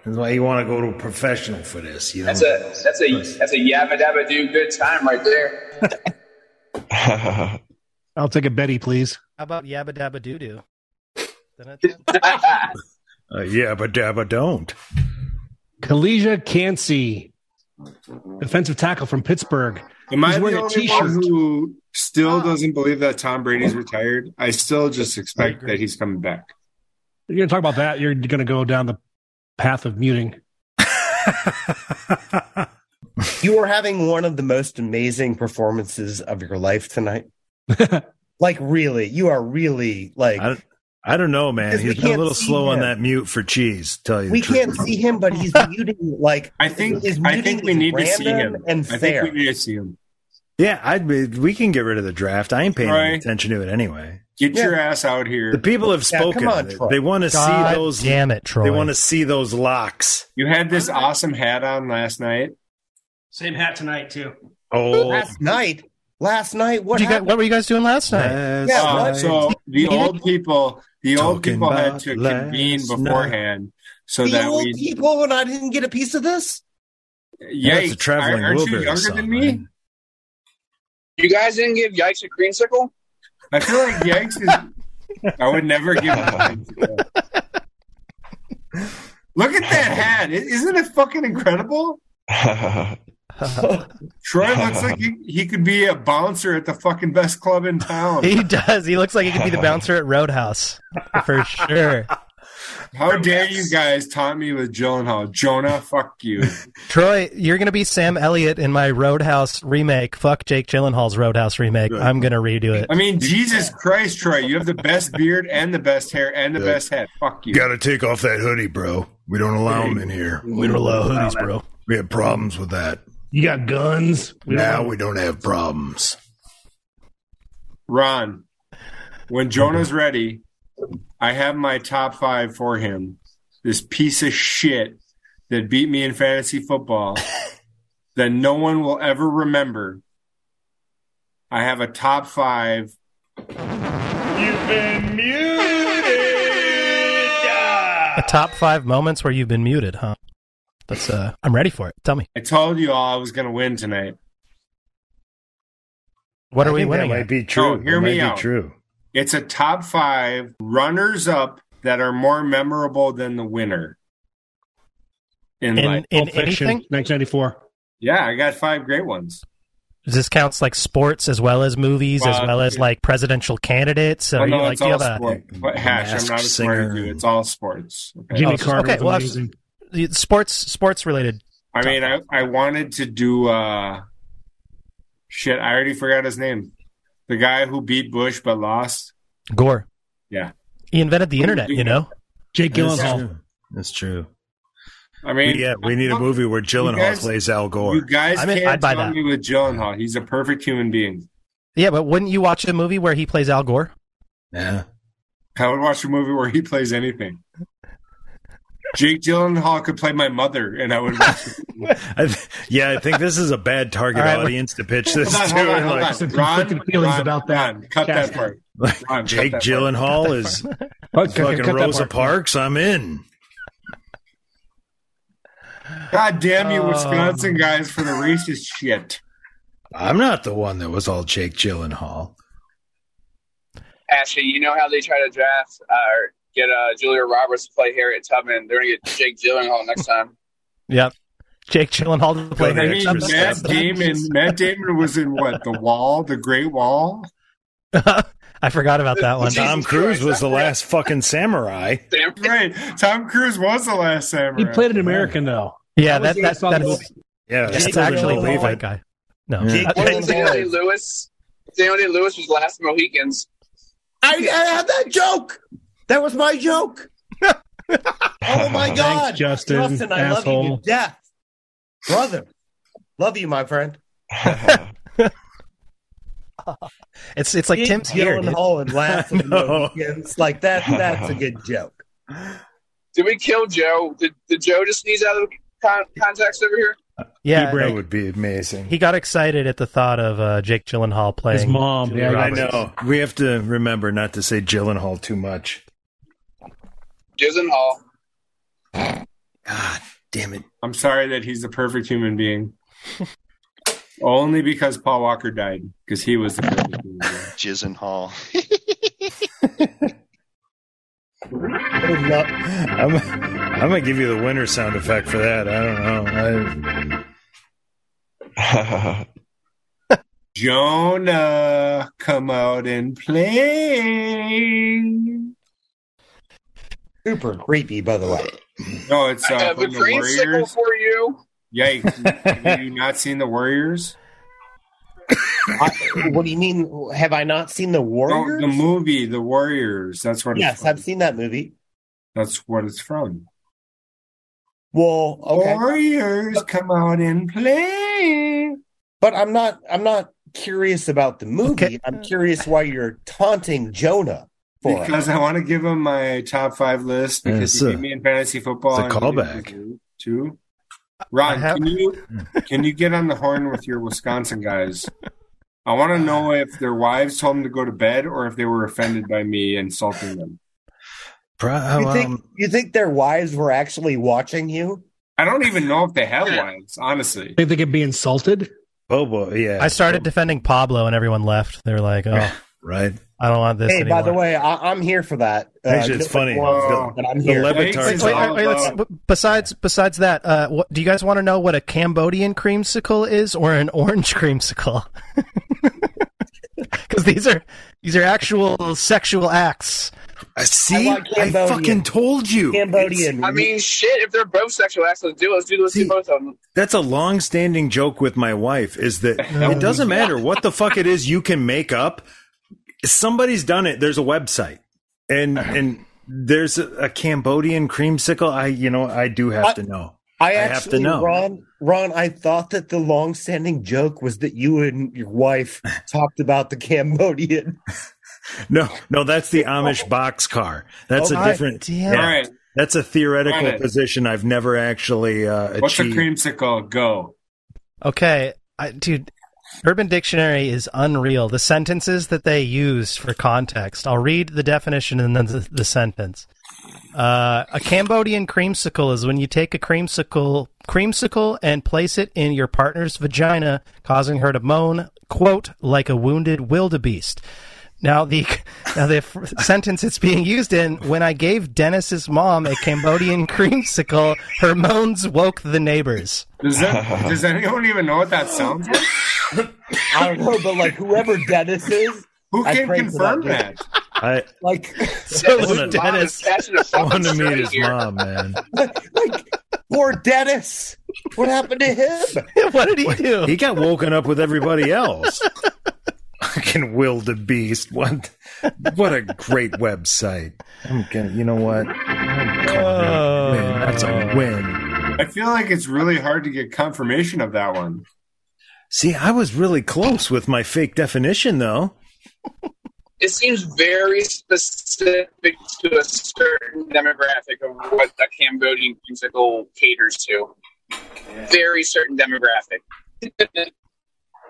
Speaker 2: That's why you want to go to a professional for this. You know.
Speaker 17: That's a that's a that's a yabba dabba do good time right there.
Speaker 1: I'll take a Betty, please.
Speaker 16: How about Yabba Dabba Doo Doo?
Speaker 2: Uh, yeah, but dabba don't.
Speaker 1: Kalijah Cansey, defensive tackle from Pittsburgh.
Speaker 4: Am I
Speaker 1: He's
Speaker 4: the
Speaker 1: wearing a
Speaker 4: only one
Speaker 1: T-shirt.
Speaker 4: who
Speaker 5: Oh.
Speaker 4: still doesn't believe that Tom Brady's retired? I still just expect that he's coming back.
Speaker 1: You're going to talk about that. You're going to go down the path of muting.
Speaker 5: You were having one of the most amazing performances of your life tonight. like really, you are really like
Speaker 2: I, I don't know, man.
Speaker 5: Because we
Speaker 2: He's been a
Speaker 5: can't
Speaker 2: little
Speaker 5: see
Speaker 2: slow on
Speaker 5: him.
Speaker 2: that mute for cheese. Tell you,
Speaker 5: we
Speaker 2: the truth.
Speaker 5: can't see him, but he's muting like
Speaker 4: I think
Speaker 5: his
Speaker 4: I think
Speaker 5: muting
Speaker 4: we need to
Speaker 5: is
Speaker 4: see
Speaker 5: random
Speaker 4: him.
Speaker 5: and
Speaker 4: I
Speaker 5: fair.
Speaker 4: think we need to see him.
Speaker 2: Yeah, I'd be, we can get rid of the draft. I ain't paying any
Speaker 4: Right.
Speaker 2: attention to it anyway.
Speaker 4: Get your ass out here.
Speaker 2: The people have
Speaker 4: Yeah, come
Speaker 2: spoken.
Speaker 4: on,
Speaker 2: They-
Speaker 4: Troy.
Speaker 2: they want to see
Speaker 4: God
Speaker 2: those.
Speaker 16: damn it, Troy.
Speaker 2: They want to see those locks.
Speaker 4: You had this awesome hat on last night.
Speaker 1: Same hat tonight too.
Speaker 2: Oh,
Speaker 5: last night, last night, what
Speaker 16: What, you guys,
Speaker 5: happened?
Speaker 16: what were you guys doing last night?
Speaker 5: Yeah,
Speaker 4: Uh,
Speaker 5: what?
Speaker 4: so the
Speaker 5: You
Speaker 4: old people, the old
Speaker 2: Talking
Speaker 4: people had
Speaker 2: about
Speaker 4: to
Speaker 2: last
Speaker 4: convene beforehand so
Speaker 5: the
Speaker 4: that
Speaker 5: old
Speaker 4: we.
Speaker 5: people and I didn't get a piece of this.
Speaker 4: Yikes!
Speaker 2: That's a traveling
Speaker 4: Aren't you
Speaker 2: Wilburys
Speaker 4: younger
Speaker 2: song,
Speaker 4: than me?
Speaker 17: You guys didn't give Yikes a creamsicle?
Speaker 4: I feel like Yikes is. I would never give. Up. Look at that hat! I- Isn't it fucking incredible? Troy looks like he, he could be a bouncer at the fucking best club in town.
Speaker 16: He does. He looks like he could be the bouncer at Roadhouse for sure.
Speaker 4: How dare you guys taunt me with Gyllenhaal? Jonah, fuck you.
Speaker 16: Troy, you're gonna be Sam Elliott in my Roadhouse remake. Fuck Jake Gyllenhaal's Roadhouse remake. I'm gonna redo it.
Speaker 4: I mean, Jesus Christ, Troy, you have the best beard and the best hair and the best head. Fuck you.
Speaker 2: Got to take off that hoodie, bro. We don't allow them in here.
Speaker 16: We don't allow hoodies, bro.
Speaker 2: We have problems with that.
Speaker 1: You got guns.
Speaker 2: now we don't have problems.
Speaker 4: Ron, when Jonah's ready, I have my top five for him. This piece of shit that beat me in fantasy football that no one will ever remember. I have a top five.
Speaker 14: You've been muted.
Speaker 16: The top five moments where you've been muted, huh? That's uh I'm ready for it. Tell me.
Speaker 4: I told you all I was going to win tonight.
Speaker 16: What are
Speaker 4: I
Speaker 16: we
Speaker 4: think that
Speaker 16: winning?
Speaker 4: might
Speaker 16: at?
Speaker 4: be true. No, Oh, hear That might me be out. true. It's a top five runners up that are more memorable than the winner. In,
Speaker 16: In-
Speaker 4: life.
Speaker 16: in Pulp Fiction, anything?
Speaker 1: 1994.
Speaker 4: Yeah, I got five great ones.
Speaker 16: this counts like sports as well as movies as
Speaker 4: Well,
Speaker 16: well as like presidential candidates. So
Speaker 4: Well,
Speaker 16: you
Speaker 4: no,
Speaker 16: like
Speaker 4: it's
Speaker 16: do you
Speaker 4: all
Speaker 16: have a
Speaker 4: sport. What, Hash, I'm
Speaker 16: masked
Speaker 4: not a swearing dude. It's all sports. Okay?
Speaker 16: Oh, so- Okay, well, that's- the- sports sports related.
Speaker 4: I mean, I, I wanted to do uh, shit. I already forgot his name. The guy who beat Bush but lost.
Speaker 16: Gore.
Speaker 4: Yeah,
Speaker 16: He invented the internet. You know,
Speaker 1: Jake
Speaker 2: That's true.
Speaker 4: I mean,
Speaker 2: yeah, we need a movie where Gyllenhaal
Speaker 4: guys-
Speaker 2: plays Al Gore.
Speaker 4: You guys
Speaker 16: I mean,
Speaker 4: can't
Speaker 16: I'd buy
Speaker 4: tell
Speaker 16: that.
Speaker 4: me with Gyllenhaal. He's a perfect human being.
Speaker 16: Yeah, but wouldn't you watch a movie where he plays Al Gore?
Speaker 2: Yeah.
Speaker 4: I would watch a movie where he plays anything. Jake Gyllenhaal could play my mother, and I would watch. it.
Speaker 2: I th- yeah, I think this is a bad target
Speaker 4: All right,
Speaker 2: audience to pitch this
Speaker 4: Hold
Speaker 2: to.
Speaker 4: on, hold on, hold
Speaker 2: like,
Speaker 4: on. Ron, Ron, Ron, cut that
Speaker 2: Cast.
Speaker 4: part. Ron, cut
Speaker 2: Jake
Speaker 4: that part.
Speaker 2: Gyllenhaal is
Speaker 4: Cut- cut-
Speaker 2: fucking
Speaker 4: cut that
Speaker 2: Rosa
Speaker 4: part.
Speaker 2: Parks. I'm in.
Speaker 4: God damn
Speaker 16: Uh,
Speaker 4: you,
Speaker 2: Um,
Speaker 4: Wisconsin guys, for the racist shit.
Speaker 2: I'm not the one that was all Jake Gyllenhaal.
Speaker 17: Ashley, you know how they try to draft uh, or get uh, Julia Roberts to play Harriet Tubman? They're going to get Jake Gyllenhaal next time.
Speaker 16: Yep. Jake Gyllenhaal to play.
Speaker 4: I mean, Matt Damon. Matt Damon was in what? The Wall, The Great Wall.
Speaker 16: I forgot about that one.
Speaker 2: Tom Cruise was the last fucking samurai.
Speaker 17: Damn
Speaker 4: right. Tom Cruise was the last samurai.
Speaker 1: He played an American though.
Speaker 16: Yeah,
Speaker 1: That
Speaker 16: that,
Speaker 1: was
Speaker 16: that,
Speaker 1: based on the
Speaker 16: that's,
Speaker 1: movie.
Speaker 2: Yeah,
Speaker 16: that's
Speaker 1: Jake
Speaker 16: actually
Speaker 1: Gyllenhaal.
Speaker 16: the white guy. No,
Speaker 17: Jake
Speaker 16: Uh,
Speaker 17: Daniel Day Lewis. Daniel Day Lewis was last Mohicans.
Speaker 5: I, I had that joke. That was my joke. oh my
Speaker 1: Thanks,
Speaker 5: god,
Speaker 1: Justin,
Speaker 5: I love you
Speaker 1: asshole.
Speaker 5: to death, brother. love you, my friend.
Speaker 16: it's it's like
Speaker 5: Keep
Speaker 16: Tim's here. dude.
Speaker 5: Gyllenhaal and laughs at the weekends. like that. That's a good joke.
Speaker 17: Did we kill Joe? Did, did Joe just sneeze out of con- context over here?
Speaker 16: Yeah,
Speaker 2: that would be amazing.
Speaker 16: He got excited at the thought of uh, Jake Gyllenhaal playing Julia
Speaker 2: I
Speaker 16: Roberts.
Speaker 2: know. We have to remember not to say Gyllenhaal too much.
Speaker 17: Gyllenhaal.
Speaker 2: Damn it.
Speaker 4: I'm sorry that he's the perfect human being. Only because Paul Walker died, because he was the perfect human being.
Speaker 10: Gyllenhaal.
Speaker 2: I'm, I'm gonna give you the winner sound effect for that. I don't know. I...
Speaker 4: Jonah, come out and play.
Speaker 5: Super creepy, by the way.
Speaker 4: No, it's
Speaker 17: I
Speaker 4: uh,
Speaker 17: have a
Speaker 4: from the
Speaker 17: green sickle
Speaker 4: Warriors.
Speaker 17: for you.
Speaker 4: Yikes! Have you not seen the Warriors?
Speaker 5: I, what do you mean? Have I not seen the Warriors?
Speaker 4: No, Oh, the movie, The Warriors. That's what.
Speaker 5: yes,
Speaker 4: it's from.
Speaker 5: I've seen that movie.
Speaker 4: that's what it's from.
Speaker 5: Well, okay.
Speaker 4: Warriors come out and play.
Speaker 5: But I'm not. I'm not curious about the movie. I'm curious why you're taunting Jonah for
Speaker 4: Because
Speaker 5: it.
Speaker 4: I want to give him my top five list
Speaker 2: Yeah,
Speaker 4: because
Speaker 2: it's
Speaker 4: he
Speaker 2: a-
Speaker 4: beat me in fantasy football.
Speaker 2: it's a
Speaker 4: and he
Speaker 2: callback.
Speaker 4: beat you Too. Ron, can you can you get on the horn with your Wisconsin guys? I want to know if their wives told them to go to bed or if they were offended by me insulting them.
Speaker 5: you
Speaker 16: um,
Speaker 5: think you think their wives were actually watching you?
Speaker 4: I don't even know if they have wives, honestly.
Speaker 1: Think they could be insulted?
Speaker 2: Bobo, Oh, yeah.
Speaker 16: I started defending Pablo and everyone left. They were like, "Oh,
Speaker 2: right."
Speaker 16: I don't want this."
Speaker 5: hey,
Speaker 16: anymore.
Speaker 5: by the way, I, I'm here for that. Uh,
Speaker 16: Actually, it's
Speaker 5: no
Speaker 16: funny.
Speaker 5: one wants
Speaker 2: The-
Speaker 5: it, but I'm
Speaker 2: the
Speaker 5: here.
Speaker 16: Wait, wait, wait, wait,
Speaker 5: uh,
Speaker 16: let's- b- besides besides that, uh, what, do you guys want to know what a Cambodian creamsicle is or an orange creamsicle? Because these are these are actual sexual acts.
Speaker 2: I see.
Speaker 16: I fucking
Speaker 2: told you.
Speaker 5: Cambodian.
Speaker 17: I mean, shit. If they're both sexual acts, let's do. it. Let's do. Let's do both of them.
Speaker 2: That's a long-standing joke with my wife. Is that it doesn't matter what the fuck it is you can make up. Somebody's done it. There's a website, and
Speaker 5: Uh-huh.
Speaker 2: and there's a, a Cambodian creamsicle. I you know I do have to know.
Speaker 5: I
Speaker 2: have to
Speaker 5: actually,
Speaker 2: know.
Speaker 5: Ron, Ron, I thought that the long-standing joke was that you and your wife talked about the Cambodian.
Speaker 2: No, no, that's the Amish box car. That's
Speaker 5: Oh,
Speaker 2: a
Speaker 5: my
Speaker 2: different.
Speaker 5: damn.
Speaker 2: yeah.
Speaker 4: All right.
Speaker 2: That's a theoretical
Speaker 4: Got it.
Speaker 2: position I've never actually uh,
Speaker 4: What's a
Speaker 2: achieved.
Speaker 4: creamsicle? Go.
Speaker 16: Okay, I, dude, Urban Dictionary is unreal. The sentences that they use for context. I'll read the definition and then the, the sentence. Uh, a Cambodian creamsicle is when you take a creamsicle creamsicle and place it in your partner's vagina, causing her to moan, quote, like a wounded wildebeest. Now the now the f- sentence it's being used in when I gave Dennis's mom a Cambodian creamsicle, her moans woke the neighbors.
Speaker 4: Does that does anyone even know what that sounds like?
Speaker 5: I don't know, but like whoever Dennis is,
Speaker 4: who
Speaker 5: I
Speaker 4: can
Speaker 5: pray for
Speaker 4: confirm
Speaker 5: dude.
Speaker 4: that?
Speaker 2: I
Speaker 5: Like,
Speaker 2: So Dennis wanted to meet his
Speaker 5: here.
Speaker 2: mom, man.
Speaker 5: poor Dennis. What happened to him?
Speaker 16: what did he do?
Speaker 2: He got woken up with everybody else. Fucking wildebeest. What? What a great website. I'm gonna. You know what? I'm
Speaker 16: Oh.
Speaker 2: calling it a win. That's a win.
Speaker 4: I feel like it's really hard to get confirmation of that one.
Speaker 2: See, I was really close with my fake definition, though.
Speaker 17: It seems very specific to a certain demographic of what a Cambodian musical caters to. Very certain demographic.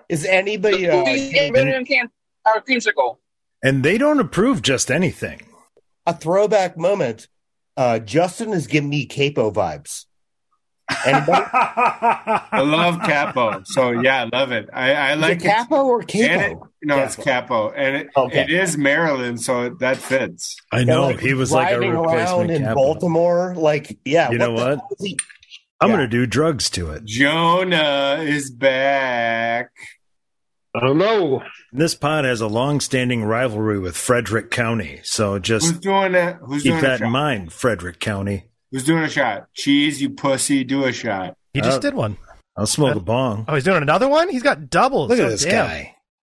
Speaker 5: Is anybody
Speaker 17: The Cambodian can- are uh, musical.
Speaker 2: And they don't approve just anything.
Speaker 5: A throwback moment. Uh, Justin is giving me capo vibes. Anybody?
Speaker 4: I love Capo. So yeah, I love it. I, I
Speaker 5: Is
Speaker 4: like
Speaker 5: it Capo or Capo?
Speaker 4: and it- no, it's Capo, and it,
Speaker 5: Okay.
Speaker 4: it is Maryland, so it, that fits.
Speaker 2: I know he was like a
Speaker 5: riding around
Speaker 2: replacement
Speaker 5: in
Speaker 2: capital.
Speaker 5: Baltimore. Like, yeah,
Speaker 2: You know
Speaker 5: the-
Speaker 2: what? I'm gonna do drugs to it.
Speaker 4: Jonah is back.
Speaker 12: I don't know.
Speaker 2: This pod has a long-standing rivalry with Frederick County, so
Speaker 4: Who's
Speaker 2: just
Speaker 4: doing that? Who's
Speaker 2: keep
Speaker 4: doing a
Speaker 2: that
Speaker 4: shot?
Speaker 2: in mind, Frederick County.
Speaker 4: Who's doing a shot? Cheese, you pussy, do a shot.
Speaker 16: He
Speaker 2: Uh,
Speaker 16: just did one.
Speaker 2: I'll smoke a bong.
Speaker 16: Oh, he's doing another one. He's got doubles.
Speaker 2: Look at
Speaker 16: Oh,
Speaker 2: this
Speaker 16: damn.
Speaker 2: guy.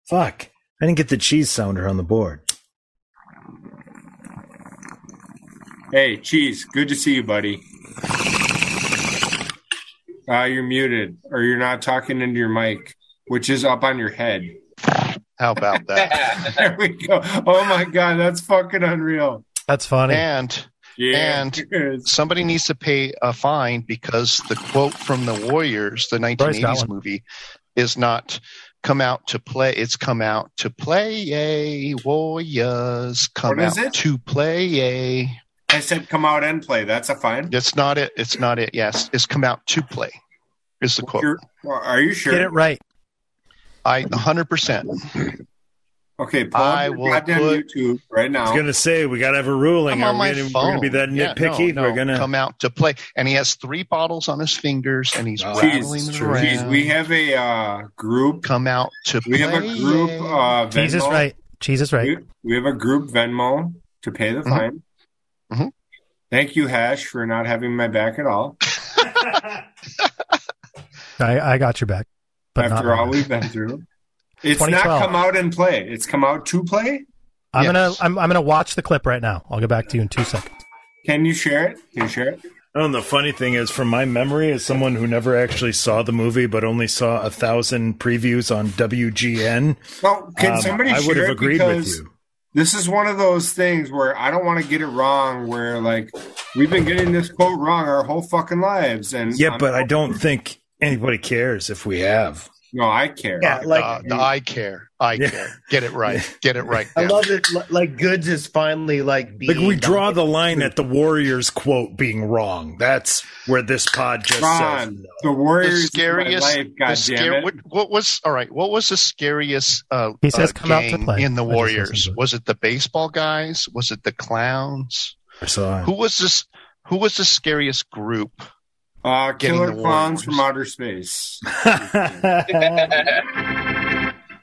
Speaker 2: Fuck. I didn't get the cheese sounder on the board.
Speaker 4: Hey, Cheese, good to see you, buddy. Uh, you're muted, or you're not talking into your mic, which is up on your head.
Speaker 10: How about that?
Speaker 4: there we go. Oh my god, that's fucking unreal.
Speaker 16: That's funny.
Speaker 10: And
Speaker 4: Yeah,
Speaker 10: and somebody needs to pay a fine because the quote from the Warriors, the
Speaker 16: got
Speaker 10: 1980s
Speaker 16: one.
Speaker 10: movie, is not "come out to play." It's "come out to play, yay, Warriors." Come
Speaker 4: What is
Speaker 10: out
Speaker 4: it?
Speaker 10: to play, yay.
Speaker 4: I said come out and play. That's a fine.
Speaker 10: That's not it. It's not it. Yes, it's "come out to play." Is the quote?
Speaker 4: You're- well, are you sure?
Speaker 16: Get it right.
Speaker 10: I 100. percent
Speaker 4: Okay, pull up
Speaker 10: I
Speaker 4: your
Speaker 10: will
Speaker 4: goddamn
Speaker 10: put-
Speaker 4: YouTube right
Speaker 2: I
Speaker 4: now.
Speaker 2: was gonna say we gotta have a ruling.
Speaker 10: I'm
Speaker 2: Are
Speaker 10: on
Speaker 2: we
Speaker 10: my
Speaker 2: gonna, we're
Speaker 10: phone.
Speaker 2: gonna be that
Speaker 10: Yeah,
Speaker 2: nitpicky.
Speaker 10: no,
Speaker 2: We're
Speaker 10: no,
Speaker 2: gonna
Speaker 10: come out to play, and he has three bottles on his fingers, and
Speaker 2: Oh,
Speaker 10: he's rattling
Speaker 4: Jeez,
Speaker 10: them around.
Speaker 4: jeez, we have a uh, group.
Speaker 10: come out to
Speaker 4: We have a
Speaker 10: play.
Speaker 4: group. Uh, Venmo.
Speaker 16: Jesus right. Jesus right.
Speaker 4: We, we have a group Venmo to pay
Speaker 2: Mm-hmm.
Speaker 4: the fine.
Speaker 10: Mhm.
Speaker 4: Thank you, Hash, for not having my back at all.
Speaker 16: I, I got your back. But
Speaker 4: after
Speaker 16: not
Speaker 4: all
Speaker 16: mine.
Speaker 4: we've been through, it's not
Speaker 16: 2012.
Speaker 4: come out and play. It's come out to play.
Speaker 16: I'm gonna
Speaker 10: Yes.
Speaker 16: I'm, I'm gonna watch the clip right now. I'll get back to you in two seconds.
Speaker 4: Can you share it? Can you share it?
Speaker 2: Oh, and the funny thing is, from my memory, as someone who never actually saw the movie but only saw a thousand previews on WGN,
Speaker 4: Well, can
Speaker 2: um,
Speaker 4: somebody?
Speaker 2: I would
Speaker 4: share
Speaker 2: have
Speaker 4: it?
Speaker 2: agreed with
Speaker 4: Because
Speaker 2: you.
Speaker 4: This is one of those things where I don't want to get it wrong. Where like we've been getting this quote wrong our whole fucking lives, and
Speaker 2: Yeah,
Speaker 4: I'm-
Speaker 2: but I don't think anybody cares if we have.
Speaker 4: no, I care.
Speaker 5: Yeah, like
Speaker 10: Uh, the I care, I care. Get it right. Get it right.
Speaker 5: I
Speaker 10: down.
Speaker 5: love it. li- Like Goods is finally like being
Speaker 2: Like we draw the line at the Warriors quote being wrong. That's where this pod just says.
Speaker 4: Ron, the
Speaker 10: the
Speaker 4: Warriors,
Speaker 10: scariest.
Speaker 4: scariest,
Speaker 10: the
Speaker 4: life,
Speaker 10: scare-
Speaker 4: goddammit.
Speaker 10: what, what was all right? What was the scariest? Uh,
Speaker 16: He says,
Speaker 10: uh,
Speaker 16: "Come out to
Speaker 10: gang
Speaker 16: play."
Speaker 10: in the
Speaker 16: I just
Speaker 10: Warriors.
Speaker 16: listened to it.
Speaker 10: Was it the baseball guys? Was it the clowns?
Speaker 2: So
Speaker 10: Who was this? Who was the scariest group?
Speaker 4: Uh,
Speaker 10: Getting
Speaker 4: killer
Speaker 10: the
Speaker 4: clowns
Speaker 10: Warriors.
Speaker 4: from outer space.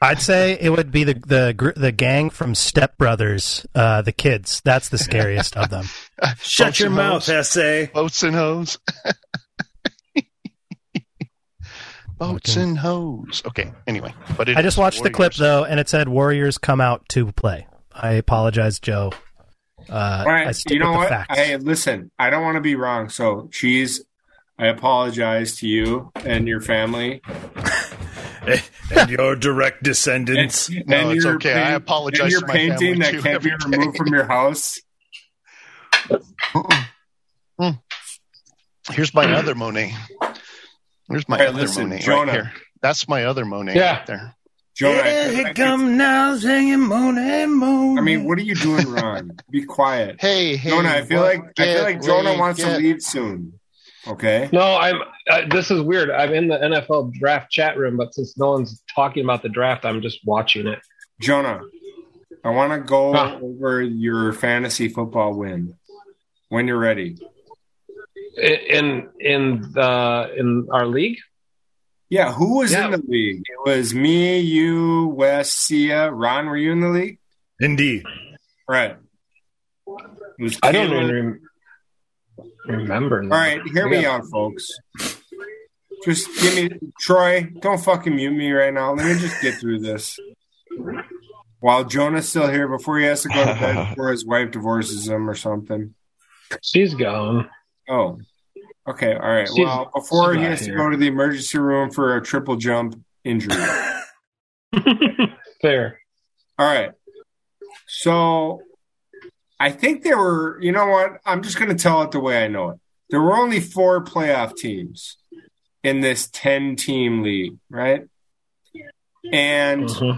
Speaker 16: I'd say it would be the the gr- the gang from Step Brothers, uh, the kids. That's the scariest of them.
Speaker 2: Shut
Speaker 10: Boats
Speaker 2: your
Speaker 10: and
Speaker 2: mouth,
Speaker 10: hoes?
Speaker 2: SA.
Speaker 10: Boats and hose. Boats
Speaker 16: Okay.
Speaker 10: and hose. Okay. Anyway, but it
Speaker 16: I
Speaker 10: is
Speaker 16: just watched the
Speaker 10: Warriors.
Speaker 16: clip though, and it said Warriors come out to play. I apologize, Joe. Uh,
Speaker 4: All right,
Speaker 16: I stick
Speaker 4: you know
Speaker 16: with the
Speaker 4: what?
Speaker 16: facts.
Speaker 4: I listen. I don't want to be wrong. So, cheese. I apologize to you and your family.
Speaker 2: and your direct descendants.
Speaker 4: And
Speaker 10: No, it's
Speaker 4: your
Speaker 10: okay. I apologize
Speaker 4: And your
Speaker 10: to my
Speaker 4: painting
Speaker 10: family,
Speaker 4: that
Speaker 10: too,
Speaker 4: can't be
Speaker 10: every day.
Speaker 4: removed from your house.
Speaker 10: Hmm. Here's my other Monet. Here's my
Speaker 4: Hey,
Speaker 10: other
Speaker 4: listen,
Speaker 10: Monet
Speaker 4: Jonah.
Speaker 10: right here. That's my other Monet
Speaker 12: Yeah.
Speaker 10: right there.
Speaker 4: Jonah, I feel like it's-
Speaker 2: now, singing moan and moan.
Speaker 4: I mean, what are you doing wrong? Be quiet,
Speaker 10: Hey, hey.
Speaker 4: Jonah. I feel
Speaker 10: what-
Speaker 4: like I feel
Speaker 10: get
Speaker 4: like Jonah
Speaker 10: laid,
Speaker 4: wants to
Speaker 10: get-
Speaker 4: leave eh? soon. Okay.
Speaker 12: No, I'm. Uh, this is weird. I'm in the NFL draft chat room, but since no one's talking about the draft, I'm just watching it.
Speaker 4: Jonah, I want to go
Speaker 10: Ah.
Speaker 12: Huh.
Speaker 4: over your fantasy football win when you're ready.
Speaker 12: I- In in the in our league,
Speaker 4: Yeah, who was
Speaker 12: Yeah.
Speaker 4: in the league? It was me, you, Wes, Sia, Ron. Were you in the league?
Speaker 2: Indeed.
Speaker 4: Right. It was
Speaker 12: I don't
Speaker 4: Caleb.
Speaker 12: even rem- remember.
Speaker 4: All right, hear me out, folks. Just give me Troy. Don't fucking mute me right now. Let me just get through this. While Jonah's still here, before he has to go to bed, before his wife divorces him or something.
Speaker 12: She's gone.
Speaker 4: Oh, okay. All right.
Speaker 12: She's-
Speaker 4: well, before
Speaker 12: she's
Speaker 4: he
Speaker 12: not
Speaker 4: has
Speaker 12: here.
Speaker 4: to go to the emergency room for a triple jump injury.
Speaker 12: Fair.
Speaker 4: All right. So I think there were, you know what? I'm just going to tell it the way I know it. There were only four playoff teams in this 10 team league, right? And
Speaker 12: Uh-huh.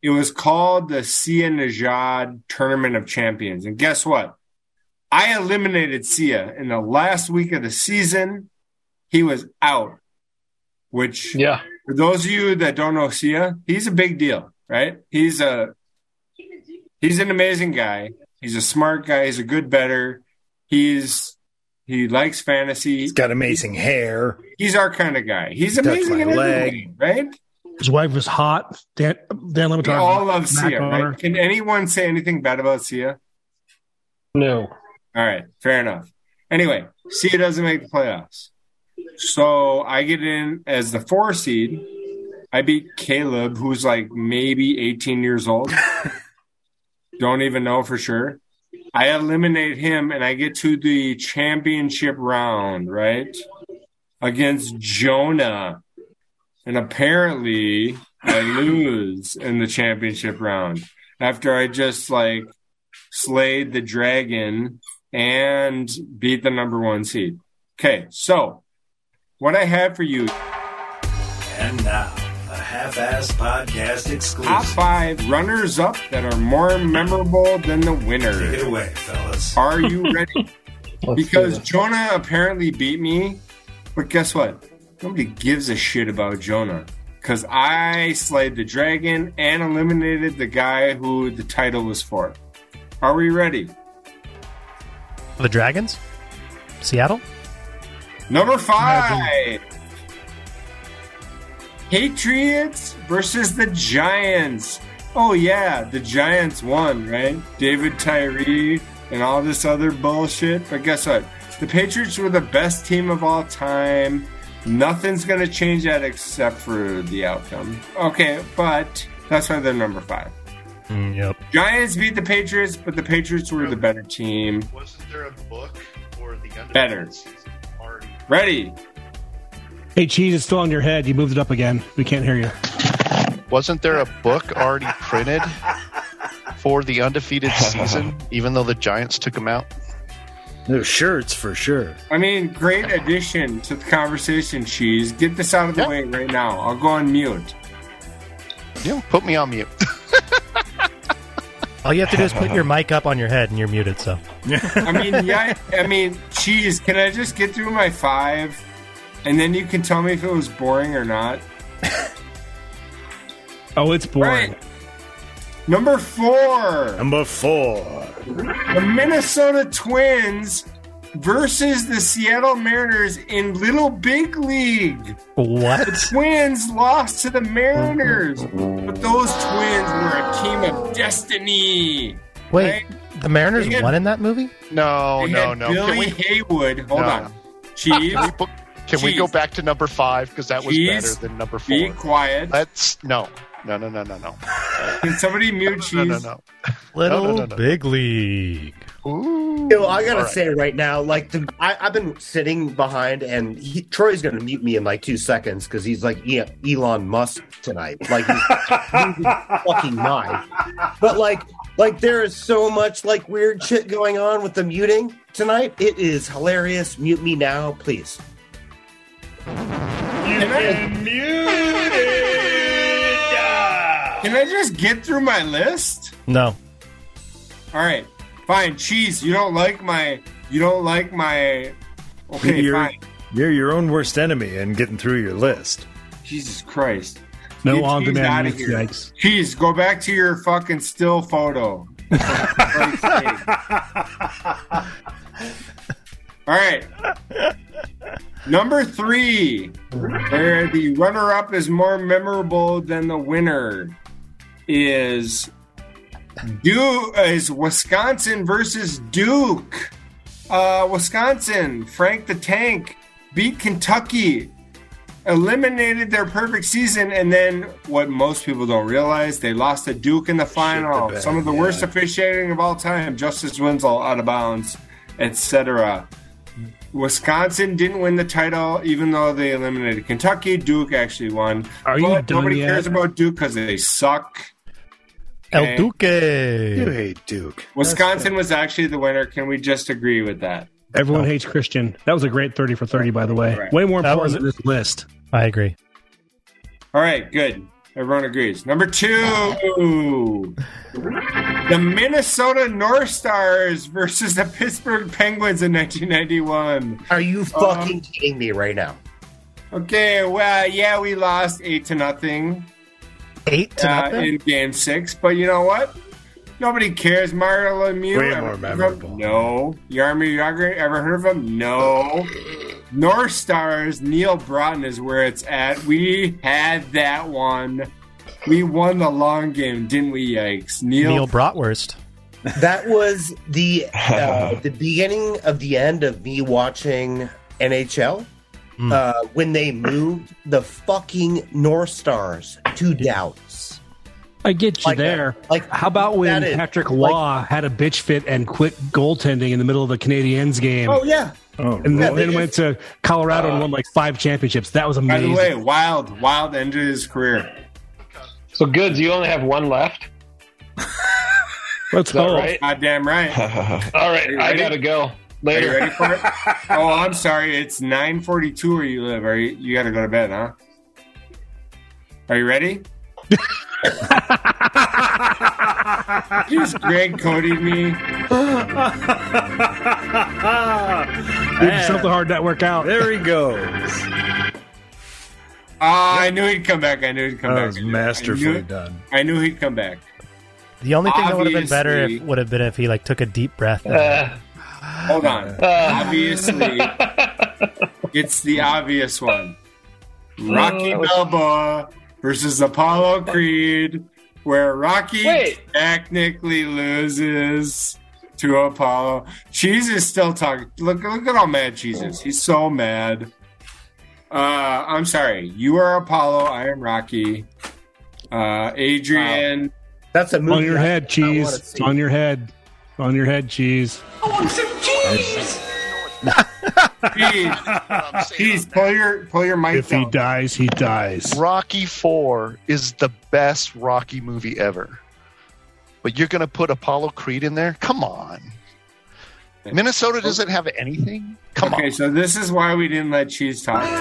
Speaker 4: it was called the Sia Najad Tournament of Champions. And guess what? I eliminated Sia in the last week of the season. He was out, which
Speaker 12: yeah.
Speaker 4: for those of you that don't know Sia, he's a big deal, right? He's a he's an amazing guy. He's a smart guy. He's a good better. He's he likes fantasy. He's
Speaker 2: got amazing hair.
Speaker 4: He's our kind of guy. He's
Speaker 1: That's
Speaker 4: amazing
Speaker 1: my
Speaker 4: in every
Speaker 1: leg.
Speaker 4: way, right?
Speaker 1: His wife was hot. Dan, Dan Levitard.
Speaker 4: We all love
Speaker 1: Mac
Speaker 4: Sia,
Speaker 1: Miller.
Speaker 4: right? Can anyone say anything bad about Sia?
Speaker 12: No.
Speaker 4: All right, fair enough. Anyway, Sia doesn't make the playoffs. So I get in as the four seed. I beat Caleb, who's like maybe 18 years old. Don't even know for sure. I eliminate him and I get to the championship round, right? Against Jonah. And apparently I lose in the championship round after I just like slayed the dragon and beat the number one seed. Okay, so what I have for you
Speaker 2: And now, a half assed podcast
Speaker 4: top
Speaker 2: exclusive.
Speaker 4: five runners up that are more memorable than the winner.
Speaker 2: Take it away, fellas.
Speaker 4: Are you ready? because Jonah apparently beat me, but guess what? Nobody gives a shit about Jonah. Because I slayed the dragon and eliminated the guy who the title was for. Are we ready?
Speaker 16: The Dragons? Seattle?
Speaker 4: Number five Patriots versus the Giants. Oh, yeah, the Giants won, right? David Tyree and all this other bullshit. But guess what? The Patriots were the best team of all time. Nothing's going to change that except for the outcome. Okay, but that's why they're number five.
Speaker 16: yep.
Speaker 4: Giants beat the Patriots, but the Patriots were the better team.
Speaker 10: Wasn't there a book for the under
Speaker 4: Better. Ready?
Speaker 1: Hey, cheese, it's still on your head. You moved it up again. We can't hear you.
Speaker 10: Wasn't there a book already printed for the undefeated season, even though the Giants took them out?
Speaker 2: New shirts for sure.
Speaker 4: I mean, great addition to the conversation, Cheese. Get this out of the way right now. I'll go on mute.
Speaker 10: Yeah, put me on mute.
Speaker 16: All you have to do is put your mic up on your head and you're muted, so.
Speaker 4: I mean, yeah, I mean, Cheese, can I just get through my five? And then you can tell me if it was boring or not.
Speaker 1: Oh, it's boring.
Speaker 4: Number four.
Speaker 2: Number four.
Speaker 4: The Minnesota Twins versus the Seattle Mariners in Little Big League.
Speaker 16: What?
Speaker 4: The Twins lost to the Mariners, but those Twins were a team of destiny.
Speaker 16: Wait, the Mariners
Speaker 4: They had-
Speaker 16: won in that movie?
Speaker 10: No,
Speaker 4: They
Speaker 10: Oh, no,
Speaker 4: had
Speaker 10: no.
Speaker 4: Billy
Speaker 10: Can we,
Speaker 4: Haywood. Hold
Speaker 10: No.
Speaker 4: on. Cheese.
Speaker 10: Can we book- can we
Speaker 4: Cheese.
Speaker 10: go back to number five? Because that was
Speaker 4: Cheese.
Speaker 10: better than number four.
Speaker 4: Be quiet.
Speaker 10: Let's no, no, no, no, no, no.
Speaker 4: Can somebody mute
Speaker 10: No,
Speaker 4: Cheese?
Speaker 10: no, no.
Speaker 16: Little
Speaker 10: No, no, no, no.
Speaker 16: Big League.
Speaker 5: Yo, I gotta
Speaker 10: All right.
Speaker 5: say right now, like the I, I've been sitting behind, and he, Troy's gonna mute me in like two seconds because he's like E- Elon Musk tonight, like he's losing his fucking mind. But like, like there is so much like weird shit going on with the muting tonight. It is hilarious. Mute me now, please.
Speaker 4: Can I just get through my list?
Speaker 16: No.
Speaker 4: All right, fine. Cheese, you don't like my. You don't like my. Okay,
Speaker 2: you're,
Speaker 4: fine.
Speaker 2: you're your own worst enemy and getting through your list.
Speaker 4: Jesus Christ.
Speaker 1: No
Speaker 4: Get
Speaker 1: on-demand
Speaker 4: Cheese outta
Speaker 1: music,
Speaker 4: here.
Speaker 1: yikes.
Speaker 4: Cheese, go back to your fucking still photo. All right. Number three, where the runner up is more memorable than the winner, is Duke uh, is Wisconsin versus Duke. Uh, Wisconsin, Frank the Tank beat Kentucky, eliminated their perfect season, and then what most people don't realize, they lost to Duke in the final.
Speaker 18: bed,
Speaker 4: Some of the
Speaker 18: yeah.
Speaker 4: worst officiating of all time. Justice Winslow out of bounds, etc. Wisconsin didn't win the title, even though they eliminated Kentucky. Duke actually won. Are
Speaker 1: you
Speaker 4: but
Speaker 1: done
Speaker 4: nobody
Speaker 1: yet?
Speaker 4: cares about Duke because they suck.
Speaker 16: El
Speaker 4: Okay.
Speaker 16: Duque.
Speaker 1: You
Speaker 10: hate Duke.
Speaker 4: Wisconsin was actually the winner. Can we just agree with that?
Speaker 1: Everyone hates Christian. That was a great 30 for 30, by the way.
Speaker 4: Right.
Speaker 1: Way more
Speaker 4: That
Speaker 1: important
Speaker 4: was-
Speaker 1: than this list.
Speaker 16: I agree.
Speaker 4: All right, good. Everyone agrees. Number two, the Minnesota North Stars versus the Pittsburgh Penguins in 1991.
Speaker 5: Are you fucking kidding me right now?
Speaker 4: Okay, well, yeah, we lost eight to nothing. Uh,
Speaker 16: Eight
Speaker 5: to nothing?
Speaker 4: in Game Six, but you know what? Nobody cares. Mario Lemieux.
Speaker 18: Way
Speaker 4: ever
Speaker 18: more
Speaker 4: heard of him?
Speaker 18: memorable.
Speaker 4: No. Yarmir Yager. Ever heard of him? No. North Stars. Neil Broughton is where it's at. We had that one. We won the long game, didn't we? Yikes. Neil.
Speaker 16: Neil Bratwurst.
Speaker 5: That was the uh, the beginning of the end of me watching NHL
Speaker 1: Hmm.
Speaker 5: uh, when they moved the fucking North Stars to Dallas.
Speaker 1: I get you there.
Speaker 5: like
Speaker 1: how about when
Speaker 5: that is-
Speaker 1: Patrick
Speaker 5: like-
Speaker 1: Waugh had a bitch fit and quit goaltending in the middle of the Canadiens game?
Speaker 4: Oh yeah.
Speaker 1: and
Speaker 4: yeah,
Speaker 1: then,
Speaker 4: they
Speaker 1: then went to Colorado and won like five championships. That was
Speaker 4: By the
Speaker 1: amazing.
Speaker 4: way, wild, wild end to his career.
Speaker 12: So goods, you only have one left.
Speaker 1: Let's
Speaker 12: Is that hope. right?
Speaker 4: Goddamn right.
Speaker 12: All right,
Speaker 4: Are you
Speaker 12: I
Speaker 4: ready?
Speaker 12: gotta go. Later.
Speaker 4: Are you ready for it? oh, I'm sorry. It's 9:42 where you live. Are you? You got to go to bed, huh? Are you ready? You Just Greg Cody me.
Speaker 1: Give yourself the hard network out.
Speaker 2: There he goes.
Speaker 4: Ah, I knew he'd come back. I knew he'd come
Speaker 2: That
Speaker 4: back.
Speaker 2: was
Speaker 4: I knew- I
Speaker 2: masterfully
Speaker 4: knew,
Speaker 2: done.
Speaker 4: I knew he'd come back.
Speaker 16: The only thing that would have been better if,
Speaker 4: Obviously.
Speaker 16: would have been if he like took a deep breath.
Speaker 12: Uh,
Speaker 4: Hold on. Obviously, it's the obvious one. Rocky
Speaker 12: Oh, that was-
Speaker 4: Balboa versus Apollo Creed, where Rocky
Speaker 12: Wait.
Speaker 4: technically loses to Apollo. Cheese is still talking. Look, look at how mad Cheese is. He's so mad. Uh, I'm sorry. You are Apollo. I am Rocky. Uh, Adrian.
Speaker 5: That's a
Speaker 1: on your head, cheese. It's on your head. It's on your head, cheese.
Speaker 18: I want some cheese.
Speaker 4: Jeez, Jeez, pull your pull your mic
Speaker 1: If he
Speaker 4: down.
Speaker 1: dies, he dies.
Speaker 10: Rocky Four is the best Rocky movie ever. But you're going to put Apollo Creed in there? Come on. Minnesota doesn't have anything. Come
Speaker 4: okay, so this is why we didn't let Cheese talk.
Speaker 2: I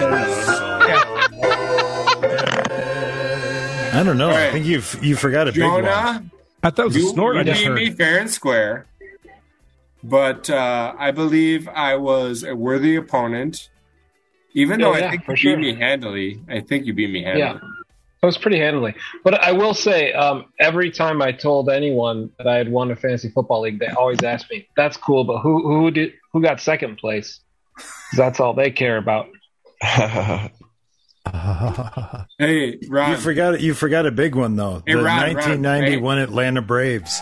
Speaker 2: don't know. I
Speaker 4: Alright.
Speaker 2: think you have you forgot a big one.
Speaker 4: Jonah,
Speaker 1: I thought it was a
Speaker 4: you,
Speaker 1: snort
Speaker 4: you
Speaker 1: I just
Speaker 4: beat
Speaker 1: heard.
Speaker 4: me fair and square, but uh, I believe I was a worthy opponent. Even
Speaker 12: Yeah,
Speaker 4: though
Speaker 12: yeah,
Speaker 4: I think
Speaker 12: for
Speaker 4: you
Speaker 12: sure.
Speaker 4: beat me handily, I think you beat me
Speaker 12: Yeah,
Speaker 4: handily.
Speaker 12: that was pretty handily. But I will say, um, every time I told anyone that I had won a fantasy football league, they always asked me, "That's cool, but who who did who got second place?" 'Cause that's all they care about.
Speaker 4: Hey, Ron.
Speaker 2: You forgot you forgot a big one though.
Speaker 4: Hey,
Speaker 2: the
Speaker 4: Ron, Ron,
Speaker 2: 1991 Atlanta Braves